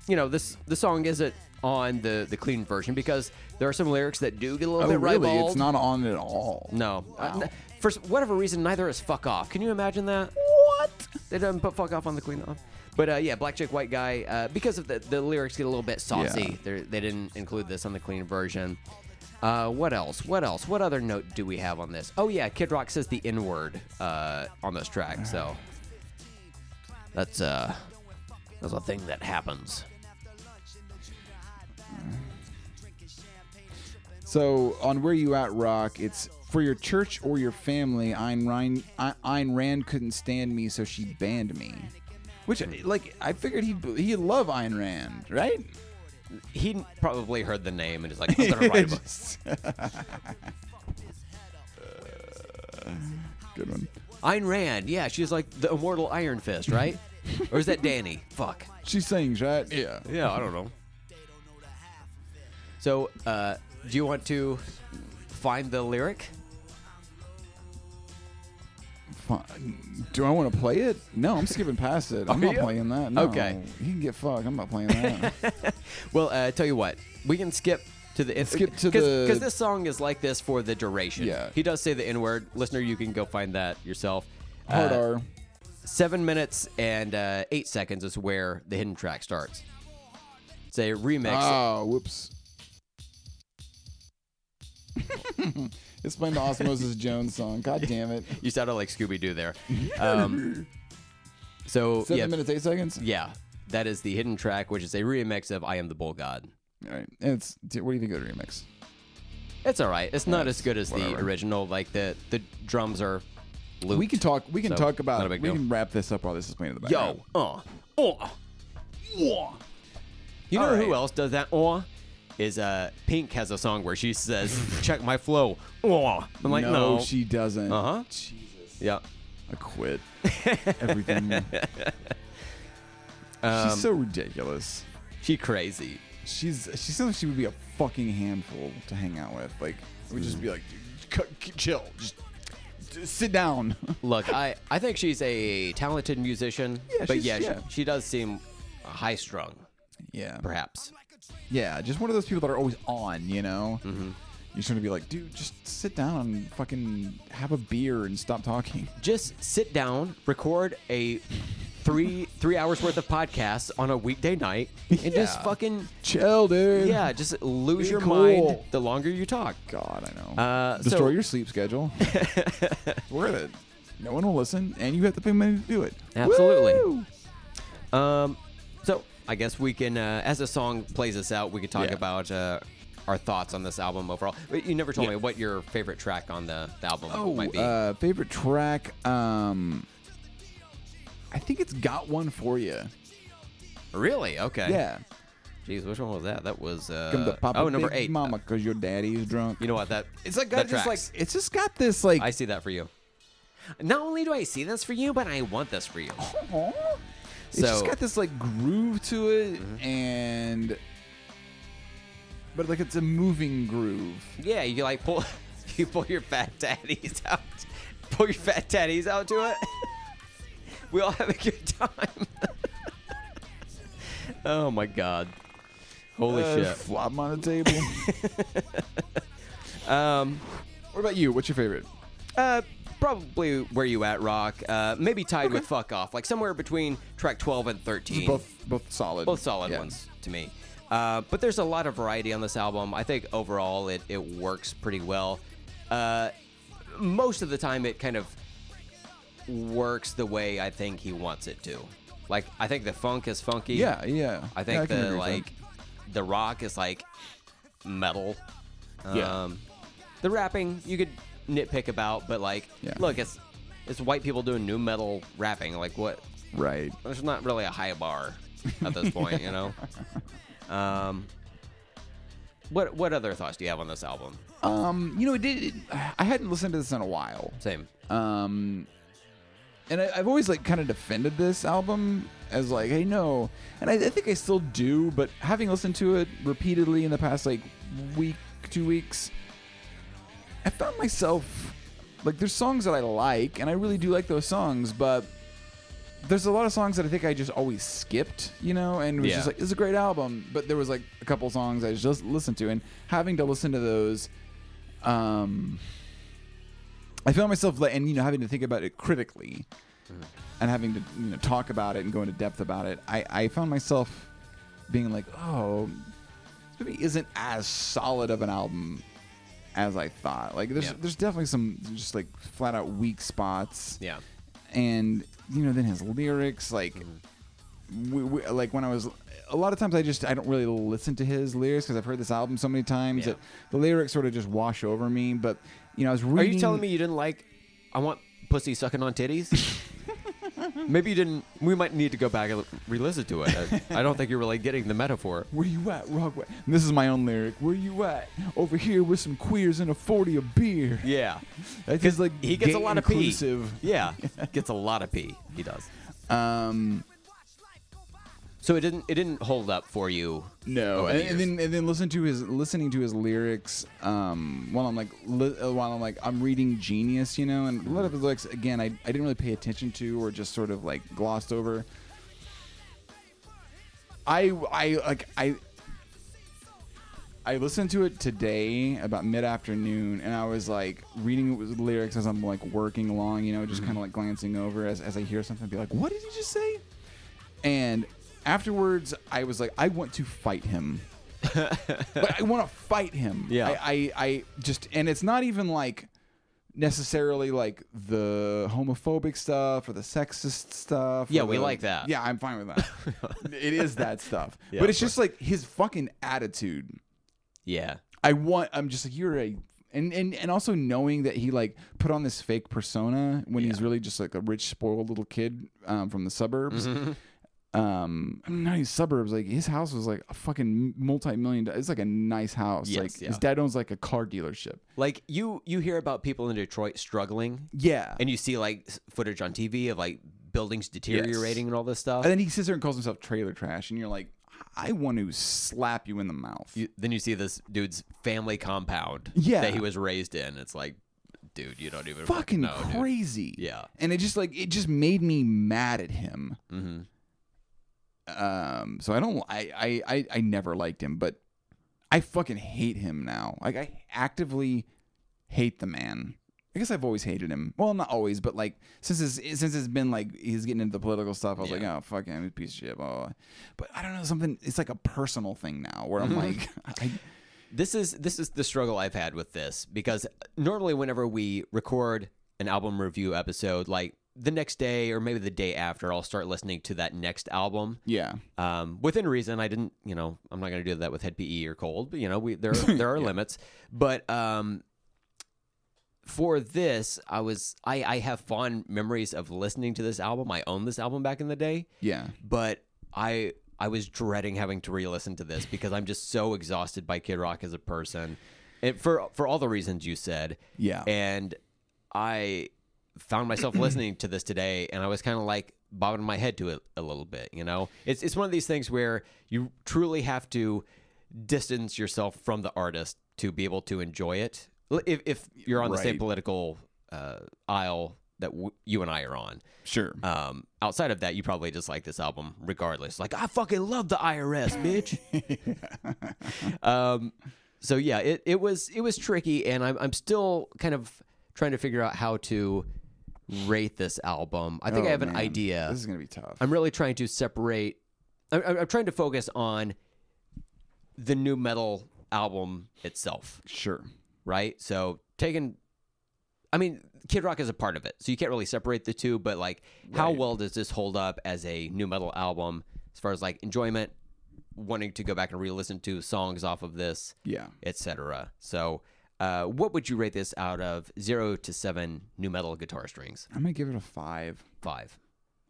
you know, this the song isn't on the the clean version because there are some lyrics that do get a little Oh, bit really? ribald. It's not on at all. No. Uh, n- for s- whatever reason, neither is fuck off. Can you imagine that? What? They doesn't put fuck off on the clean off. But uh, yeah, black chick, white guy. Uh, because of the, the lyrics get a little bit saucy. They're- They didn't include this on the clean version. Uh, what else? What else? What other note do we have on this? Oh yeah, Kid Rock says the N word uh, on this track. So that's uh, that's a thing that happens. So on Where You At Rock, it's for your church or your family. Ayn Rand, I- Ayn Rand couldn't stand me, so she banned me. Which, uh, like, I figured he'd, he'd love Ayn Rand, right? He probably heard the name and is like, I'm gonna write about Just- uh, Good one. Ayn Rand, yeah, she's like the immortal Iron Fist, right? or is that Danny? Fuck. She sings, right? Yeah. Yeah, I don't know. So, uh, do you want to find the lyric? Fine. Do I want to play it? No, I'm skipping past it. I'm Are not you? playing that. No. Oh, Okay. He can get fucked. I'm not playing that. Well, uh, tell you what, we can skip to the Skip to the- because this song is like this for the duration. Yeah. he does say the N word. Listener, you can go find that yourself. Hard Uh, R. Seven minutes and uh, eight seconds is where the hidden track starts. It's a remix. Oh, whoops. it's playing the Osmosis Jones song. God damn it. you sounded like Scooby Doo there. Um, so Seven yeah, minutes, eight seconds? yeah, that is the hidden track, which is a remix of "I Am the Bull God." All right. And it's, dude, what do you think of the remix? It's all right. It's not Yeah, as good as the whatever. original. Like the the drums are looped. We can talk. We can So, talk not about. a We big deal. can wrap this up while this is playing in the background. Yo, uh, uh, uh. You know All who right. else does that? Uh, is uh Pink has a song where she says, "Check my flow." Uh. I'm like, no, no, she doesn't. Uh-huh. Jesus. yeah. I quit. Everything. Um, She's so ridiculous. she crazy. She's she sounds like she would be a fucking handful to hang out with. Like it would just be like, dude, cut, k- chill, just, just sit down. Look, I, I think she's a talented musician, Yeah, but she's- yeah, yeah. She, she does seem high strung, yeah, perhaps. Yeah, just one of those people that are always on. You know, mm-hmm. you shouldn't be like, dude, just sit down and fucking have a beer and stop talking. Just sit down, record a three three hours worth of podcasts on a weekday night, and just Yeah. fucking Chill, dude. yeah, just lose Be your cool. mind the longer you talk. God, I know. Uh, so- Destroy your sleep schedule. it's worth it. No one will listen, and you have to pay money to do it. Absolutely. Woo! Um, so I guess we can, uh, as the song plays us out, we can talk Yeah. about uh, our thoughts on this album overall. But you never told Yeah. me what your favorite track on the, the album Oh, might be. uh, favorite track. Um, I think it's got one for you. really? Okay. Yeah. Jeez, which one was that? That was Come Eh. uh, to Papa oh number Big eight. Mama, cause your daddy is drunk. You know what? That it's like got that just like tracks. it's just got this like. I see that for you. Not only do I see this for you, but I want this for you. Aw. It's just So- Mm-hmm. got this like groove to it, and but like it's a moving groove. Yeah, you like pull you pull your fat daddies out. Pull your fat daddies out to it. we all have a good time. oh my god. Holy Uh, shit. Flop 'em on the table. Um what about you? What's your favorite? uh probably where you at rock. Uh maybe tied with fuck off. Like somewhere between track 12 and 13. Both both solid. both solid Yeah. ones to me. Uh, but there's a lot of variety on this album. I think overall it, it works pretty well. Uh, most of the time it kind of works the way I think he wants it to. Like I think the funk is funky. Yeah, yeah. I Yeah, think can the agree with that. like the rock is like metal. Yeah. Um, the rapping you could nitpick about, but like Yeah. look, it's it's white people doing new metal rapping. Like what right. there's not really a high bar at this point, you know. Um, what what other thoughts do you have on this album? Um, you know, it did. It, I hadn't listened to this in a while. Same. Um, and I, I've always like kind of defended this album as like, hey, no, and I, I think I still do. But having listened to it repeatedly in the past like week, two weeks, I found myself like there's songs that I like, and I really do like those songs, but there's a lot of songs that I think I just always skipped, you know, and was Yeah. just like, it's a great album. But there was like a couple songs I just listened to, and having to listen to those, um, I found myself like, and you know, having to think about it critically, Mm-hmm. and having to you know talk about it and go into depth about it. I I found myself being like, oh, this maybe isn't as solid of an album as I thought. Like there's Yeah. there's definitely some just like flat out weak spots Yeah. and you know then his lyrics like Mm-hmm. we, we, like when i was a lot of times i just i don't really listen to his lyrics because i've heard this album so many times Yeah. that the lyrics sort of just wash over me but you know i was Are reading you telling me you didn't like I want pussy sucking on titties? Maybe you didn't. We might need to go back and re-listen to it. I, I don't think you're really getting the metaphor. where you at wrong way And this is my own lyric where you at over here with some queers and a 40 of beer Yeah, That is, like he gets a gay lot of inclusive. pee. Yeah, gets a lot of pee. He does. um So it didn't. It didn't hold up for you. No, and, over the and years. then and then listen to his listening to his lyrics um, while I'm like li- uh, while I'm like I'm reading Genius, you know, and a lot of his lyrics again I, I didn't really pay attention to or just sort of like glossed over. I I like I I listened to it today about mid afternoon, and I was like reading it with lyrics as I'm like working along, you know, Mm-hmm. just kind of like glancing over as, as I hear something, be like, "What did he just say?" And afterwards, I was like, "I want to fight him. like, I want to fight him." Yeah. I, I I just and it's not even like necessarily like the homophobic stuff or the sexist stuff. or Yeah, we the- like that. Yeah, I'm fine with that. it is that stuff, Yeah, but it's of just like his fucking attitude. Yeah. I want. I'm just like you're a. And, and, and also knowing that he like put on this fake persona when he's really just like a rich spoiled little kid um, from the suburbs, Mm-hmm. um, I mean, not even suburbs like his house was like a fucking multi million. It's like a nice house. Yes, like yeah. his dad owns like a car dealership. Like you, you hear about people in Detroit struggling, Yeah, and, and you see like s- footage on TV of like buildings deteriorating and all this stuff. then he sits there and calls himself trailer trash, and you're like, I want to slap you in the mouth. you, then you see this dude's family compound Yeah. that he was raised in. It's like, dude, you don't even fucking know, dude. crazy. Yeah. And it just like it just made me mad at him. Mm-hmm. Um. So I don't. I, I. I. I never liked him, but I fucking hate him now. Like I actively hate the man. I guess I've always hated him. Well, not always, but like since it's, since it's been like he's getting into the political stuff, I was like, Yeah. oh fuck him, he's a piece of shit. Blah, blah, blah. But I don't know something. It's like a personal thing now where Mm-hmm. I'm like, I, This is this is the struggle I've had with this because normally whenever we record an album review episode, like the next day or maybe the day after, I'll start listening to that next album. yeah, Um, within reason, I didn't, you know, I'm not going to do that with head PE or cold, but you know, we there there are limits. But um, for this, I was I I have fond memories of listening to this album. I owned this album back in the day, yeah, but I I was dreading having to re-listen to this because I'm just so exhausted by Kid Rock as a person, and for for all the reasons you said. Yeah. and I found myself listening to this today, and I was kind of like bobbing my head to it a little bit. You know, it's it's one of these things where you truly have to distance yourself from the artist to be able to enjoy it. L- If if you're on the same Right. political uh, aisle that w- you and I are on, sure. um, outside of that, you probably just like this album regardless. Like, I fucking love the IRS, bitch. um, so yeah, it, it was it was tricky, and I'm I'm still kind of trying to figure out how to rate this album. I think I Oh, have an man. idea. This is gonna be tough. I'm really trying to separate. I'm, I'm I'm trying to focus on the new metal album itself sure. right? So taking, I mean, Kid Rock is a part of it, so you can't really separate the two. But like, how well does this hold up as a new metal album as far as like enjoyment, wanting to go back and re-listen to songs off of this, Yeah. etc. So, uh, what would you rate this out of zero to seven new metal guitar strings? I'm gonna give it a five. Five.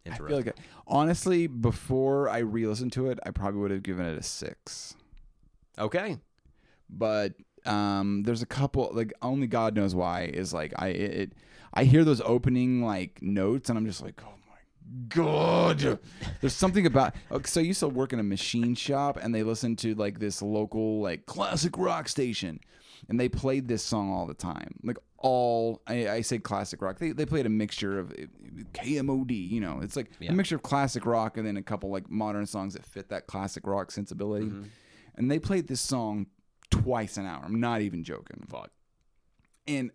I Interesting. feel like I, honestly, before I re-listened to it, I probably would have given it a six. okay. But Um, there's a couple like only God knows why is like I it, it I hear those opening like notes and I'm just like oh my god. There's something about okay, so I used to work in a machine shop and they listened to like this local like classic rock station and they played this song all the time like all I, I say classic rock they, they played a mixture of uh, KMOD you know it's like a mixture of classic rock and then a couple like modern songs that fit that classic rock sensibility and they played this song twice an hour I'm not even joking fuck and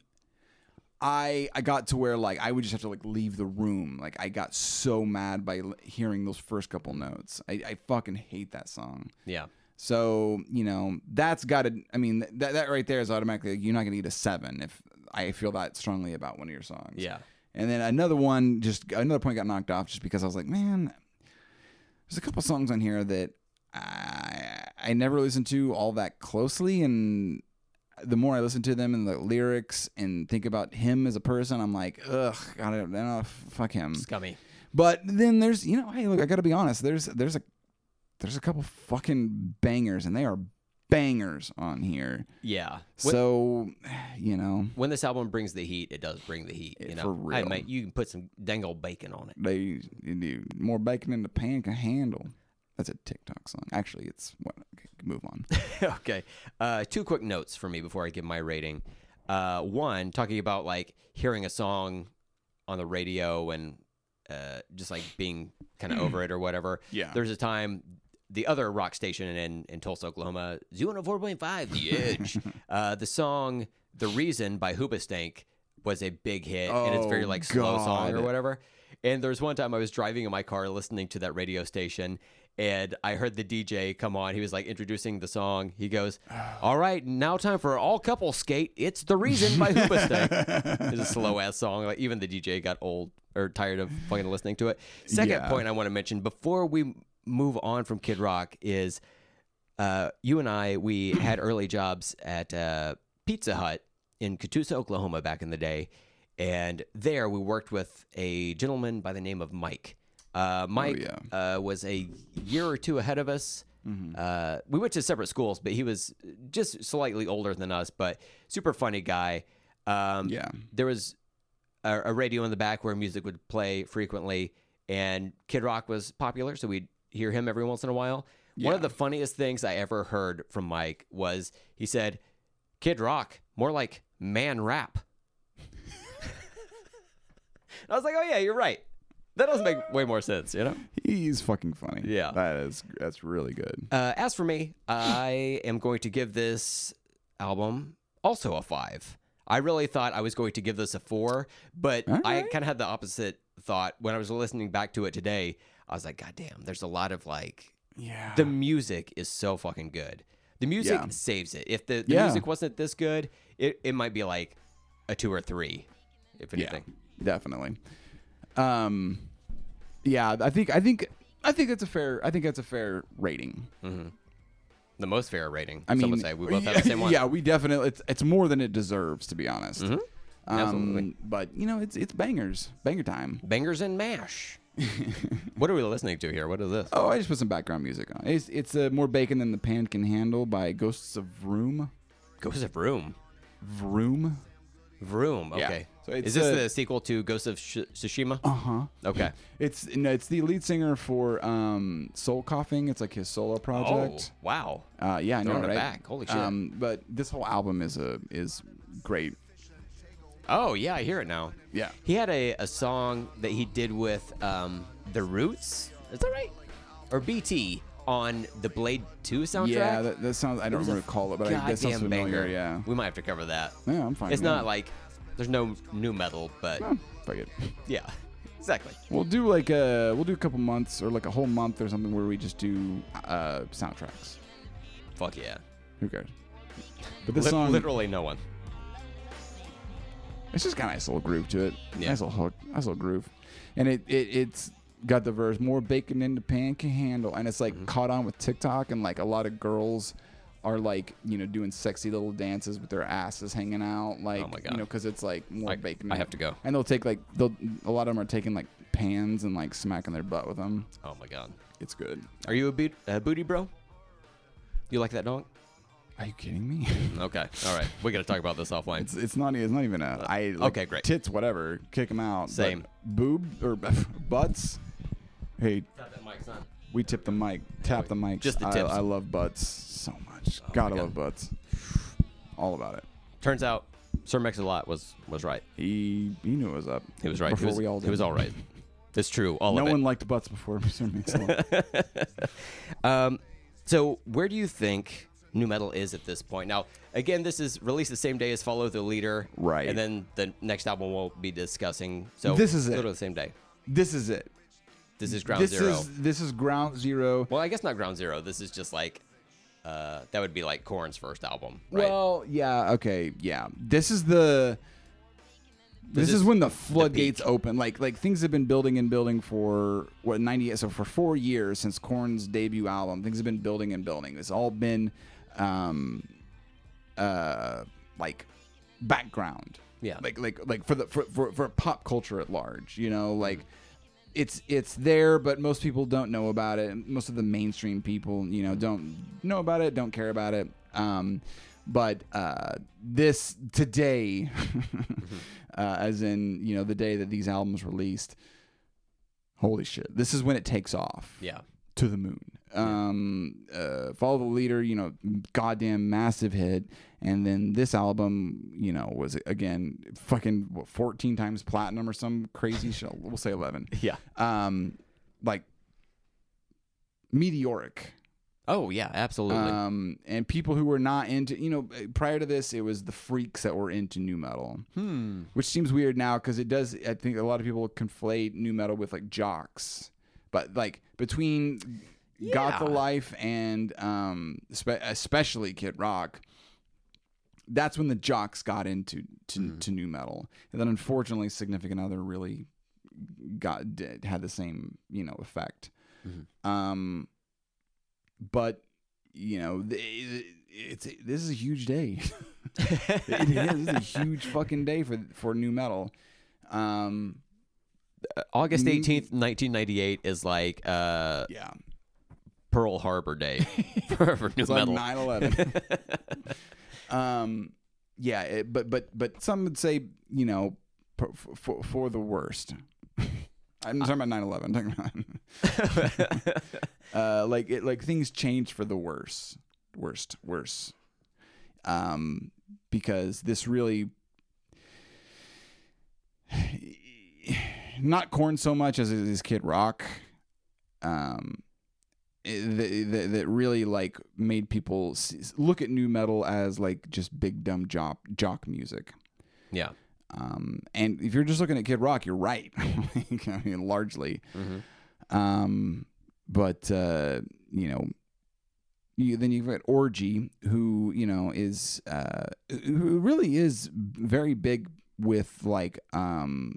I I got to where like I would just have to like leave the room. Like I got so mad by l- hearing those first couple notes. I, I fucking hate that song. Yeah. So you know that's got to. I mean th- that that right there is automatically like, you're not gonna get a seven if I feel that strongly about one of your songs. Yeah. And then another one, just another point got knocked off just because I was like, man, there's a couple songs on here that I I never listened to all that closely, and the more I listen to them and the lyrics and think about him as a person, I'm like, ugh, I don't know, fuck him. Scummy. But then there's, you know, hey, look, I gotta be honest. There's there's a there's a couple fucking bangers, and they are bangers on here. Yeah. When, So, you know, when this album brings the heat, it does bring the heat. You Eh, know, for Hey, real. mate, you can put some dang old bacon on it. they you do more bacon than the pan can handle. That's a TikTok song. Actually, it's what. Okay, move on. okay. Uh, two quick notes for me before I give my rating. Uh, one, talking about like hearing a song on the radio and uh, just like being kind of over it or whatever. Yeah. There's a time the other rock station in in Tulsa, Oklahoma, Zoo 104.5, The Edge. uh, the song "The Reason" by Hoobastank was a big hit, and it's very Oh, like slow song or God. whatever. And there's one time I was driving in my car listening to that radio station, and I heard the DJ come on. He was like introducing the song. He goes, "All right, now time for all couple skate. It's the reason by Hoobastank." it's a slow ass song. Like even the DJ got old or tired of fucking listening to it. Second Yeah. point I want to mention before we move on from Kid Rock is uh, you and I, we had early jobs at uh, Pizza Hut in Catoosa, Oklahoma back in the day. And there we worked with a gentleman by the name of Mike. Uh, Mike uh, was a year or two ahead of us. Uh, we went to separate schools, but he was just slightly older than us, but super funny guy. Um, Yeah. There was a, a radio in the back where music would play frequently, and Kid Rock was popular, so we'd hear him every once in a while. One of the funniest things I ever heard from Mike was he said, "Kid Rock, more like man rap." I was like, "Oh yeah, you're right. That does make way more sense, you know." He's fucking funny. Yeah. that is that's really good. Uh, as for me, I am going to give this album also a five. I really thought I was going to give this a four, but I kind of had the opposite thought when I was listening back to it today. I was like, God damn, there's a lot of like, Yeah, the music is so fucking good. The music Yeah. saves it. If the, the Yeah. music wasn't this good, it, it might be like a two or three, if anything. definitely. Um, yeah, I think I think I think that's a fair I think that's a fair rating. The most fair rating. I mean, some would say we both yeah, have the same one. Mm-hmm. Yeah, we definitely it's it's more than it deserves to be honest. Um, Absolutely. But you know, it's it's bangers, banger time. Bangers and mash. what are we listening to here? What is this? Oh, I just put some background music on. It's it's uh, more bacon than the pan can handle by Ghosts of Vroom. Ghost of Room. Vroom. Vroom. Yeah. Okay. So Is it's this a- the sequel to Ghost of Sh- Tsushima? Uh Uh-huh. huh. Okay. It's no, it's the lead singer for um, Soul Coughing. It's like his solo Oh, project. wow. Uh, yeah, I know, Throwing it right? back. Holy shit. Um, but this whole album is a is great. Oh, yeah, I hear it now. Yeah. He had a, a song that he did with um, The Roots. Is that right? Or BT on the Blade 2 soundtrack? Yeah, that, that sounds. I don't was a remember to call it, but I, that sounds Goddamn familiar. banger. Yeah. We might have to cover that. Yeah, I'm fine It's with not that. like there's no new metal, but Huh, fuck it. yeah, exactly. We'll do like a we'll do a couple months or like a whole month or something where we just do uh, soundtracks. Fuck yeah. Who cares? But this Lit- song, literally no one. it's just got a nice little groove to it. Yeah. Nice little hook, nice little groove, and it, it it's got the verse more bacon in the pan can handle, and it's like Mm-hmm. caught on with TikTok and like a lot of girls are like you know doing sexy little dances with their asses hanging out, like Oh my you God. know because it's like more I- bacon. I have to go. and they'll take like they'll a lot of them are taking like pans and like smacking their butt with them. Oh my god. It's good. Are you a, boot, a booty bro? You like that dog? Are you kidding me? Okay. All right. We got to talk about this offline. It's, it's not it's not even a I like, okay, great. tits whatever kick them out but Same. boob or butts hey we tip the mic tap the mic Just the I, tips. Oh I love butts so much gotta God. love butts all about it Turns out Sir Mix-a-Lot was was right. he he knew it was up He was right. before he was, we all did He was all right. It's true. All no of it. one liked butts before Mr. Mix-a-Lot. Um, so where do you think new metal is at this point? Now, again, this is released the same day as Follow the Leader, Right. And then the next album we'll be discussing. So This is it. Literally the same day. this is it This is Ground this Zero. is this is ground zero Well, I guess not Ground Zero. This is just like uh, that would be like Korn's first album, right? Well, yeah, okay, yeah. This is the this, This is, is when the floodgates peak. open. Like like things have been building and building for what 90 so for 4 years since Korn's debut album. Things have been building and building. It's all been um uh like background. Yeah. Like like like for the for for, for pop culture at large, you know, like it's it's there, but most people don't know about it. and Most of the mainstream people, you know, don't know about it, don't care about it. Um, but uh, this today, uh, as in you know the day that these albums released, holy shit! This is when it takes off yeah. to the moon. Um, uh, Follow the Leader, you know, goddamn massive hit. And then this album, you know, was again fucking what, 14 times platinum or some crazy shit. We'll say 11. Yeah. Um, like meteoric. Oh yeah, absolutely. Um, and people who were not into, you know, eh, prior to this, it was the freaks that were into new metal, hmm. which seems weird now because it does. I think a lot of people conflate new metal with like jocks, but like between Got the Yeah. Life and um, spe- especially Kid Rock, that's when the jocks got into to, Mm-hmm. to new metal, and then unfortunately, Significant Other really got did, had the same you know effect. Mm-hmm. Um, but you know, th- it's this is a huge day. it is it's a huge fucking day for for new metal. Um, Mm. August eighteenth, nineteen ninety-eight is like uh, yeah, Pearl Harbor Day for, for new it's metal. like 9/11. um, yeah, it, but but but some would say you know for for, for the worst. I'm talking about 9/11. I'm talking about uh, like it, like things change for the worse, worst, worse. Um, because this really not corn so much as it is Kid Rock. Um, that, that, that really like made people see, look at new metal as like just big dumb jock jock music. yeah. Um, and if you're just looking at Kid Rock, you're right. Like, I mean, largely. Um, but uh, you know, you, then you've got Orgy, who you know is uh, who really is very big with like um,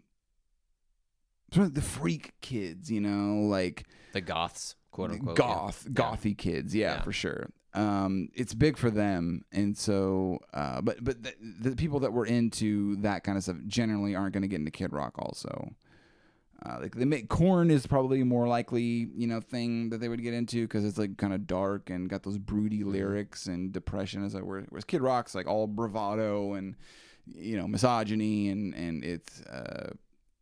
sort of the freak kids, you know, like The goths, quote unquote. yeah. goth gothy kids yeah, Yeah. for sure um it's big for them and so uh but but the, the people that were into that kind of stuff generally aren't going to get into kid rock also uh, like they make corn is probably a more likely you know thing that they would get into because it's like kind of dark and got those broody lyrics and depression as it were whereas kid rock's like all bravado and you know misogyny and and it's uh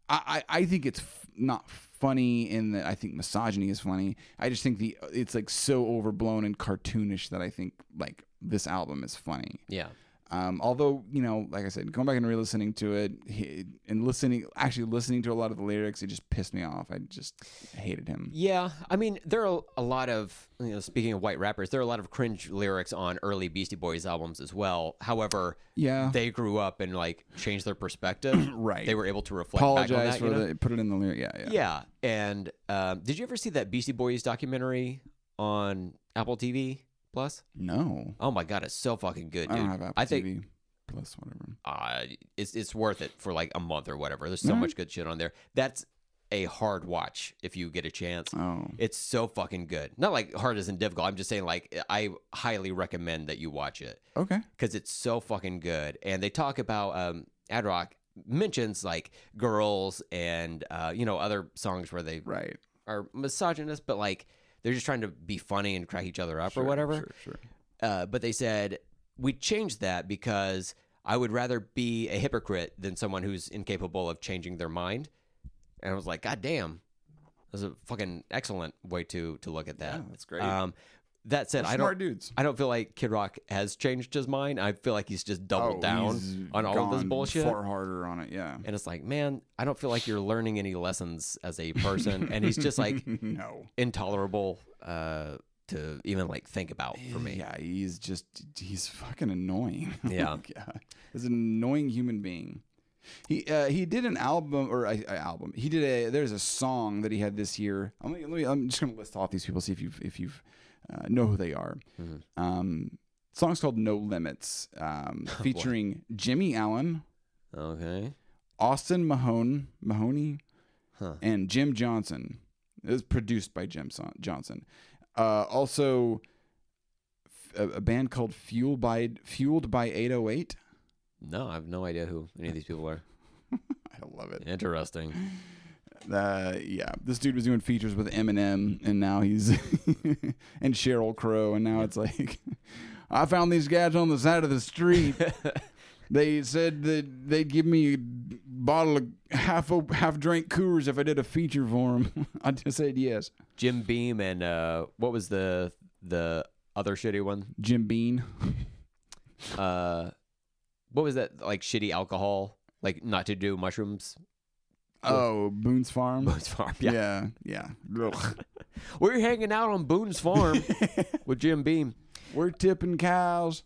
I, I I think it's f- not funny in that I think misogyny is funny. I just think the it's like so overblown and cartoonish that I think like this album is funny. Yeah. Um, although you know, like I said, going back and re-listening to it he, and listening, actually listening to a lot of the lyrics, it just pissed me off. I just hated him. Yeah, I mean, there are a lot of you know. Speaking of white rappers, there are a lot of cringe lyrics on early Beastie Boys albums as well. However, Yeah. they grew up and like changed their perspective. Right. they were able to reflect. back on Apologize that, for you know? the put it in the lyric. Yeah, yeah. Yeah, and um, did you ever see that Beastie Boys documentary on Apple TV Plus? No, Oh my god, it's so fucking good, I dude. don't have Apple think TV Plus whatever. uh, it's it's worth it for like a month or whatever. There's so much good shit on there. That's a hard watch if you get a chance. Oh, It's so fucking good. Not like hard isn't difficult. I'm just saying like I highly recommend that you watch it okay. because it's so fucking good. And they talk about um, Ad Rock mentions like girls and uh, you know other songs where they Right. are misogynist, but like they're just trying to be funny and crack each other up or whatever. Sure, sure. Uh, but they said we changed that because I would rather be a hypocrite than someone who's incapable of changing their mind. And I was like, God damn, that's a fucking excellent way to to look at that. that's great. Um, that said, I Smart don't. dudes. I don't feel like Kid Rock has changed his mind. I feel like he's just doubled Oh, he's down on all of this gone bullshit. Far harder on it, yeah. And it's like, man, I don't feel like you're learning any lessons as a person. and he's just like no. intolerable uh, to even like think about for me. Yeah, he's just he's fucking annoying. Yeah. yeah. He's an annoying human being. He uh, he did an album or a, a album. He did a there's a song that he had this year. I'm gonna- let me, I'm just gonna list off these people see if you have if you have uh, know who they are. Um, song's called No Limits, um, featuring Jimmy Allen, Okay. Austin Mahone, Mahoney, and Jim Johnson. It was produced by Jim Son- Johnson. Uh, also, f- a, a band called Fueled by Fueled by 808. No, I have no idea who any of these people are. I love it. Interesting. Uh, yeah, this dude was doing features with Eminem, and now he's and Cheryl Crow, and now it's like I found these guys on the side of the street. they said that they'd give me a bottle of half op- half drink Coors if I did a feature for them. I just said yes. Jim Beam and uh, what was the the other shitty one? Jim Bean, Uh, what was that like shitty alcohol? Like not to do mushrooms? oh Boone's Farm, Boone's Farm. Yeah. yeah, yeah. Ugh. We're hanging out on Boone's Farm with Jim Beam. We're tipping cows.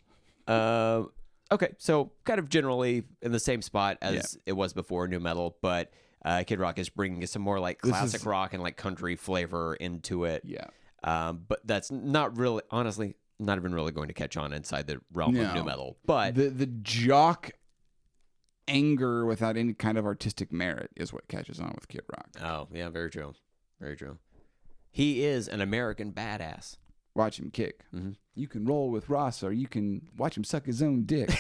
Uh, okay, so kind of generally in the same spot as it was before new metal, but uh, Kid Rock is bringing some more like classic is- rock and like country flavor into it. Yeah. Um, but that's not really, honestly, not even really going to catch on inside the realm of new No. metal. But the the jock anger without any kind of artistic merit is what catches on with Kid Rock. oh yeah, very true, very true. He is an American badass. Watch him kick. Mm-hmm. You can roll with Ross, or you can watch him suck his own dick.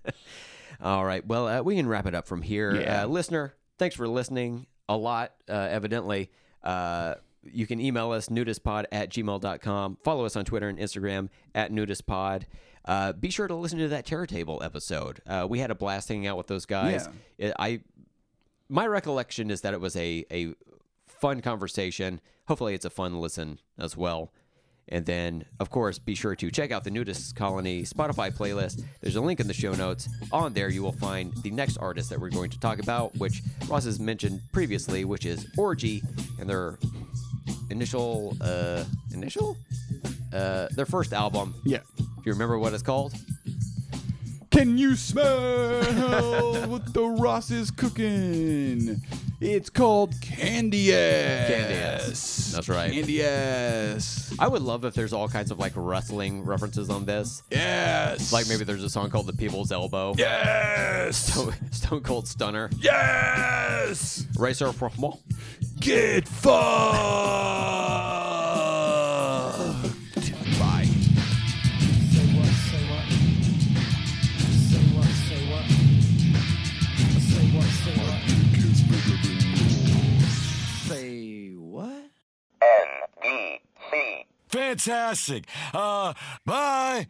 All right. Well, uh, we can wrap it up from here. Yeah. Uh, listener, thanks for listening a lot, uh, evidently. Uh, you can email us nudispod at gmail.com. Follow us on Twitter and Instagram at nudispod. Uh, be sure to listen to that Terror Table episode. Uh, we had a blast hanging out with those guys. It- I my recollection is that it was a, a fun conversation. Hopefully, it's a fun listen as well. And then, of course, be sure to check out the Nudist Colony Spotify playlist. There's a link in the show notes. On there, you will find the next artist that we're going to talk about, which Ross has mentioned previously, which is Orgy, and their initial uh, initial uh, their first album. yeah. Do you remember what it's called? Can you smell what the Ross is cooking? It's called Candy Ass. Candy Ass. That's right. Candy Ass. I would love if there's all kinds of like wrestling references on this. Yes. Like maybe there's a song called "The People's Elbow." Yes. Stone Cold Stunner. Yes. Racer Promo. Get fucked. Bye. Say what, say what? Say what, say what? Say what, say what? Say what? Fantastic. Uh, bye.